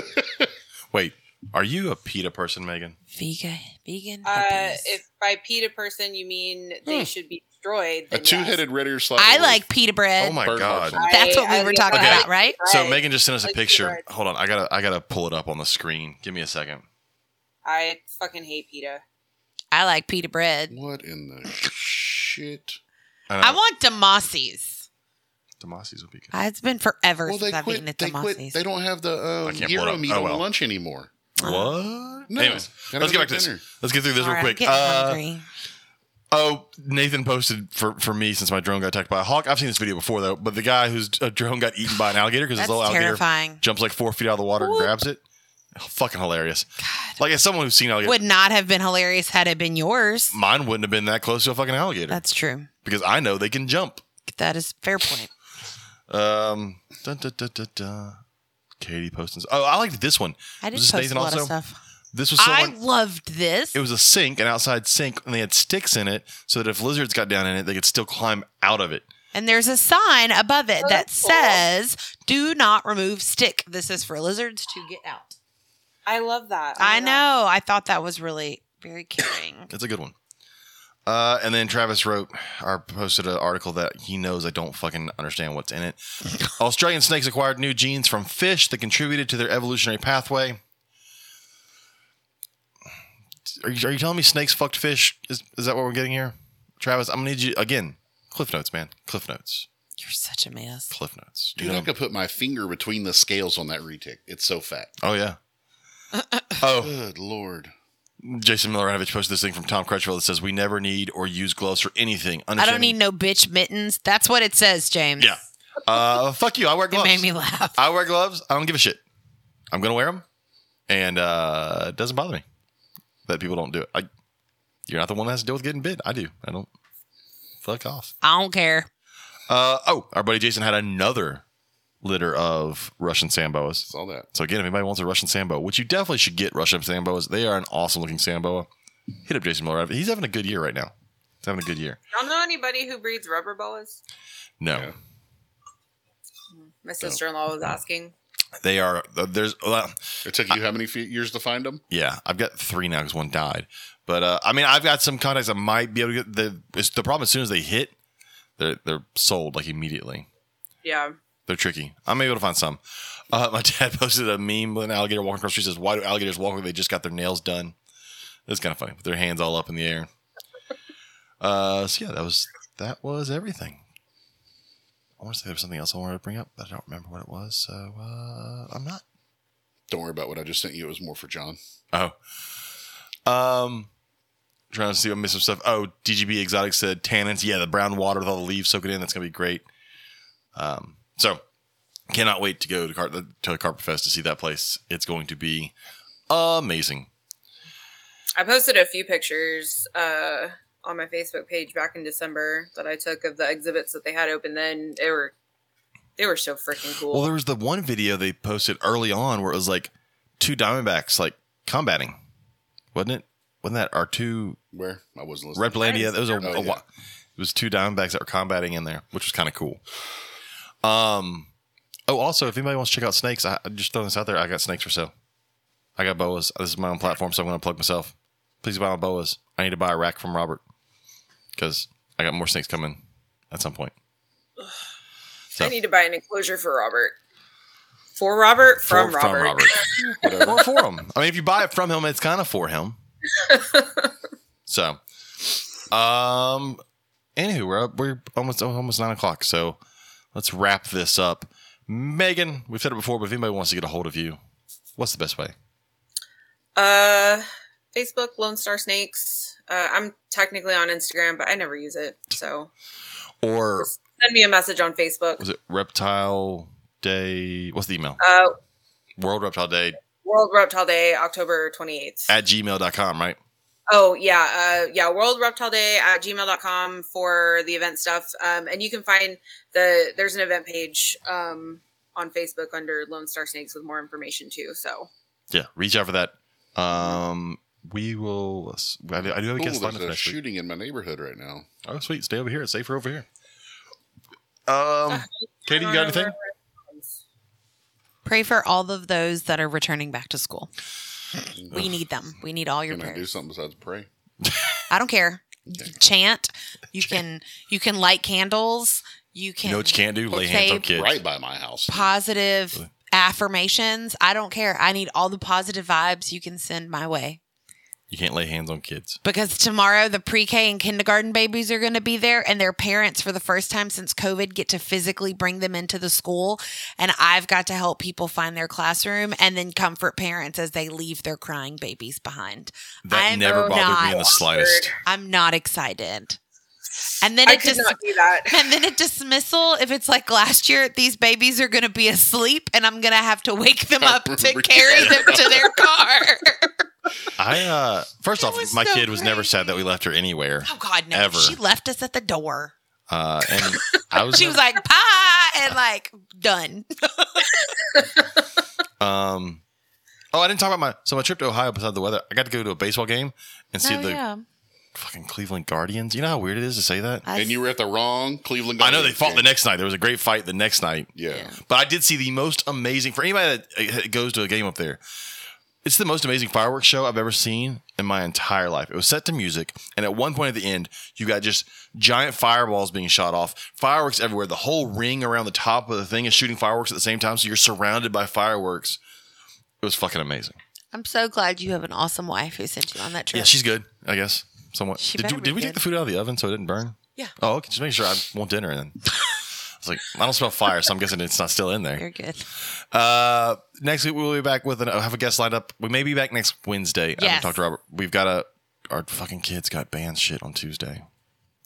S1: Wait, are you a PETA person, Megan?
S2: vegan. Vegan.
S4: Uh,
S2: hippies.
S4: if by PETA person you mean they
S3: Hmm.
S4: should be destroyed,
S3: A
S4: then
S3: two headed red ear slide.
S2: I like pita bread.
S1: Uh, Oh my
S3: Bird
S1: god.
S3: watching.
S2: That's what we were talking
S1: Okay.
S2: about, right?
S1: So Megan just sent us a
S4: Like
S1: picture.
S4: cigarettes.
S1: Hold on, I gotta I gotta pull it up on the screen. Give me a second.
S4: I fucking hate PETA.
S2: I like pita bread.
S3: What in the shit?
S1: And
S2: I want Damasis.
S1: Demasi's would be good.
S2: It's been forever
S3: Well, they
S2: since I've
S3: quit.
S2: eaten at
S3: They quit.
S2: Damasis.
S3: They don't have the
S1: I
S3: um,
S1: can't blow it
S3: gyro
S1: up.
S3: meat
S1: Oh,
S3: on
S1: well.
S3: lunch anymore.
S1: What?
S3: No.
S1: Anyways,
S3: Gotta
S1: let's get
S3: go
S1: back to this.
S3: dinner.
S1: let's get through this
S2: All
S1: real
S2: right, I'm
S1: quick.
S2: getting
S1: Uh,
S2: hungry.
S1: oh, Nathan posted for, for me since my drone got attacked by a hawk. I've seen this video before though, but the guy whose uh, drone got eaten by an alligator because his
S2: That's
S1: little alligator
S2: terrifying.
S1: jumps like four feet out of the water and
S4: Whoop.
S1: grabs it. Fucking hilarious. Like as someone who's seen alligators,
S2: Would not have been hilarious had it been yours.
S1: mine wouldn't have been that close to a fucking alligator
S2: That's true.
S1: because I know they can jump.
S2: That is fair point.
S1: Um, dun, dun, dun, dun, dun. Katie posting. Oh, I liked this one.
S2: I did
S1: Was this
S2: post
S1: Nathan
S2: a lot
S1: also?
S2: of stuff.
S1: This was someone.
S2: I loved this.
S1: it was a sink, an outside sink, and they had sticks in it so that if lizards got down in it, they could still climb out of it.
S2: and there's a sign above it
S4: Oh,
S2: that
S4: that's cool.
S2: says, "Do not remove stick." This is for lizards to get out.
S4: I love that. Oh my
S2: I
S4: God.
S2: know. I thought that was really very caring.
S1: It's a good one. Uh, and then Travis wrote or posted an article that he knows I don't fucking understand what's in it. Australian snakes acquired new genes from fish that contributed to their evolutionary pathway. Are you, are you telling me snakes fucked fish? Is, is that what we're getting here? Travis, I'm gonna need you again. Cliff notes, man. Cliff notes.
S2: You're such a mess.
S1: Cliff notes. Do
S3: Dude,
S1: you know
S3: I could put my finger between the scales on that retic. It's so fat.
S1: Oh yeah. oh,
S3: Good lord.
S1: Jason Milanovich posted this thing from Tom Crutchfield that says we never need or use gloves for anything.
S2: I don't need no bitch mittens. That's what it says, James.
S1: Yeah. Uh, fuck you. I wear
S2: It
S1: gloves.
S2: made me laugh.
S1: I wear gloves. I don't give a shit. I'm gonna wear them, and uh, it doesn't bother me that people don't do it. I, you're not the one that has to deal with getting bit. I do. I don't. Fuck off.
S2: I don't care.
S1: Uh, oh, our buddy Jason had another litter of Russian samboas.
S3: Saw that.
S1: So again, if anybody wants a Russian samboa, which you definitely should get Russian samboas, they are an awesome looking samboa. Hit up Jason Miller. He's having a good year right now. He's having a good year.
S4: Y'all know anybody who breeds rubber boas?
S1: No,
S3: Yeah.
S1: Oh.
S4: My sister in law was asking.
S1: they are. There's. well,
S3: It took you how many fe- years to find them?
S1: Yeah, I've got three now because one died. But uh, I mean, I've got some contacts I might be able to get. The, it's the problem as soon as they hit, they're they're sold like immediately.
S4: Yeah.
S1: They're tricky. I'm able to find some. Uh, my dad posted a meme with an alligator walking across the street. Says, "Why do alligators walk like they just got their nails done?" It's kind of funny with their hands all up in the air. Uh, so yeah, that was that was everything. I want to say there was something else I wanted to bring up, but I don't remember what it was. So uh, I'm not.
S3: Don't worry about what I just sent you. It was more for John.
S1: Oh. Um trying to see what missed some stuff. Oh, DGB Exotic said tannins. Yeah, the brown water with all the leaves soaking in. That's gonna be great. Um, so cannot wait to go to, Car- to Carpet Fest to see that place. It's going to be amazing.
S4: I posted a few pictures uh, on my Facebook page back in December that I took of the exhibits that they had open then. They were they were so freaking cool.
S1: Well, there was the one video they posted early on where it was like two Diamondbacks like combating, wasn't it? Wasn't that our two
S3: Where I wasn't listening.
S1: Red Blandia? That was a,
S4: Oh,
S1: a
S3: yeah.
S1: wa- it was two Diamondbacks that were combating in there, which was kind of cool. Um. Oh, also, if anybody wants to check out snakes, I I'm just throwing this out there. I got snakes for sale. I got boas. This is my own platform, so I'm going to plug myself. Please buy my boas. I need to buy a rack from Robert because I got more snakes coming at some point.
S4: I need to buy an enclosure for Robert. For Robert, from,
S1: For-
S4: Robert.
S1: Robert. or for him. I mean, if you buy it from him, it's kind of for him. so, um, anywho, we're up, we're almost almost nine o'clock. So let's wrap this up. Megan, we've said it before, but if anybody wants to get a hold of you, what's the best way?
S4: Uh, Facebook Lone Star Snakes. Uh, I'm technically on Instagram, but I never use it. So
S1: Or
S4: send me a message on Facebook.
S1: was it Reptile Day? What's the email?
S4: Uh,
S1: World Reptile Day
S4: World Reptile Day, October 28th.
S1: at gmail.com, right?
S4: Oh yeah, uh, yeah. World Reptile Day at gmail.com for the event stuff, um, and you can find the there's an event page um, on Facebook under Lone Star Snakes with more information too. So
S1: Yeah, reach out for that. Um, we will. I do I do have a
S3: Ooh,
S1: guest
S3: there's
S1: lined up for
S3: a
S1: next week.
S3: shooting in my neighborhood right now.
S1: Oh, sweet. Stay over here. It's safer over here.
S2: Uh,
S1: Um, Katie, you got
S4: I don't know
S1: anything?
S4: where-
S2: Pray for all of those that are returning back to school. We need them. We need all your
S3: Can I do
S2: prayers.
S3: something besides pray?
S2: I don't care. Chant. You can you can light candles. You can
S1: You know what you can't do? Lay
S2: Say
S1: hands on kids.
S3: Right by my house.
S2: positive
S1: Really?
S2: affirmations. I don't care. I need all the positive vibes you can send my way.
S1: You can't lay hands on kids.
S2: Because tomorrow the pre-K and kindergarten babies are going to be there and their parents for the first time since COVID get to physically bring them into the school and I've got to help people find their classroom and then comfort parents as they leave their crying babies behind.
S1: That
S2: I'm
S1: never bothered me
S2: not-
S1: in the slightest.
S2: I'm not excited. And then
S4: I
S2: it
S4: could
S2: just
S4: not do that.
S2: and then a dismissal if it's like last year these babies are going to be asleep and i'm going to have to wake them up to carry them to their car
S1: I uh first
S2: That
S1: off,
S2: was
S1: my
S2: so
S1: kid was never sad that we
S2: crazy.
S1: left her anywhere.
S2: oh god no
S1: Ever.
S2: she left us at the door
S1: Uh and I was,
S2: she was like bye and like done
S1: um Oh, I didn't talk about my so my trip to Ohio besides the weather. I got to go to a baseball game and see
S2: Oh,
S1: the
S2: yeah.
S1: fucking Cleveland Guardians. You know how weird it is to say that?
S2: I
S3: And you
S2: s-
S3: were at the wrong Cleveland.
S1: I know they
S3: Guardians
S1: fought the
S3: game.
S1: next night. There was a great fight the next night.
S3: Yeah.
S2: Yeah.
S1: But I did see the most amazing for anybody that uh, goes to a game up there. It's the most amazing fireworks show I've ever seen in my entire life. It was set to music, and at one point at the end, you got just giant fireballs being shot off, fireworks everywhere. The whole ring around the top of the thing is shooting fireworks at the same time, so you're surrounded by fireworks. It was fucking amazing.
S2: i'm so glad you have an awesome wife who sent you on that trip
S1: Yeah, she's good, I guess. Somewhat.
S2: She
S1: did
S2: better
S1: you-
S2: be
S1: did we take
S2: good.
S1: the food out of the oven so it didn't burn?
S2: Yeah.
S1: Oh, okay. Just making sure I want dinner. And then I was like, I don't smell fire, so I'm guessing it's not still in there.
S2: you're good
S1: Uh, next week we'll be back with an. I have a guest lined up. We may be back next Wednesday. I haven't
S2: Yes.
S1: talked to Robert. We've got a our fucking kids got banned shit on Tuesday.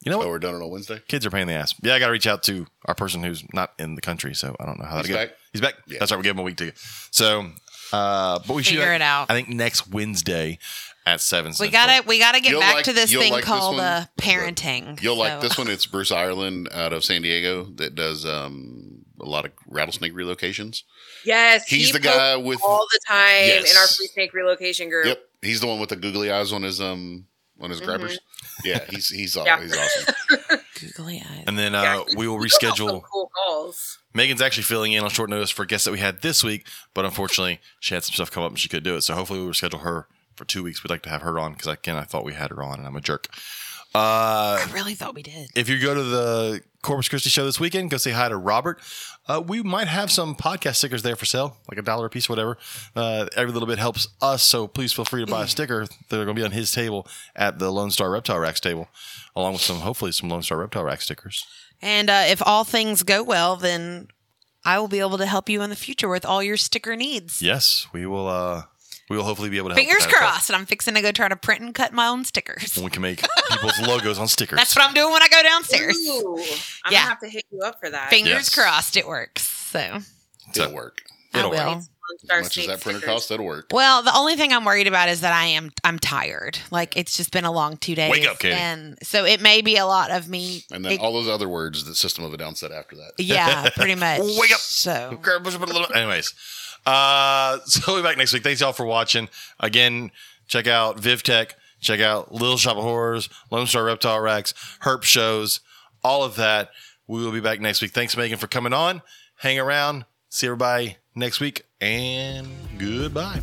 S1: You know what?
S3: Oh, we're done on a Wednesday.
S1: Kids are paying the ass. Yeah, I got to reach out to our person who's not in the country, so I don't know how that
S3: He's
S1: goes.
S3: back?
S1: He's back.
S3: Yeah.
S1: That's right. We gave him a week to. So, uh, but we should
S2: Figure it out.
S1: I think next Wednesday at seven.
S2: we
S1: Central.
S2: gotta we gotta get
S3: You'll
S2: back
S3: like-
S2: to this
S3: you'll
S2: thing
S3: like this
S2: called
S3: one.
S2: uh, parenting
S3: You'll
S2: So-
S3: like this one. It's Bruce Ireland out of San Diego that does um, a lot of rattlesnake relocations.
S4: Yes,
S3: He's
S4: he
S3: the
S4: posts
S3: guy with.
S4: all the time
S3: Yes.
S4: in our free snake relocation group.
S3: Yep, he's the one with the googly eyes on his um on his
S4: Mhm.
S3: grabbers. Yeah, he's he's aw-
S4: Yeah.
S3: he's awesome.
S2: googly eyes
S1: And then uh,
S4: Yeah.
S1: we will
S4: We got some
S1: reschedule.
S4: cool calls.
S1: Megan's actually filling in on short notice for guests that we had this week, but unfortunately, she had some stuff come up and she could do it. So hopefully, we'll schedule her for two weeks. We'd like to have her on because again, I thought we had her on, and I'm a jerk. Uh,
S2: i really thought we did
S1: if you go to the Corpus Christi show this weekend, go say hi to Robert. Uh, we might have some podcast stickers there for sale, like a dollar a piece, whatever. Uh, every little bit helps us, so please feel free to buy a sticker. They're going to be on his table at the Lone Star Reptile Racks table, along with some hopefully some Lone Star Reptile Rack stickers.
S2: And uh, if all things go well, then I will be able to help you in the future with all your sticker needs.
S1: Yes, we will. uh We will hopefully be able to. help
S2: Fingers
S1: with that.
S2: crossed. And I'm fixing to go try to print and cut my own stickers.
S1: When we can make people's logos on stickers.
S2: That's what I'm doing when I go downstairs.
S4: Ooh, I'm
S2: Yeah.
S4: gonna have to hit you up for that.
S2: Fingers
S1: Yes.
S2: crossed it works. So
S3: That'll work.
S1: It'll
S2: I
S1: work.
S2: will.
S4: Lone Star
S3: As much as
S4: Snake
S3: that printer
S4: stickers.
S3: costs, that'll work.
S2: Well, the only thing I'm worried about is that I am I'm tired. Like it's just been a long two days.
S1: Wake up, Katie.
S2: And so it may be a lot of me.
S3: And then
S2: it-
S3: all those other words, the system of a down said after that.
S2: yeah, pretty much.
S1: Wake up.
S2: So
S1: Grab a bunch of- a little- Anyways, uh, so we'll be back next week. Thanks y'all for watching. Again, check out VivTech, check out Little Shop of Horrors, Lone Star Reptile Racks, Herp shows, all of that. We will be back next week. Thanks, Megan, for coming on. Hang around. See everybody next week, and goodbye.